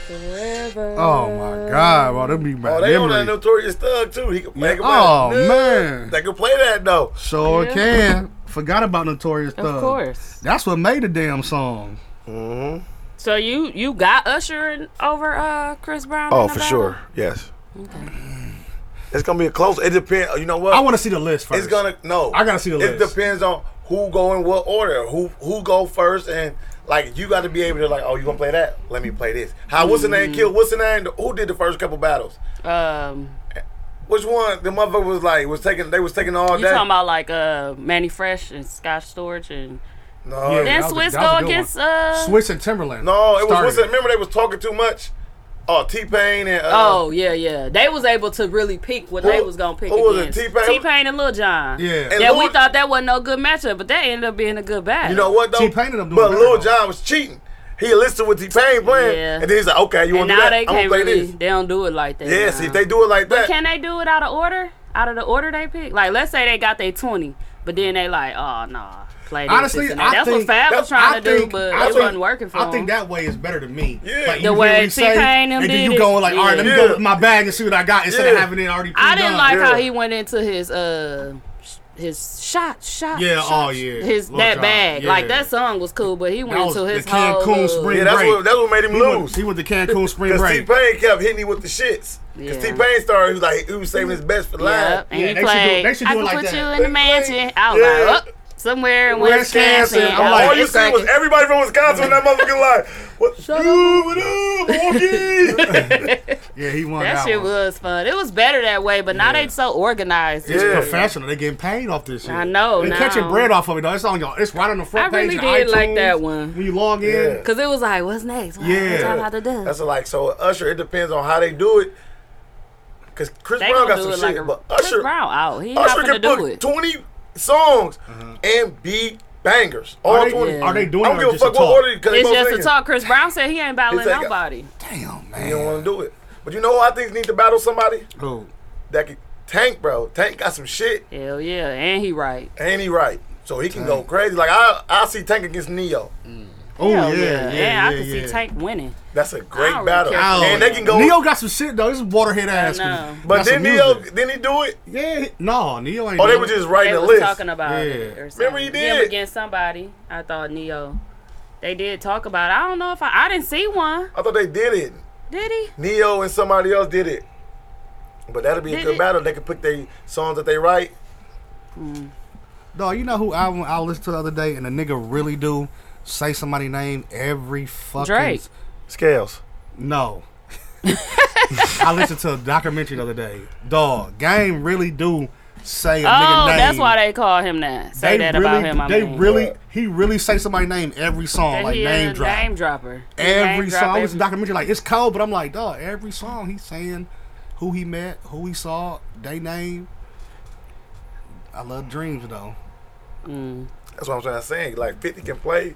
B: Forever.
G: Oh my god, bro, that be my
E: Oh, they on that
G: memory.
E: Notorious Thug, too. He can play, they can play
G: Oh
E: that.
G: man,
E: They can play that, though.
G: sure can. Forgot about Notorious Thug.
B: Of course.
G: That's what made the damn song.
B: So you you got Usher in- over uh Chris Brown?
A: Oh,
B: in the
A: for
B: battle?
A: sure.
E: Yes. It's going to be a close. It depends. You know what?
G: I want to see the list first.
E: It's gonna no.
G: I gotta see the
E: it
G: list.
E: depends on who go in what order, who who go first, and like you got to be able to like, oh, you gonna play that? Let me play this. How what's the name? Kill what's the name? Who did the first couple battles?
B: Um,
E: Which one? The motherfucker was like was taking. They was taking all
B: you
E: that.
B: talking about like uh Manny Fresh and Scott Storch and
E: No,
G: Yeah.
B: Then
G: that was a-
B: Swiss
G: that
B: go
G: was a good one.
B: against uh
G: Swiss and Timberland.
E: no, it was.
G: started
E: What's that? Remember they was talking too much. Oh, T Pain and uh,
B: Oh yeah, yeah. They was able to really pick what they was gonna pick.
E: who was it? T-Pain?
B: T Pain and Lil John.
G: Yeah. And
B: yeah. we
E: Lil-
B: thought that wasn't no good matchup, but that ended up being a good battle.
E: You know what though?
G: T-Pain and them doing
E: but
G: better,
E: Lil
G: though.
E: John was cheating. He enlisted with T Pain playing,
B: Yeah.
E: and then he's like, "Okay, you
B: and
E: want to do
B: now
E: that?
B: they
E: I'm gonna
B: can't
E: play
B: really.
E: this."
B: They don't do it like that.
E: Yeah,
B: now.
E: see, if they do it like that,
B: Can they do it out of order? Out of the order they pick? Like, let's say they got their twenty, but then they like, oh nah, play this.
G: Honestly,
B: this and that.
G: I
B: that's
G: think
B: what Fab was
E: that's-
B: trying
G: I
B: to
G: think-
B: do, but
G: I
B: it
G: think-
B: wasn't working for
G: I
B: him.
G: think that way is better to me.
E: Yeah.
G: Like,
E: The
G: you
B: way
G: hear what he
B: T-Pain
G: say,
B: them
G: and
B: did
G: then you
B: it.
G: go like, all right, let me
E: Yeah.
G: go with my bag and see what I got instead of
E: Yeah.
G: having it already.
B: I didn't
G: pre-done.
B: like how
E: Yeah.
B: he went into his uh sh- his shot shot.
G: Yeah,
B: shot,
G: oh, yeah.
B: His
G: Lil
B: that
G: Jon,
B: bag.
G: yeah.
B: Like that song was cool, but he went
G: was
B: into
G: the
B: his whole
G: Cancun
B: uh,
G: spring.
E: yeah, that's
G: Break.
E: what that's what made him
G: He went,
E: lose.
G: he went to Cancun Spring
E: Because T
G: Break.
E: Pain kept hitting him with the shits. Because
B: Yeah.
E: T Pain started, he was like, he was saving his best for
B: Yep,
E: last.
B: and
G: Yeah,
B: he
G: they should do-
B: played.
G: they should do
B: I
G: it
B: can
G: like
B: put
G: that.
B: you in the mansion. I was
E: Yeah.
B: like, oh, somewhere in
G: Wisconsin.
B: Wisconsin.
G: I'm
B: Oh,
G: like,
E: All you
B: it's
E: see was
B: cracking.
E: everybody from Wisconsin in that motherfucking line. What? Yo, what up, Milwaukee?
G: Yeah, he won that,
B: that shit
G: one.
B: was fun. It was better that way, but now they so organized.
G: It's
E: Yeah.
G: professional. They getting paid off this shit.
B: I know,
G: They
B: now.
G: catching bread off of it though. It's on y'all. It's right on the front
B: I
G: page.
B: really
G: of
B: did like
G: iTunes.
B: that one.
G: When you log in,
E: Yeah.
B: Cause it was like, what's next? What,
G: Yeah.
B: What y'all about to do?
E: That's like, so Usher, it depends on how they do it. Because Chris
B: They
E: Brown
B: gonna
E: got
B: do
E: some
B: it
E: shit,
B: like a
E: but
B: Chris
E: Usher,
B: Brown out. He not
E: Usher
B: gonna
E: can
B: do
E: book
B: it.
E: 20 songs and be bangers. All
G: Mm-hmm. are, they,
E: 20.
G: are they doing
E: I don't
G: it or
E: give a
G: just
E: fuck what order because
B: It's just a talk. Chris Brown said he ain't battling
E: It's like a-
B: nobody.
G: Damn,
E: He
G: man. Oh.
E: don't want to do it. But you know who I think need to battle somebody?
G: Who?
E: That could, Tank, bro. Tank got some shit.
B: Hell yeah, and he right.
E: and he right. So he can go crazy. Like I, I see Tank against Neo.
G: Oh
B: Hell yeah,
G: yeah, yeah, yeah.
B: I can see Tank winning.
E: That's a
B: I
E: great
B: don't
E: battle.
B: really care.
G: Oh,
E: and they can go.
G: Neo got some shit though. This is waterhead ass.
B: know.
E: but then
G: Neo,
E: Neo, then he do it.
G: yeah, no, Neo ain't.
E: Oh, they
G: doing
E: were
G: it.
E: just
B: They
E: writing a
B: was
E: list.
B: talking about it.
G: Yeah.
B: Or something.
E: he
B: Him
E: did?
B: against somebody. I thought Neo. They did talk about. it. I don't know if I. I didn't see one.
E: I thought they did it.
B: Did he?
E: Neo and somebody else did it. But that'll be
B: Did
E: a good
B: it?
E: battle. They can pick their songs that they write.
G: No, you know who album I listened to the other day, and a nigga really do say somebody's name every fucking.
B: Drake.
E: Scales.
G: No. I listened to a documentary the other day. Dog, game really do say a nigga
B: Oh,
G: name.
B: that's why they call him that. Say that
G: really,
B: about him. I
G: they
B: mean.
G: really, he really say somebody's name every song,
B: That
G: like
B: he is
G: name
B: a
G: drop.
B: name dropper. He
G: every
B: name drop
G: song. I was
B: every-
G: in documentary like it's cold, but I'm like, dog, every song he's saying who he met, who he saw, they name. I love dreams though.
E: That's what I'm trying to say. Like 50 can play.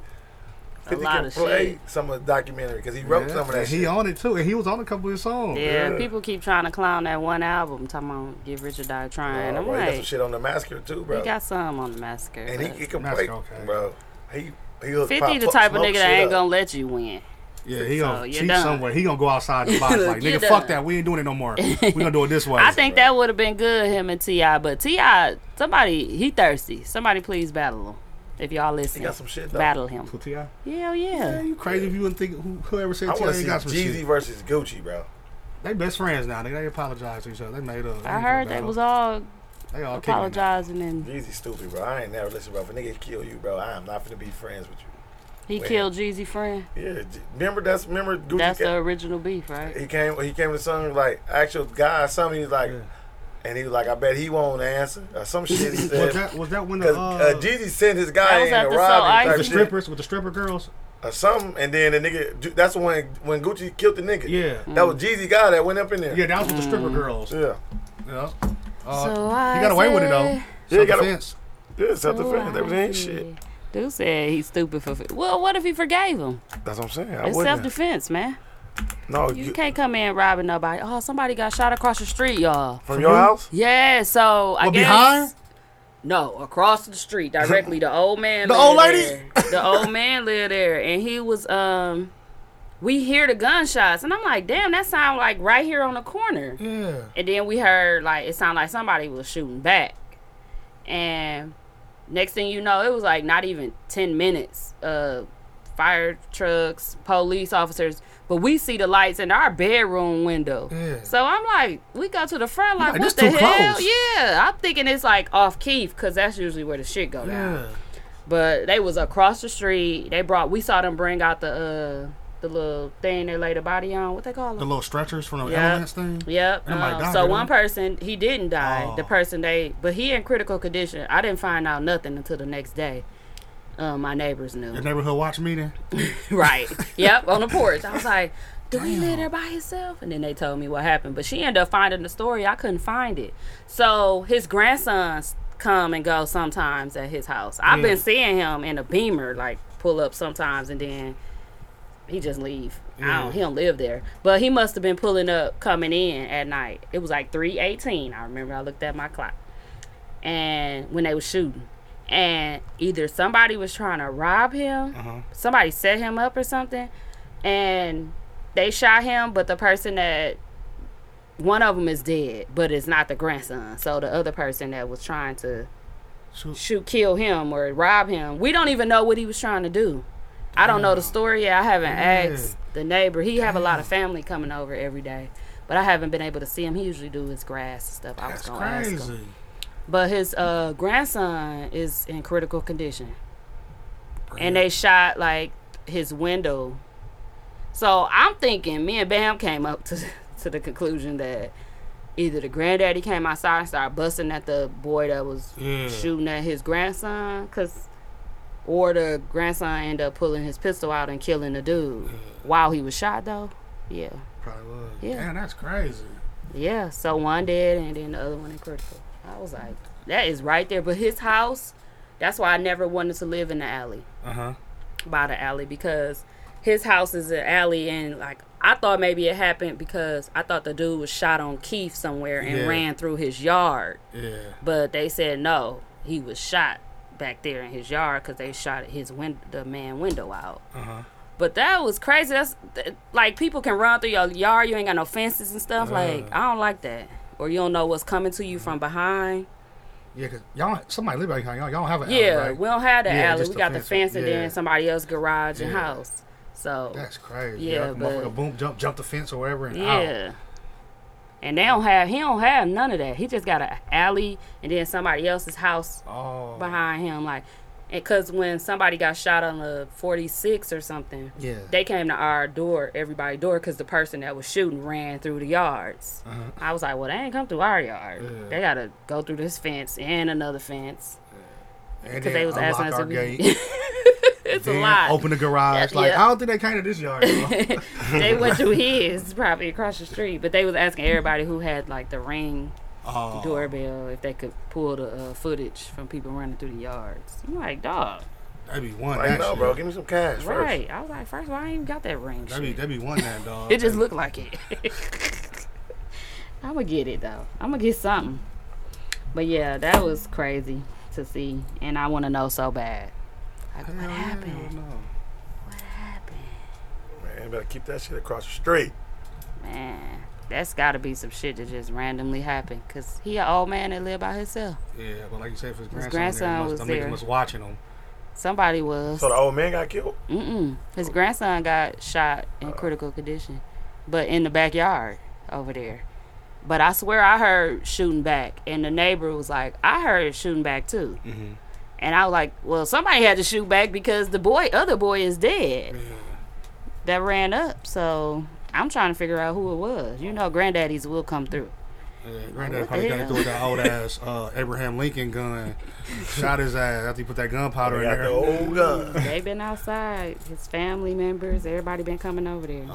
E: 50
B: lot
E: can
B: of
E: play
B: shit.
E: some of the documentary because he wrote
G: Yeah.
E: some of
G: And
E: that
G: he
E: shit.
G: on it too, and he was on a couple of his songs.
B: Yeah, people keep trying to clown that one album. Talking about give Rich or die trying.
E: Uh,
B: I'm
E: bro, he got some
B: like,
E: shit on the massacre too, bro.
B: he got some on the massacre.
E: and he,
B: but-
E: he can play,
G: Massacre, okay.
E: bro. He he was
B: 50 the type of nigga that ain't gonna let you win.
G: Yeah, he
B: So,
G: gonna
B: you're
G: cheat
B: done.
G: somewhere. He gonna go outside the box. like,
B: You're
G: nigga, fuck
B: done.
G: that. We ain't doing it no more. We gonna do it this way.
B: I think that would have been good, him and T.I., but T.I., somebody, he thirsty. Somebody please battle him. If y'all listening,
E: got some shit, though.
B: battle him.
G: So, T.I.
B: Yeah,
G: Yeah,
B: yeah.
G: you crazy if you wouldn't think who, whoever said
E: I
G: T.I. ain't
E: want to see
G: got some
E: Jeezy
G: shit.
E: versus Gucci, bro.
G: They best friends now. They, they apologize to each other. They made up.
B: I heard they was all
G: They all kicking it.
B: apologizing and
E: Jeezy stupid, bro. I ain't never listen, bro. If a nigga kill you, bro, I am not finna be friends with you.
B: he
E: Well.
B: killed Jeezy friend.
E: Yeah, J- remember that's remember Gucci.
B: That's the
E: ca-
B: original beef, right?
E: he came he came to some like actual guy or something. He's like,
G: Yeah.
E: and he was like, I bet he won't answer or some shit. He
G: Was
E: said.
G: that was that when the
E: Cause
G: uh,
E: uh, Jeezy sent his
B: That
E: guy
B: was
E: in
B: at
E: to
B: the Soul
E: rob him,
G: with
E: type
G: the
B: Ice.
E: shit,
G: strippers with the stripper girls?
E: or something, and then the nigga Ju- that's when when Gucci killed the nigga.
G: Yeah.
E: that was Jeezy guy that went up in there.
G: Yeah, that was with the
E: Mm.
G: stripper girls.
E: yeah,
G: Yeah. Uh,
B: So
G: he
B: I
G: got away with it though.
B: said-
E: Yeah, he got a-
G: Self-defense.
E: yeah. Self
B: Oh,
E: defense,
B: I
E: that was ain't
B: see.
E: shit.
B: Dude said he's stupid for. Well, what if he forgave him?
E: That's what I'm saying. I
B: It's self
E: wouldn't.
B: defense, man.
E: No,
B: You
E: you-
B: can't come in robbing nobody. Oh, somebody got shot across the street, y'all.
E: from your house.
B: Yeah, so I
G: What,
B: guess.
G: behind?
B: No, across the street directly. The old man.
G: The
B: lived
G: old lady?
B: there. The old man lived there, and he was um. We hear the gunshots, and I'm like, damn, that sound like right here on the corner.
G: Yeah.
B: And then we heard like it sounded like somebody was shooting back. And next thing you know, it was like not even ten minutes. Uh fire trucks, police officers. But we see the lights in our bedroom window.
G: Yeah.
B: So I'm like, we go to the front like,
G: Like,
B: what
G: this
B: the
G: too
B: hell?
G: close.
B: Yeah. I'm thinking it's like off Keith, cause that's usually where the shit go down
G: Yeah.
B: but they was across the street. They brought we saw them bring out the uh the little thing they laid the body on. What they call
G: The
B: it?
G: little stretchers from the
B: Yeah.
G: elements thing.
B: Yep.
G: And I'm like,
B: um,
G: "Dog,
B: so
G: Oh really?"
B: one person he didn't die. The
G: Oh.
B: person they but he in critical condition. I didn't find out nothing until the next day. Uh, my neighbors knew.
G: Your neighborhood watch meeting.
B: Right. Yep, on the porch. I was like, do he live there by himself? And then they told me what happened. But she ended up finding the story. I couldn't find it. So his grandsons come and go sometimes at his house. I've been seeing him in a beamer, like pull up sometimes and then he just leave. I don't he don't live there. But he must have been pulling up coming in at night. It was like three eighteen. I remember I looked at my clock. And when they was shooting. And either somebody was trying to rob him,
G: Uh-huh.
B: somebody set him up or something, and they shot him, but the person that one of them is dead, but it's not the grandson. So the other person that was trying to
G: Shoot.
B: shoot kill him or rob him, we don't even know what he was trying to do. I don't know the story yet. I haven't asked the neighbor. He have a lot of family coming over every day, but I haven't been able to see him. He usually do his grass and stuff. I was
G: That's
B: gonna ask him,
G: crazy.
B: but his uh, grandson is in critical condition, and they shot like his window. So I'm thinking, me and Bam came up to to the conclusion that either the granddaddy came outside and started busting at the boy that was
G: Yeah.
B: shooting at his grandson, cause or the grandson ended up pulling his pistol out and killing the dude while he was shot though. Yeah,
G: Probably was.
B: Yeah.
G: Damn, that's crazy.
B: yeah. So one dead and then the other one in critical. I was like, that is right there. But his house, that's why I never wanted to live in the alley.
G: Uh huh.
B: by the alley because his house is an alley and like I thought maybe it happened because I thought the dude was shot on Keith somewhere and
G: Yeah.
B: ran through his yard,
G: Yeah.
B: but they said no, he was shot back there in his yard because they shot his win- the man window out.
G: Uh-huh.
B: But that was crazy. That's th- like people can run through your yard. You ain't got no fences and
G: Uh.
B: stuff. like I don't like that. Or you don't know what's coming to you
G: Mm-hmm.
B: from behind.
G: Yeah, cause y'all somebody live out here. Y'all, y'all don't have an alley,
B: Yeah,
G: right?
B: we don't have the
G: Yeah,
B: alley.
G: just
B: We
G: the
B: got the
G: fence.
B: fence and then
G: Yeah.
B: somebody else's garage and
G: Yeah.
B: house. So
G: That's crazy.
B: Yeah,
G: Yeah, motherfucker,
B: but-
G: boom, jump, jump the fence or whatever, and out.
B: Yeah. And they don't have he don't have none of that. He just got an alley and then somebody else's house
G: Oh,
B: behind him, like, and cause when somebody got shot on the forty six or something,
G: Yeah.
B: they came to our door, everybody door, cause the person that was shooting ran through the yards. I was like, well, they ain't come through our yard.
G: Uh-huh. Yeah.
B: They gotta go through this fence and another fence.
G: because
B: they was asking us if
G: our
B: we-
G: gate,
B: It's a
G: then
B: lot.
G: Open the garage.
B: Yeah,
G: Like
B: yeah.
G: I don't think they came to this yard. bro.
B: they went through his probably across the street, but they was asking everybody who had like the ring
G: oh,
B: doorbell if they could pull the uh, footage from people running through the yards. I'm like, dog,
G: that'd be one.
E: Like,
G: that
E: no,
G: shit.
E: bro, give me some cash first.
B: right? I was like, first of all, I ain't even got that ring.
G: That'd be
B: shit.
G: that'd be one. That dog.
B: It just looked like it. I'm gonna get it though. I'm gonna get something. But yeah, that was crazy to see, and I want to know so bad. Like, what happened? What happened,
E: Man, better keep that shit across the street.
B: man? That's gotta be some shit that just randomly happened. Cause he an old man that live by himself.
G: Yeah, but like you said, if his grandson,
B: grandson
G: there,
B: was
G: must,
B: there.
G: Them niggas was watching him.
B: Somebody was.
E: So the old man got killed.
B: Mm-mm. His grandson got shot in critical condition, but in the backyard over there. But I swear I heard shooting back, and the neighbor was like, "I heard shooting back too." And I was like, "Well, somebody had to shoot back because the boy, other boy, is dead." That ran up, so I'm trying to figure out who it was. You know, granddaddies will come through.
G: Yeah, granddad
B: what
G: probably
B: the
G: got
B: hell?
G: into it with that old ass uh, Abraham Lincoln gun, shot his ass after he put that gunpowder in
E: Got the
G: there.
E: old gun.
B: They've been outside. His family members, everybody been coming over there.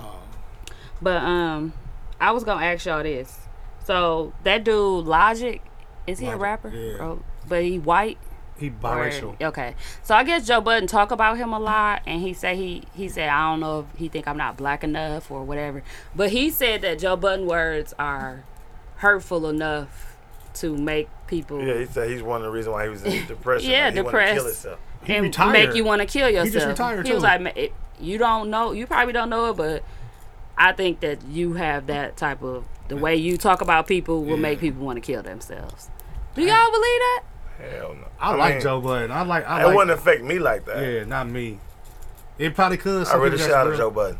B: But um, I was gonna ask y'all this. So that dude Logic, is he
G: Logic,
B: a rapper?
G: yeah.
B: Oh, but he white.
G: He
B: or-
G: biracial.
B: Okay. So I guess Joe Budden talk about him a lot, and he say he he said I don't know if he think I'm not black enough or whatever. But he said that Joe Budden words are hurtful enough to make people
E: Yeah, he said he's one of the reasons why he was in depression.
B: Yeah,
E: like, he wanted to
B: depressed.
E: kill himself.
G: He
B: and
G: retired.
B: make you want to kill yourself.
G: just retired,
B: He was
G: too.
B: like, "Ma- it- you don't know, you probably don't know it, but I think that you have that type of the way you talk about people will make people want to kill themselves. Do y'all believe that?
E: Hell no.
G: I, like Joe Budden. I like. I
E: It
G: like.
E: wouldn't affect me like that.
G: yeah, not me. It probably could.
E: I
G: Some
E: really
G: people
E: shot
G: that's
E: at Joe
G: real-
E: Budden.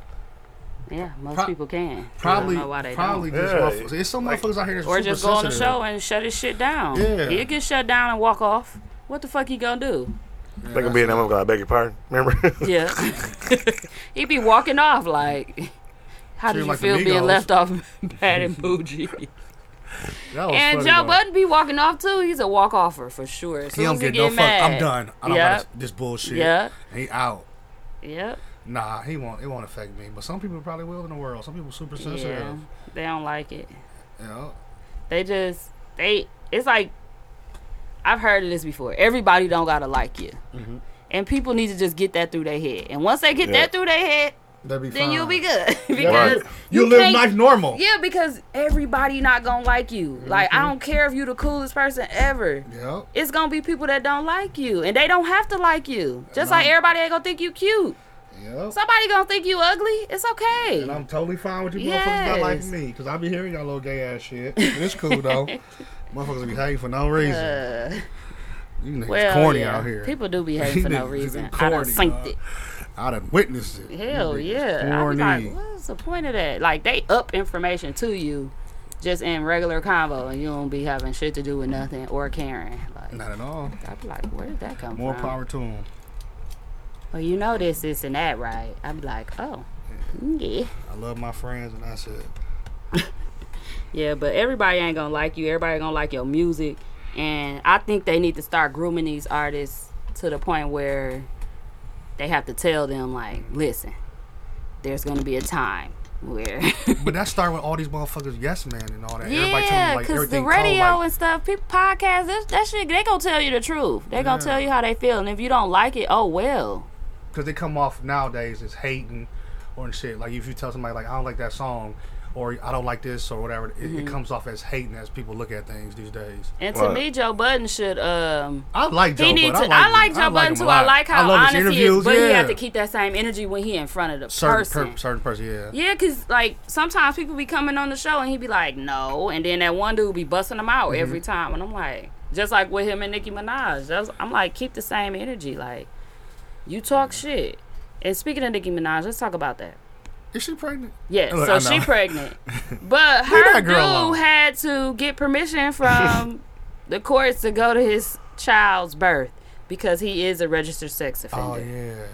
B: Yeah, most
G: Pro-
B: people can.
G: Probably.
B: I don't know why they
G: Probably just.
E: Yeah,
G: motherfuckers. It's some
E: like-
G: motherfuckers out here that's
B: Don't. Or
G: super
B: just go on the
G: sensitive.
B: show and shut his shit down.
G: Yeah.
B: He'll get shut down and walk off. What the fuck he gonna do?
E: They can be in there. I'm gonna beg your pardon. Remember?
B: Yeah. he be walking off like, how did
G: Treat him
B: you
G: like the
B: feel being
G: Migos.
B: left off bad and bougie?
G: That was
B: And
G: funny,
B: Joe
G: though.
B: Budden be walking off too. He's a walk offer for sure. As
G: He
B: soon
G: don't
B: as he
G: get
B: get,
G: no fuck.
B: mad,
G: I'm done. I don't
B: yep.
G: got this bullshit.
B: Yep.
G: He out.
B: Yep.
G: Nah, he won't. It won't affect me. But some people probably will in the world. Some people super
B: Yeah.
G: sensitive.
B: They don't like it.
G: You know?
B: They just they. It's like I've heard of this before. Everybody don't gotta like you,
G: Mm-hmm.
B: and people need to just get that through their head. And once they get that through their head,
G: That'd be
B: then
G: fine.
B: you'll be good because
G: You, live
B: can't-
G: life normal.
B: Yeah, because everybody not gonna like you. Like
G: Mm-hmm.
B: I don't care if you the coolest person ever.
G: Yep.
B: It's gonna be people that don't like you, and they don't have to like you. Just like everybody ain't gonna think you cute.
G: Yep.
B: Somebody gonna think you ugly. It's okay.
G: And I'm totally fine with you motherfuckers not
B: Yes.
G: liking me. Because I be hearing y'all little gay ass shit. And it's cool, though. motherfuckers be hating for no reason.
B: Uh,
G: you niggas
B: well,
G: corny
B: yeah.
G: out here.
B: People do be hating for no
G: Niggas
B: reason. I done
G: corny,
B: synced
G: dog.
B: it.
G: I done witnessed it. You
B: Hell
G: niggas
B: yeah. I was like,
G: corny.
B: what's the point of that? Like they up information to you, just in regular convo, and you don't be having shit to do with nothing or caring. Like
G: Not at all.
B: I be like, where did that come
G: More
B: from?
G: power to them.
B: Well, you know this, this, and that, right? i be like, oh, yeah.
G: I love my friends, and that's it.
B: Yeah, but everybody ain't gonna like you. Everybody gonna like your music, and I think they need to start grooming these artists to the point where they have to tell them like, listen, there's gonna be a time where
G: But that started with all these motherfuckers, yes man, and all that. Everybody telling
B: yeah,
G: you, like
B: cause the
G: everything
B: radio
G: cold, like,
B: and stuff, people podcasts, that, that shit, they gonna tell you the truth. They gonna
G: Yeah.
B: tell you how they feel, and if you don't like it, oh well.
G: because they come off nowadays as hating or and shit. Like if you tell somebody like I don't like that song or I don't like this or whatever, it,
B: Mm-hmm.
G: it comes off as hating as people look at things these days.
B: And to
D: Right.
B: me, Joe Budden should um
G: I like Joe
B: He needs
G: Budden.
B: to. I
G: him.
B: like Joe Budden
G: him a
B: too. I
G: lot.
B: like how
G: love his
B: honest he
G: interviews,
B: is, but
G: yeah.
B: he have to keep that same energy when he in front of the person.
G: certain per- certain person. Yeah.
B: yeah, cause like sometimes people be coming on the show and he be like, no, and then that one dude be busting them out every
G: Mm-hmm.
B: time, and I'm like, just like with him and Nicki Minaj, that's- I'm like, keep the same energy. Like, you talk
G: Mm-hmm.
B: shit. And speaking of Nicki Minaj, let's talk about that.
G: Is she pregnant?
B: Yes,
G: Look, I
B: so
G: know.
B: she pregnant, but her
G: that
B: dude
G: girl alone.
B: had to get permission from the courts to go to his child's birth because he is a registered sex
G: Oh
B: offender.
G: yeah.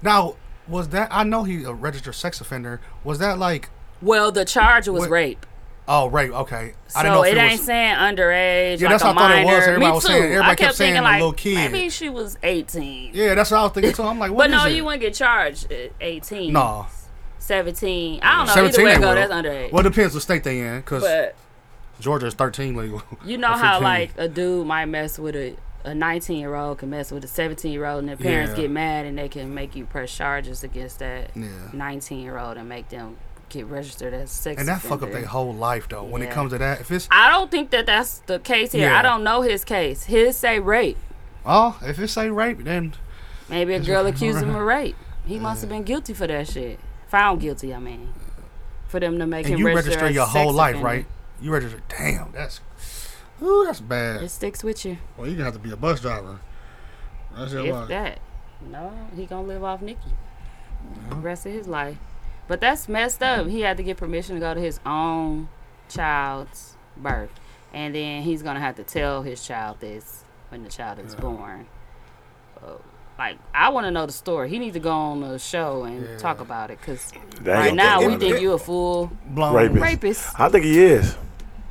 G: Now was that? I know he a registered sex offender. Was that like?
B: Well, the charge was
G: What-
B: rape,
G: Oh right. Okay.
B: so
G: I didn't know if
B: it,
G: it
B: ain't
G: was,
B: saying underage.
G: Yeah,
B: like
G: that's
B: a
G: what I thought it was.
B: minor.
G: Everybody
B: Me
G: was
B: too.
G: saying- everybody
B: I kept,
G: kept saying
B: thinking
G: a
B: like
G: little kid.
B: maybe she was eighteen.
G: Yeah, that's what I was thinking. So I'm like, what
B: But
G: is
B: no,
G: it?
B: you wouldn't get charged at 18.
G: Nah.
B: 17. I don't know. Either
G: 17
B: way it
G: they
B: go,
G: will.
B: that's underage.
G: Well, it depends what state they in, because
B: but
G: Georgia is 13 legal.
B: You know
G: Or
B: how
G: 15.
B: like a dude might mess with a a 19 year old can mess with a 17 year old and their parents
G: Yeah.
B: get mad and they can make you press charges against that
G: Yeah.
B: 19 year old and make them get registered as sex
G: and that fuck up
B: offender.
G: their whole life though. When it
B: Yeah.
G: comes to that, if it's
B: I don't think that that's the case here.
G: Yeah.
B: I don't know his case. His say rape.
G: oh, if it's say rape, then
B: Maybe a girl accused him of rape. He must have been guilty for that shit. Found guilty, I mean. For them to make
G: and
B: him
G: you
B: register,
G: register
B: as
G: your
B: sex
G: whole life,
B: offender.
G: right? You register. Damn, that's ooh, that's bad.
B: It sticks with you.
G: well, you gonna have to be a bus driver. That's your
B: If
G: life.
B: that. No, he gonna live off Nikki. The rest of his life. But that's messed up. He had to get permission to go to his own child's birth. And then he's gonna have to tell his child this when the child is born. Uh, like I want to know the story. He needs to go on the show and talk about it because
D: They ain't
B: right
D: gonna
B: now
D: talk
B: we
D: about
B: think
D: it.
B: you a fool
G: Blown.
D: Rapist.
B: rapist.
D: I think he is.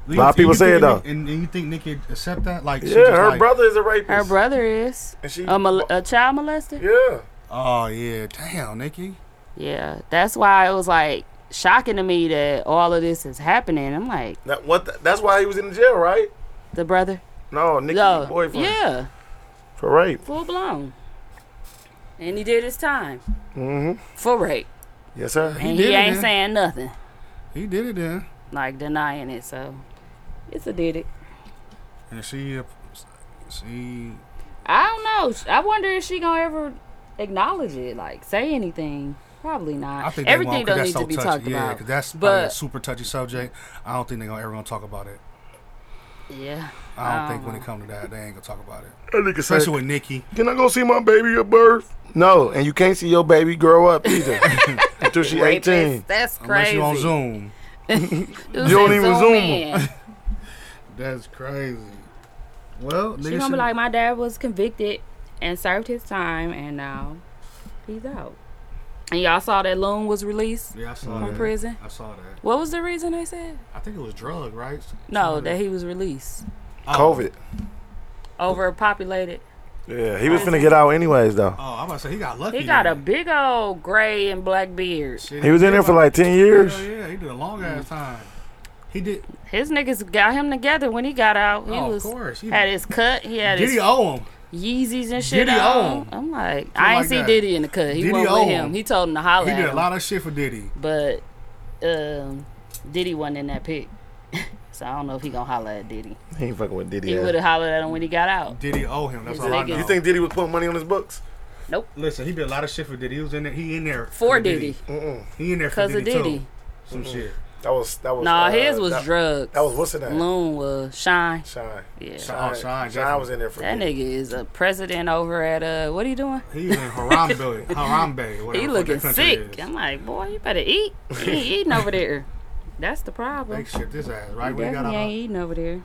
G: Do
D: lot of people
G: you
D: say
G: think
D: it, though.
G: Nikki- And, and you think Nikki accept that? Like, she
D: Yeah,
G: just
D: her
G: like,
E: brother is a rapist.
B: Her brother is
E: And she-
B: a, mol- a child molester.
E: Yeah.
G: Oh yeah, damn, Nikki.
B: Yeah, that's why it was like shocking to me that all of this is happening. I'm like,
E: That what? The, that's why he was in the jail, right?
B: the brother,
E: No, Nikki
B: no,
E: boyfriend
B: yeah,
E: for rape.
B: full blown, and he did his time for rape,
E: Yes, sir.
B: and
G: Mm-hmm. did
B: he
G: it,
B: ain't
G: man.
B: saying nothing,
G: He did it then,
B: like denying it. So it's a did it.
G: and she, she.
B: I don't know. I wonder if she gonna ever acknowledge it, like say anything. Probably not.
G: I think they
B: Everything
G: won't, 'cause
B: don't
G: that's
B: need
G: so
B: to be
G: touchy.
B: talked
G: yeah,
B: about.
G: 'cause that's probably a
B: but
G: super touchy subject. I don't think they're gonna ever gonna talk about it.
B: yeah,
G: I don't
B: I
G: think
B: don't
G: when it comes to that, they ain't gonna talk about it.
D: That nigga
G: Especially
D: said,
G: with Nikki.
D: Can I go see my baby at birth? No, and you can't see your baby grow up either until she 18.
B: rapist. That's
G: Unless
B: crazy.
G: you on Zoom.
B: You
D: don't even zoom
G: That's crazy. Well,
B: She gonna be like, my dad was convicted and served his time, and now he's out. And y'all saw that Loon was released
G: Yeah, I saw
B: from
G: that.
B: prison.
G: I saw that.
B: What was the reason they said?
G: I think it was drug, right?
B: No, that he was released.
D: COVID.
B: Overpopulated.
A: Yeah, he was finna get out anyways though.
G: Oh, I'm about to say he got lucky.
B: He got a
G: then.
B: big old gray and black beard.
G: Shit,
A: He was in
G: did
A: there for
G: about-
A: like ten years.
G: Hell yeah, he did a long ass
B: Mm.
G: time. He did.
B: His niggas got him together when he got out. He
G: Oh, of
B: was
G: course. He-
B: had his cut. He had
G: Did
B: his
G: he owe him?
B: Yeezys and shit
G: Diddy
B: on.
G: own.
B: I'm like, I ain't
G: like
B: see
G: that.
B: Diddy in the cut. He
G: Diddy
B: wasn't with
G: own.
B: him. He told him to holler
G: He
B: at
G: did a
B: him,
G: lot of shit for Diddy.
B: But um, Diddy wasn't in that pic. so I don't know if he gonna holler at Diddy.
A: He ain't fucking with Diddy.
B: He would have hollered at him when he got out.
G: Diddy owe him. That's
B: He's
G: all I
B: niggas.
G: know.
B: You
E: You think Diddy was putting money on his books?
G: Listen, he did a lot of shit for Diddy. He was in there. He in there
B: For Diddy.
G: He in there for
B: Because
G: Diddy,
B: of Diddy.
G: too. Some shit.
E: That was that was.
B: Nah,
E: uh,
B: his was
E: that,
B: drugs.
E: That was what's his name?
B: Loon was Shine.
E: Shine.
B: Yeah.
G: Oh, Shine.
E: Shine was
G: definitely.
E: in there for
B: That
E: me.
B: nigga is a president over at uh what are you doing?
G: He was in Harambe. Harambe. whatever
B: He
G: the fuck
B: looking
G: that country
B: sick.
G: is.
B: I'm like, boy, you better eat. He ain't eating over there. That's the problem.
G: Big shit this ass, right? When he got
B: Definitely
G: out
B: ain't
G: of
B: eating over there.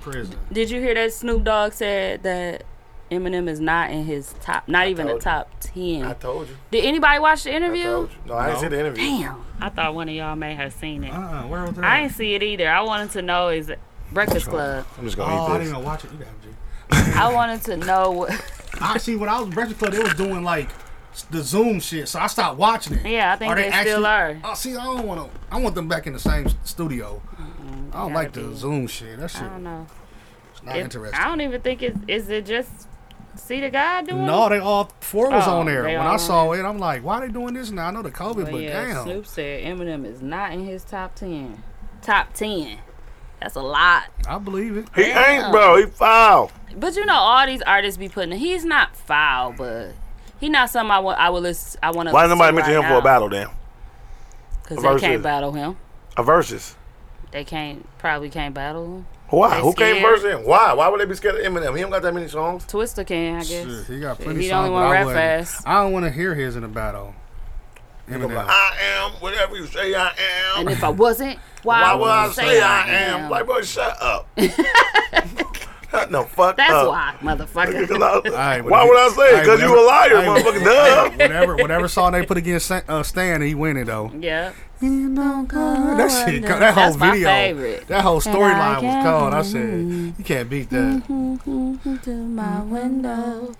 G: prison.
B: Did you hear that Snoop Dogg said that Eminem is not in his top, not even a
E: told you.
B: top ten?
E: I told you.
B: Did anybody watch the
E: I
B: interview?
E: told you. No, I didn't
G: No.
E: see the interview.
B: Damn, I thought one of y'all may have seen it.
G: Uh-uh, where was that?
B: I didn't see it either. I wanted to know is it Breakfast Club.
A: I'm just
G: oh, I
A: gonna eat
G: didn't
A: this.
G: even watch it. You got it, G.
B: I wanted to know. What,
G: Actually, when I was Breakfast Club, they was doing like the Zoom shit, so I stopped watching it.
B: Yeah, I think they still are.
G: Oh, see, I don't want to. I want them back in the same s- studio. I don't like the
B: gotta be.
G: Zoom shit. That shit
B: I don't know.
G: is not
B: It-
G: interesting.
B: I don't even think it's. Is it just see the guy doing?
G: No, they all four was
B: Oh,
G: on there.
B: they
G: When
B: all
G: I
B: on
G: saw it, I'm like, why they doing this now? I know the COVID,
B: But
G: but
B: yeah,
G: damn.
B: Snoop said Eminem is not in his top ten. Top ten. That's a lot.
G: I believe it.
A: He ain't, bro. He foul.
B: But you know, all these artists be putting. He's not foul, but he not something I want. I would listen. I want to.
A: Why didn't nobody mention him for a battle then?
B: Because
A: versus?
B: they can't battle him.
A: A versus.
B: They can't. Probably can't battle him.
A: Why?
B: They
A: Who
B: scared.
A: came
E: Same person. Why? Why would they be scared of Eminem? He don't got that many songs.
B: Twister can, I guess.
G: Shit, he got plenty
B: he the
G: songs,
B: only
G: but
B: one
G: I
B: rap
G: wouldn't-
B: fast.
G: I don't want to hear his in the battle. Eminem.
E: I am whatever you say I am.
B: And if I wasn't, why,
E: Why would I say I am? Like, bro, shut up. Shut the fuck
B: That's
E: up.
B: why, motherfucker.
G: right,
E: Why,
G: whatever.
E: would I say it?
G: Hey,
E: Because you
G: whatever.
E: a liar,
G: Hey,
E: motherfucker. Duh.
G: whatever, whatever song they put against Sa- uh, Stan, he win it though.
B: yeah.
G: You know, God, that shit, that whole
B: That's my
G: video,
B: favorite.
G: that whole
B: I Mm-hmm.
G: storyline was
B: can't
G: cold. I said, you can't beat that.
B: To my window,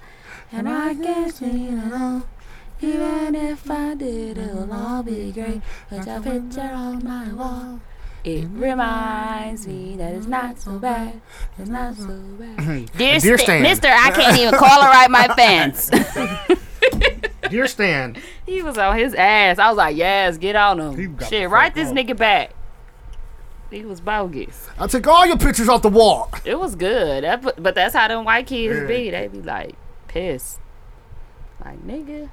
B: and I guess you know. Even if I did, it'll all be great. But your picture on my wall, it reminds me that it's not so bad. It's not so bad. Dear, Stan-
G: Dear Stan.
B: Mister, I can't even call or write my fans.
G: Dear Stan,
B: he was on his ass. I was like, yes, get on
G: He
B: him.
G: got the
B: Shit, write
G: fuck
B: this
G: up.
B: nigga back. He was bogus.
G: I took all your pictures off the wall.
B: It was good. That, but but that's how them white kids
G: Yeah.
B: be. They be like pissed. Like nigga.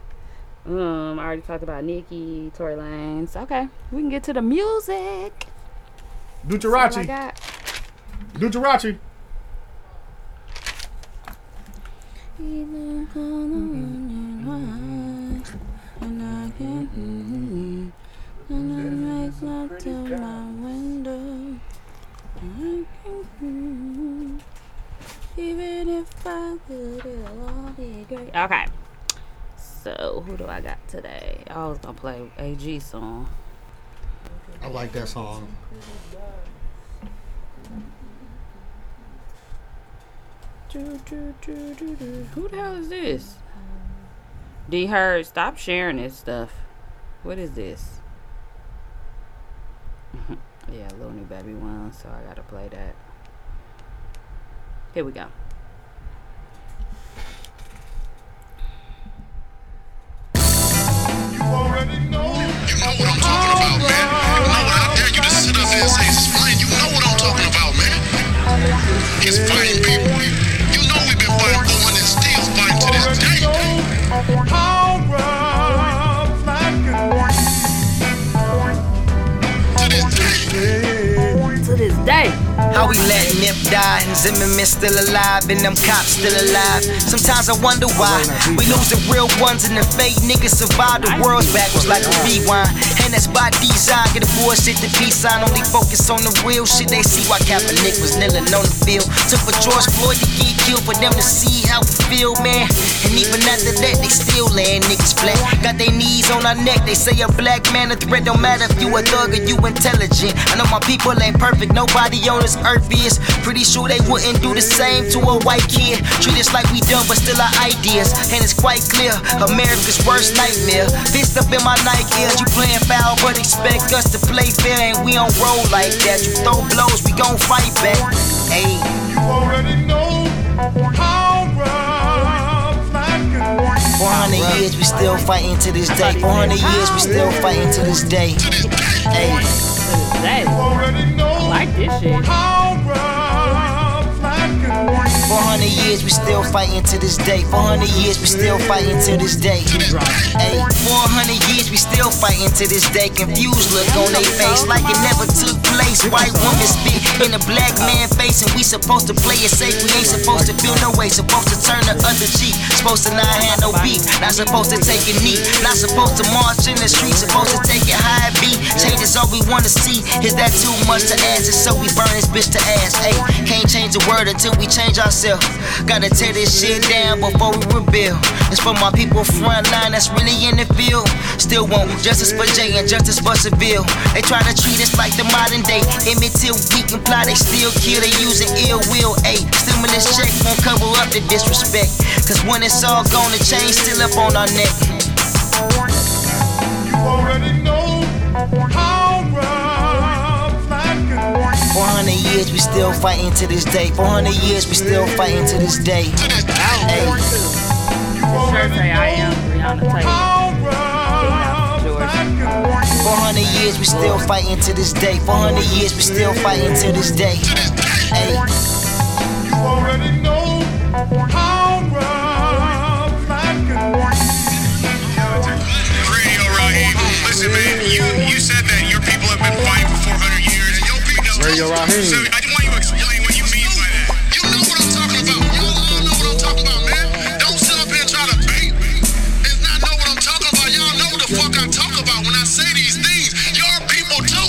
B: Um, I already talked about Nicki, Tory Lanez. Okay, we can get to the music. That's all I
G: Ducarachi,
B: got.
G: Ducarachi.
B: Okay. So who do I got today? I was gonna play AG song.
G: I like that song.
B: Who the hell is this? D Heard, stop sharing this stuff. What is this? yeah, Lil New Baby One, so I gotta play that. Here we go.
H: You know what I'm talking about, man. How would I dare you to sit up there and say it's fine? You know what I'm talking about, man. It's fine, people. You know we've been fighting for one and still fighting to this day. To this day.
B: To this day.
J: How we let Nip die and Zimmerman still alive and them cops still alive. Sometimes I wonder why we losing real ones and the fake niggas survive the world backwards like a rewind. And that's by design. Get the bullshit the peace sign. Only focus on the real shit. They see why Kaepernick was kneeling on the field. Took for George Floyd to get killed for them to see how we feel, man. And even after that, they still laying niggas flat. Got their knees G's on our neck. They say a black man a threat. Don't matter if you a thug or you intelligent. I know my people ain't perfect. Nobody on this earth is. Pretty sure they wouldn't do the same to a white kid. Treat us like we dumb, but still our ideas. And it's quite clear America's worst nightmare. Fist up in my Nike ears. You playing foul, but expect us to play fair. And we don't roll like that. You throw blows, we gon' fight back. Ayy.
H: You already know how rough life can be.
J: 400 years, we still fighting to this day. 400 years, we still fighting to this day.
H: To this day,
J: Ayy.
B: That
H: already know
B: like this shit.
H: how rough life can be.
J: 400 years, we still fighting to this day. 400 years, we still fighting to this day. Ayy, 400 years, we still fighting to this day. Confused look on they face like it never took place. White woman spit in a black man face, and we supposed to play it safe. We ain't supposed to feel no way. Supposed to turn the other cheek. Supposed to not have no beef. Not supposed to take a knee. Not supposed to march in the street. Supposed to take it high and beat. Change is all we wanna see. Is that too much to ask? And so we burn this bitch to ass. Ayy, can't change the word until we change ourselves. Gotta tear this shit down before we rebuild. It's for my people front line that's really in the field. Still want justice for Jay and justice for Seville. They try to treat us like the modern day. Emmett Till we comply, they still kill. They using ill will. Ayy, stimulus check won't cover up the disrespect. Cause when it's all gone, the chain still up on our neck.
H: You already know how rough life can be.
J: 400 years, we still fighting to this day. 400 years, we still fighting to this day.
H: To this day,
J: Ayy.
B: Sure say I am Brianna Taylor.
H: how rough
B: Georgia.
H: life can be.
J: 400 years, we still fighting to this day. 400 years, we still fighting to this day. Ayy.
H: You already know how rough life can be. Radio Raheem, listen, man, you, you said that your people have been fighting for 400 years, and your people.
K: Radio Raheem.
H: So I just want you to explain what you mean by that. You know what I'm talking about. You all know what I'm talking about, man. Don't sit up here and try to bait me and not know what I'm talking about. Y'all know what the fuck I talk about when I say these things. Your people do.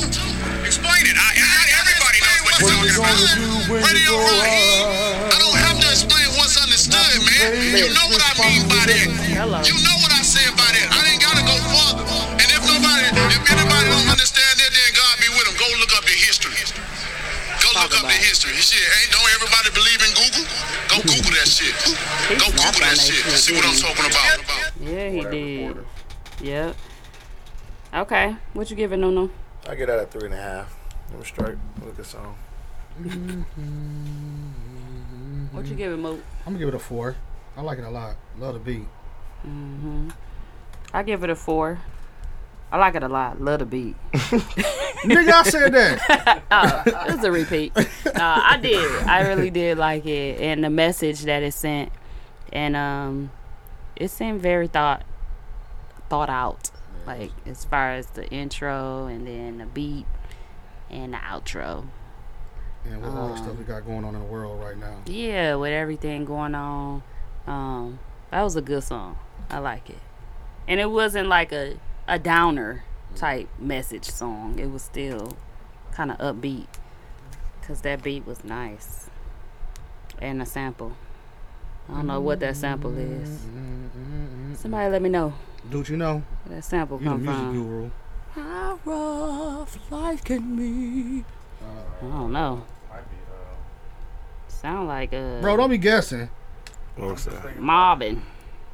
H: Explain it. I, not everybody knows what you're talking about. Radio Raheem. I don't have to explain what's understood, man. You know what I mean by that.
B: Hello.
H: You know what I said by that. I ain't gotta go further. And if nobody, if anybody don't understand that, then God be with them. Go look up the history. Go look up the history. Shit, ain't don't everybody believe in Google? Go Google that shit. Go Google that shit. See what I'm talking about.
B: Yeah, he did. Yep. Okay, what you giving Nuno?
K: I get out at three and a half. It was straight. Look at song.
B: What you giving Moot?
G: I'm gonna give it a four. I like it a lot. Love the beat.
B: I give it a four. I like it a lot. Love the beat.
G: Nigga, I said that.
B: It was a repeat. Uh, I did. I really did like it, and the message that it sent, and um, it seemed very thought thought out. Like as far as the intro, and then the beat, and the outro.
G: And with all the stuff we got going on in the world right now.
B: Yeah, with everything going on, um, that was a good song. I like it, and it wasn't like a a downer type message song. It was still kind of upbeat, cause that beat was nice, and a sample. I don't know what that sample is. Somebody let me know
G: Dude, you know,
B: where that sample
G: you the
B: come
G: music
B: from.
G: guru.
B: How rough life can be. I don't know. Sound like a
G: Bro, don't be guessing.
A: What's that?
B: mobbing.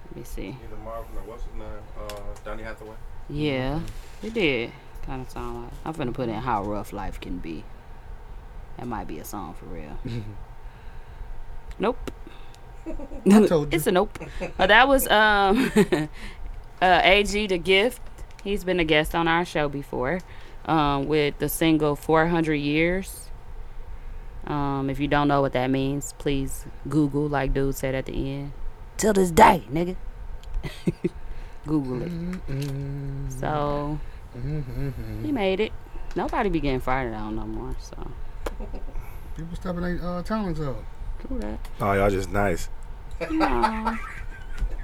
B: Let me see.
L: Either Marvin or what's his name? Uh, Donny Hathaway.
B: Yeah, it did. Kind of sound like. I'm finna put in how rough life can be. That might be a song for real. nope.
G: told you.
B: it's a nope. But that was um, uh, AG the Gift. He's been a guest on our show before um, with the single 400 Years. Um, if you don't know what that means, please Google, like dude said at the end. Till this day, nigga. Google it. So he made it. Nobody be getting fired out no more. So
G: People stepping their uh, talents up.
B: do that.
A: Oh, y'all just nice.
B: No.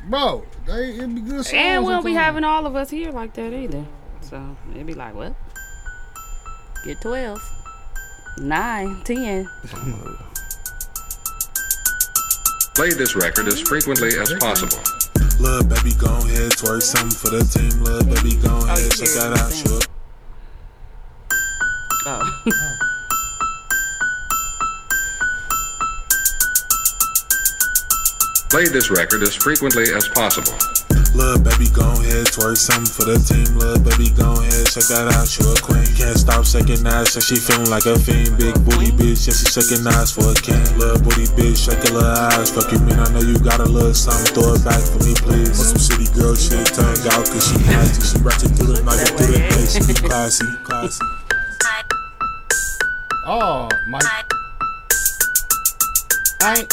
G: Bro, they, it'd be good songs.
B: and we don't be
G: sometimes.
B: having all of us here like that either. So it'd be like, what? Get 12, 9, 10.
L: Play this record as frequently as possible.
M: Lil' baby, go ahead, twerk something for the team. Lil' baby, go ahead, check that out. Sure.
B: Oh.
N: Play this record as frequently as possible.
M: Lil' baby, go ahead, twerk something for the team. Lil' baby, go ahead, check that out. You a queen. Can't stop shaking ass, and she feeling like a fiend. Big booty bitch, yeah, she shaking ass for a king. Lil' booty bitch, shaking her ass. Fuck you, mean I know you got a little something. Throw it back for me, please. Want some city girl shit, tongue out, cause she nasty. She ratchet through the night, through the day. She be classy, classy.
G: Oh, Mike.
B: Ain't.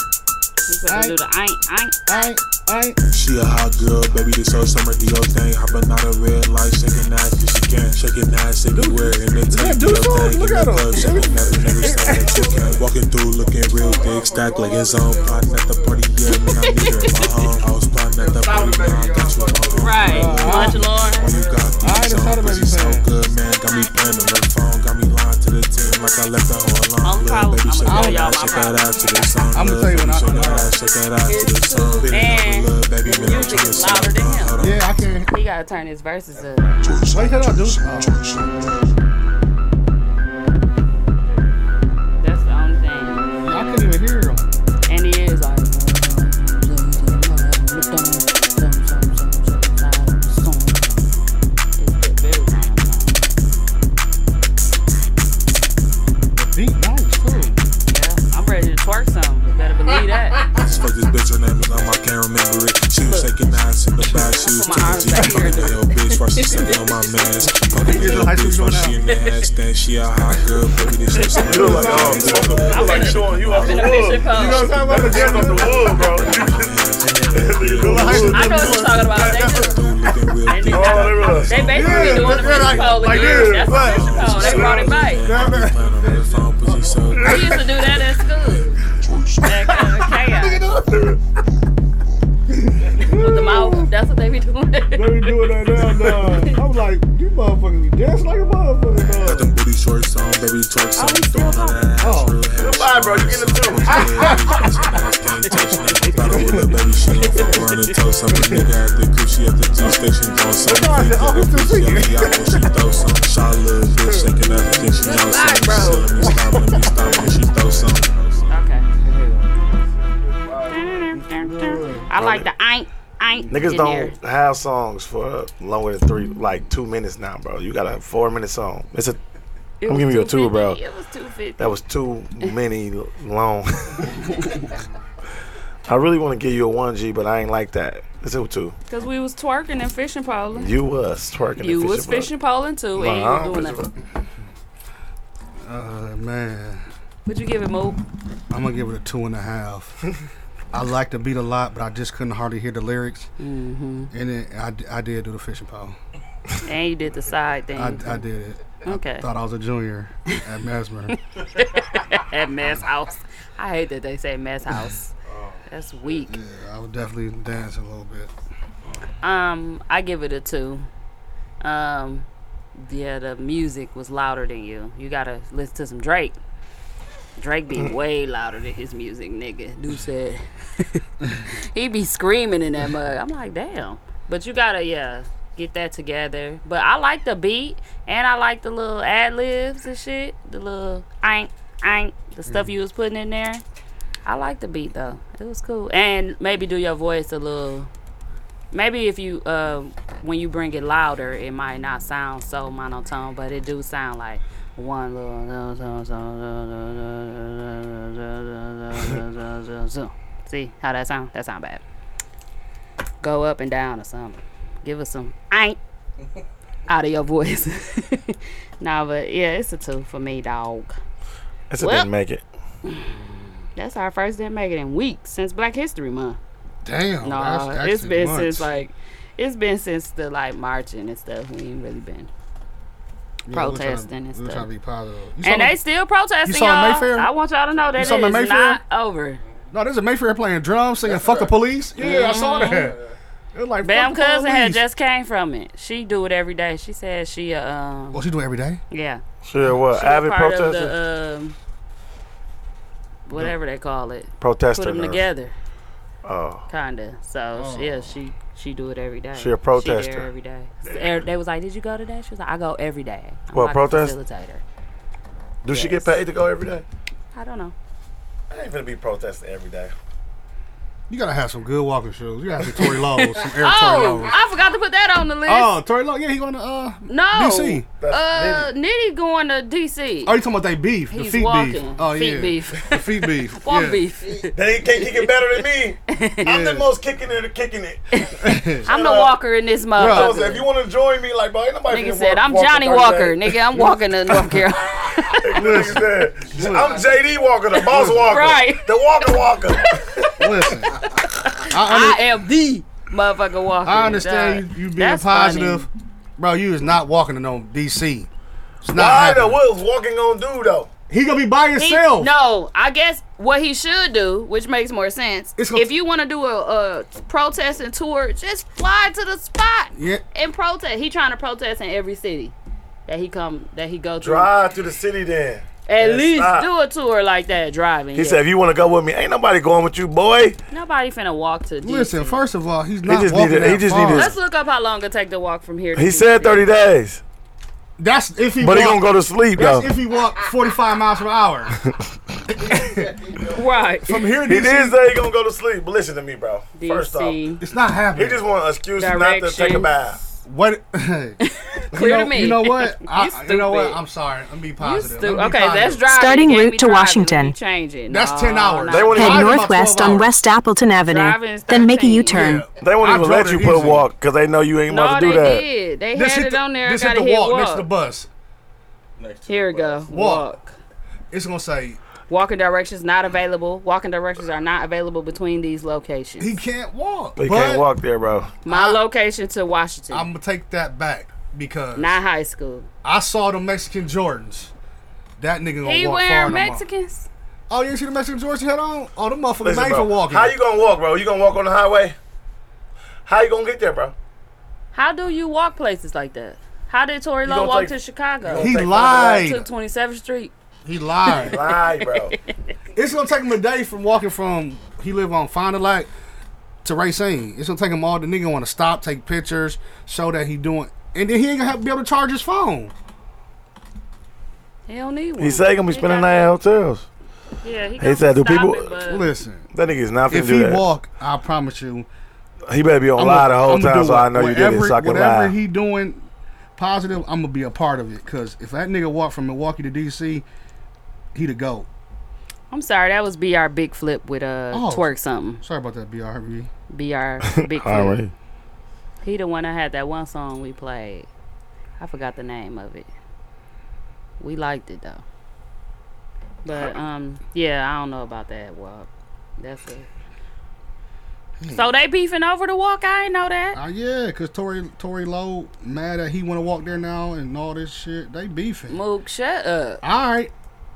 B: You better do the ain't, ain't, ain't, ain't.
M: She a hot girl, baby. This whole summer, do your thing. Hopping out of red light, shaking ass, cause she can. Shaking ass everywhere in the tank. Do your thing in the club, shaking up and every side that you can. Walking through, looking real big, stack like his own. Plotting at the party, yeah, man, I need her in my home. I was plotting at the party, man, I got you in my home.
B: Right, much Lord.
M: When you got these on, pussy so good, man. Got me playing on her phone, got me lying to the team like I left her all alone. Little baby, shake that ass, shake that ass to the song.
G: I'ma tell you when I-
M: Shake that ass, shake that ass to the song.
B: And
M: Little baby, man, I'm tryna slow down. Hold on.
G: I can.
B: He gotta turn his verses up.
G: Wait, hold on, dude. Uh,
B: That's the only thing.
G: I couldn't even hear him.
B: And he is like.
G: Beat nice, too.
B: Yeah, I'm ready to twerk some. You better believe that.
M: Just fuck this bitch, her name is Lama, I can't remember it. She was shaking ass in the back, she was
B: Put my
M: taking
B: arms
M: G,
B: back
M: fucking the hell bitch, while she sucking on my mans. Fucking the hell bitch, while she in the ass, then she a hot girl, baby, this shit something. You like,
K: I'm like showing you off the wood. You know what I'm talking about? Getting off the wood, bro.
B: I know what you're talking about. They just, they, did
K: Oh, they
B: not- they basically doing the fishing pole again. That's the fishing pole. They brought it back. We used to do that at school. That kind of chaos. With the mouth. That's what they be doing.
G: They be doing that now, dog. I'm like, you motherfuckers be dancing like a motherfucker, dog.
M: Got them booty shorts on, baby, twerk some, throwing on that ass real heavy.
K: Goodbye, bro. You get the two.
M: Battle with a baby, she don't fuck around and tell some nigga at the crib, she at the G station doing something. Think that the bitch yelling out when she throw some. Shot little bitch shaking up and think she know something. She let me stop, let me stop when she throw something.
B: I like the ain't, ain't.
A: Niggas
B: in there.
A: don't have songs for longer than three, like two minutes now, bro. You got a four minute song. It's a.
B: It
A: I'm
B: was
A: giving you a two, bro.
B: 250. It was 250.
A: That was too many long. I really want to give you a one G, but I ain't like that. It's a two.
B: Because we was twerking and fishing poling.
A: You was twerking.
B: You
A: and
B: was
A: bro.
B: fishing poling too,
A: Nah, I
B: and you
A: don't
B: was doing
A: fishing
B: nothing.
G: Uh, man.
B: Would you give it move?
G: I'm gonna give it a two and a half. I like the beat a lot, but I just couldn't hardly hear the lyrics. Mm-hmm. And it, I, d- I did do the fishing pole.
B: And you did the side thing.
G: I, I did it.
B: Okay.
G: I thought I was a junior at Mesmer.
B: At mess house. I hate that they say mess house. That's weak.
G: I was definitely dancing a little bit.
B: Um, I give it a two. Um, yeah, the music was louder than you. You gotta listen to some Drake. Drake be way louder than his music, nigga. Dude said he be screaming in that mug. I'm like, damn. But you gotta, yeah, get that together. But I like the beat and I like the little ad libs and shit. The little ain't ain't the stuff you was putting in there. I like the beat though. It was cool. And maybe do your voice a little maybe if you uh, when you bring it louder it might not sound so monotone but it do sound like one little see how that sound that sound bad go up and down or something give us some ain't out of your voice nah but yeah it's a two for me dog
A: It's a
B: Well-
A: didn't make it.
B: that's our first didn't make it in weeks since black history month
G: Damn.
B: no,
G: that's
B: it's
G: actually
B: been
G: months.
B: since like it's been since the like marching and stuff. We ain't really been
G: Yeah, we were tryna-
B: protesting and
G: We were
B: stuff.
G: trying to be positive. You
B: And
G: saw-
B: they still protesting,
G: you saw
B: y'all.
G: Mayfair?
B: I want y'all to know that
G: saw
B: it
G: my
B: is
G: Mayfair?
B: not over.
G: No, there's a Mayfair playing drums, singing "Fuck the Police." Yeah, I saw that.
B: Mm-hmm.
G: It was like
B: Bam
G: "Fuck the
B: cousin had
G: Police."
B: just came from it. She do it every day. She said she uh, um
G: Well, she do it every day.
B: yeah.
A: Sure, what?
B: She was
A: avid
B: part
A: protester?
B: Of the, um, whatever they call it.
A: Protester
B: Put them
A: nurse.
B: together,
A: oh.
B: kinda. So yeah, she She do it every day.
A: She a protester.
B: there every day. So, er- they was like, "Did you go today?" She was like, "I go every day." I'm
A: What,
B: like a
A: protest?
B: Facilitator.
A: Do she get paid to go every day?
B: I don't know.
E: I ain't gonna be protesting every day.
G: You gotta have some good walking shoes. You gotta have some Tory Lowe's, some Air Tory
B: Oh,
G: Lowe's.
B: I forgot to put that on the list.
G: Oh, Tory Lowe, yeah, he going to uh
B: no,
G: DC.
B: Uh, Nitty going to DC.
G: Oh, you talking about they beef, the
B: He's
G: feet beef.
B: walking.
G: Oh
B: Feet
G: yeah.
B: beef.
G: The feet beef.
B: Walk
G: yeah.
B: beef.
E: They can't kick it better than me. I'm the
G: Yeah.
E: most kicking it, kicking it.
B: I'm the walker in this
E: Bro, if you
B: motherfucker.
E: want to join me, like, bro, ain't nobody
B: Nigga
E: finna
B: said,
E: walk-
B: "I'm
E: walk
B: Johnny
E: for
B: Walker,
E: 30 days."
B: nigga. I'm walking to North Carolina."
E: Nigga said, I'm JD Walker, the boss Walker,
B: Right.
E: the Walker Walker.
G: Listen,
B: I, am the motherfucker walker.
G: I understand
B: dog.
G: you, you being
B: That's
G: positive.
B: funny.
G: Bro, you is not walking in on DC. It's not
E: Why the
G: happening.
E: what is walking on do though?
G: He gonna be by
B: He-
G: himself.
B: no, I guess what he should do, which makes more sense,
G: It's gonna-
B: if you want to do a, a protest and tour, just fly to the spot
G: Yeah.
B: and protest. He trying to protest in every city that he come that he go to.
E: Drive to the city then.
B: At
E: and
B: least
E: stop.
B: do a tour like that driving.
A: He
B: yeah.
A: said, if you want to go with me, ain't nobody going with you, boy.
B: nobody finna walk to. DC.
G: Listen, first of all, he's not
A: just
G: walking
A: needed- he
G: that
A: just
G: far.
A: needed-
B: Let's look up how long it take to walk from here. to
A: He
B: DC.
A: said 30 days,
G: That's if he.
A: but he
G: walk-
A: gonna go to sleep though.
G: That's if he walk 45 miles per hour.
B: right
G: From here to
E: He did
G: DC,
E: say he gonna go to sleep, but listen to me, bro. First off, he
B: DC.
G: it's not happening.
E: just want an excuse not to take a
B: Directions.
E: bath.
G: What?
B: Clear
G: you know,
B: to me.
G: You know what? I,
B: You
G: you know what?
B: stupid.
G: I'm sorry. I'm be
B: You
G: positive.
B: stu-
G: Let me be
B: okay, that's
G: positive.
B: driving.
O: Starting
B: Can't
O: route
B: be
O: to
B: driving.
O: Washington.
B: We Change it.
G: That's
B: No,
G: 10 hours.
B: no.
A: They won't
O: Head
A: even,
G: about
O: northwest
G: 12
O: on
G: hours.
O: West Appleton
B: Driving
O: Avenue,
B: is
O: then make a
B: 13.
O: U-turn.
A: they won't
G: I
A: even
G: drove
A: let you
G: it
A: put
G: easy.
A: walk because they know you ain't
B: No,
A: about to
B: they
A: do that.
B: did. They
G: This
B: had
G: hit
B: it
G: the-
B: on there. I
G: This hit
B: gotta
G: the
B: hit
G: walk.
B: walk.
G: This is the bus.
L: Next to
B: Here we
L: the
B: go.
L: bus.
B: Walk.
G: Walk. It's gonna say
B: Walking directions not available. Walking directions are not available between these locations.
G: he can't walk.
A: They
G: but
A: can't walk there, bro.
B: My location to Washington.
G: I'm gonna take that back because
B: not high school.
G: I saw the Mexican Jordans. That nigga gonna
B: He
G: walk far
B: wearing
G: enough.
B: Mexicans.
G: Oh, you see the Mexican Jordans he had on? Oh, the motherfuckers
E: Listen,
G: ain't
E: bro,
G: for walking.
E: How you gonna walk, bro? You gonna walk on the highway? How you gonna get there, bro?
B: How do you walk places like that? How did Tory
E: gonna
B: Long walk
E: take-
B: to Chicago?
G: he
E: take
B: Took
G: lied.
B: 27th Street.
G: He lied.
E: Lie, bro.
G: it's gonna take him a day from walking from he live on Fond du Lac to Racine. It's gonna take him all the nigga want to stop, take pictures, show that he doing, and then he ain't gonna have, be able to charge his phone.
B: He don't need one.
A: He said he gonna be spending
B: got-
A: night at hotels.
B: Yeah, he,
A: He said, "Do people?"
G: Listen,
A: that nigga's not finna
G: if
A: do
G: he
A: that.
G: walk, I promise you,
A: he better be on
G: I'm
A: lie
G: gonna-
A: the whole
G: I'm gonna
A: time,
G: do
A: so I know you did it,
G: whatever-
A: so I can
G: whatever
A: lie.
G: he doing positive, I'm gonna be a part of it. Cause if that nigga walk from Milwaukee to DC, he the goat.
B: I'm sorry, that was BR Big Flip with uh,
G: Oh.
B: twerk something.
G: Sorry about that, BRB.
B: BR Big Flip.
A: All right.
B: He the one that had that one song we played. I forgot the name of it. We liked it though. But um, yeah, I don't know about that walk. That's it.
A: Hmm.
B: So they beefing over the walk. I ain't know that.
G: Oh yeah, cause Tory Tory Lowe mad that he want to walk there now and all this shit. They beefing.
B: Mook, shut up.
G: All right,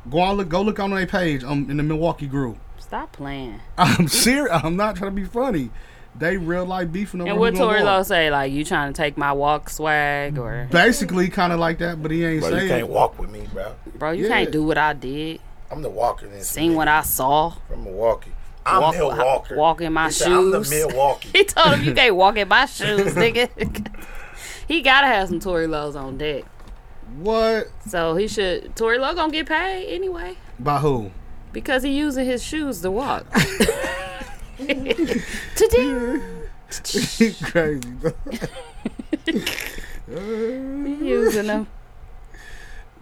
G: go on look. Go look on their page. Um, in the Milwaukee group.
B: Stop playing.
G: I'm serious. I'm not trying to be funny. They real life beefing over.
B: And
G: who
B: what
G: gonna
B: Tory
G: walk.
B: Lowe say? Like you trying to take my walk swag or
G: Basically, kind of like that, but he ain't
E: bro, you
G: saying.
E: can't walk with me, bro.
B: bro, you
G: Yeah.
B: can't do what I did.
E: I'm the walker in this
B: Seen what I saw.
E: from Milwaukee. I'm
B: Walk-
E: Milwaukee.
B: walk in my
E: He said, I'm the
B: shoes."
E: Milwaukee.
B: He told him you can't walk in my shoes, nigga. he gotta have some Tory Lowe's on deck.
G: What?
B: So he should Tory Lowe gonna get paid anyway.
G: By who?
B: Because he using his shoes to walk. Today
G: He crazy. bro.
B: he using them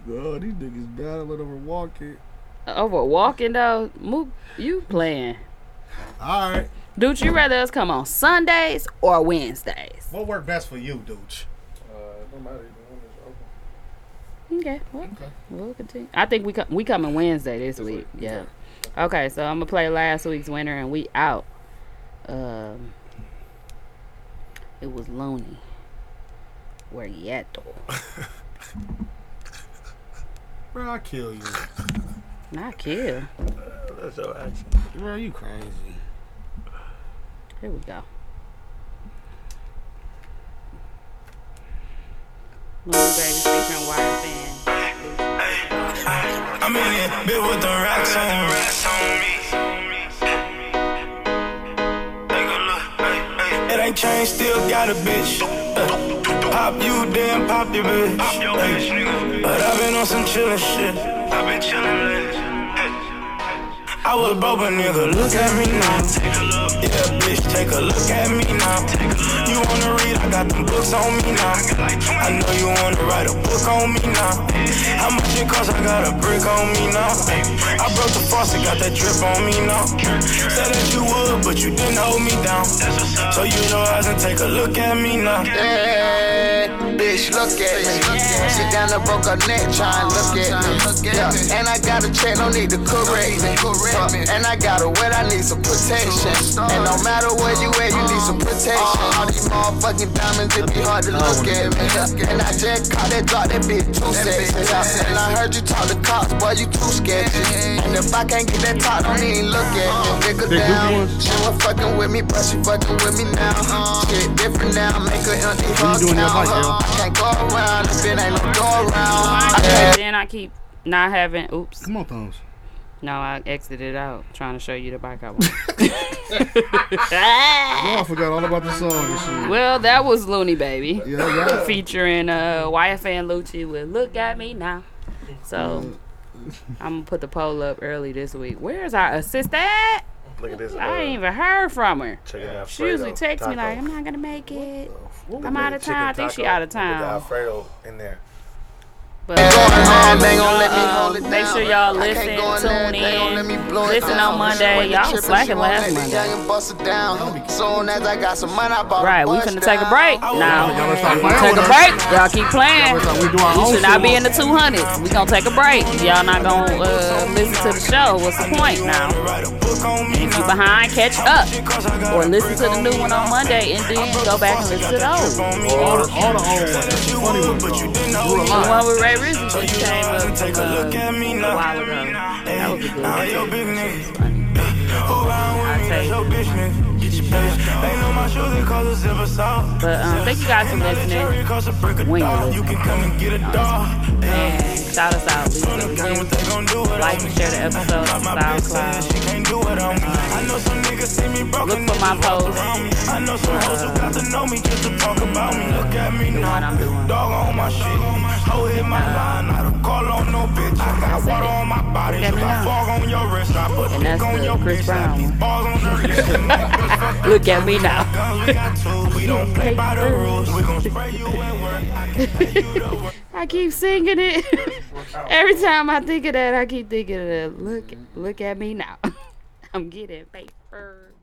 G: No, Oh, these niggas battling over walking.
B: over walking though. Mook, you playing.
G: All right,
B: Dude, you rather us come on Sundays or Wednesdays?
G: what work best for you, douche?
L: Uh, it don't matter. The room is open.
B: Okay. Well, We'll continue. I think we co- we coming Wednesday this week. Yeah. Okay, so I'm gonna play last week's winner, and we out. Um, it was Looney. Where yet?
G: Bro, I kill you.
B: Not kill.
A: That's your action.
G: Bro, you crazy.
B: Here we go. Looney baby featuring Wire Fan.
H: I'm in it, bit with the racks on me. Take a look, ay, ay. It ain't
M: ain't changed, still got a bitch. Uh, pop you, then pop your bitch. Ay, But I've been on some chillin' shit. I've been chillin' lately. Ay, I was broke, but nigga, look at me now. Yeah, bitch, take a look at me now. You wanna read? I got them books on me now. I know you wanna write a book on me now. How much it cost? I got a brick on me now. I broke the faucet, got that drip on me now. Said that you would, but you didn't hold me down. So you know I can take a look at me now.
J: bitch, look at me. Sit down and broke her neck, try and look at me. Yeah. And I got a check, no need to correct me. Uh, And I got a wet, I need some protection. And no matter where you at, you need some protection. All these motherfucking diamonds, it be hard to look at me. Yeah. And I just caught that drop, that bitch too sexy. Yeah. And I heard you talk to cops, boy, you too sketchy. And if I can't get that top, don't even look at me. Nigga
P: They goofy
J: down,
P: ones?
J: she was fucking with me, but she fucking with me now. Shit different now, make her empty
B: What
J: her
B: you doing in your life, yo?
J: count. I can't go around if it ain't no go around.
B: And then I keep not having. Oops. Come
G: on, thumbs.
B: No, I exited out trying to show you the bike I want.
G: Oh, I forgot all about the song and shit.
B: well, that was Looney Baby.
G: yeah.
B: Featuring uh, YFN Lucci with Look At Me Now. So I'm going to put the poll up early this week. Where's our assistant?
E: Look at this.
B: I
E: uh,
B: ain't even heard from her.
E: Check it out.
B: She usually
E: Fredo
B: texts me
E: taco.
B: like, I'm not going to make it.
E: Look
B: I'm
E: at
B: out of
E: that chicken
B: town. I think she
E: taco
B: out of
E: With the
B: town.
E: Alfredo in there.
B: But
J: on, they gon' let me
B: uh,
J: hold it
B: make
J: down.
B: sure y'all
J: I
B: listen,
J: can't go in there,
B: tune
J: they gon' let me
B: in.
J: blow it
B: Listen on
J: down. She
B: Monday.
J: went
B: Y'all
J: trippin',
B: was
J: she
B: slacking
J: won't
B: last
J: let the
B: Monday.
J: youngin' bust it down. Soon as I got some money, I bought
B: Right, we finna take a break. Now we finna take a break. Y'all keep playing.
G: do our
B: We
G: own
B: should not be
G: shit.
B: in the two hundreds. We gonna take a break. If Y'all not gonna uh, listen to the show. What's the point now? If you behind, catch up, or listen to the new one on Monday, and then go back and listen to those.
G: All the, all the old ones. Funny ones. though.
B: The one with Ray Rizzy just came up uh, a while ago. That was a good one. But um, thank you guys for listening. When you're listening, and shout us out. Leave us a review. Like and share the episode on SoundCloud. Um, Look for my post.
M: The
B: one I'm doing.
M: Dog on my shit. Hoe hit my line. I don't call on no bitch. I got water on my body.
B: Look at me
M: Got
B: now.
M: fog on your wrist. I put
B: And that's
M: dick on your
B: the Chris Brown one.
M: balls on her wrist.
B: Look at me now.
M: Guns, we got two. We don't play by the rules. We gon' spray you and work.
B: I keep singing it. Every time I think of that, I keep thinking of that. Look, look at me now. I'm getting paper.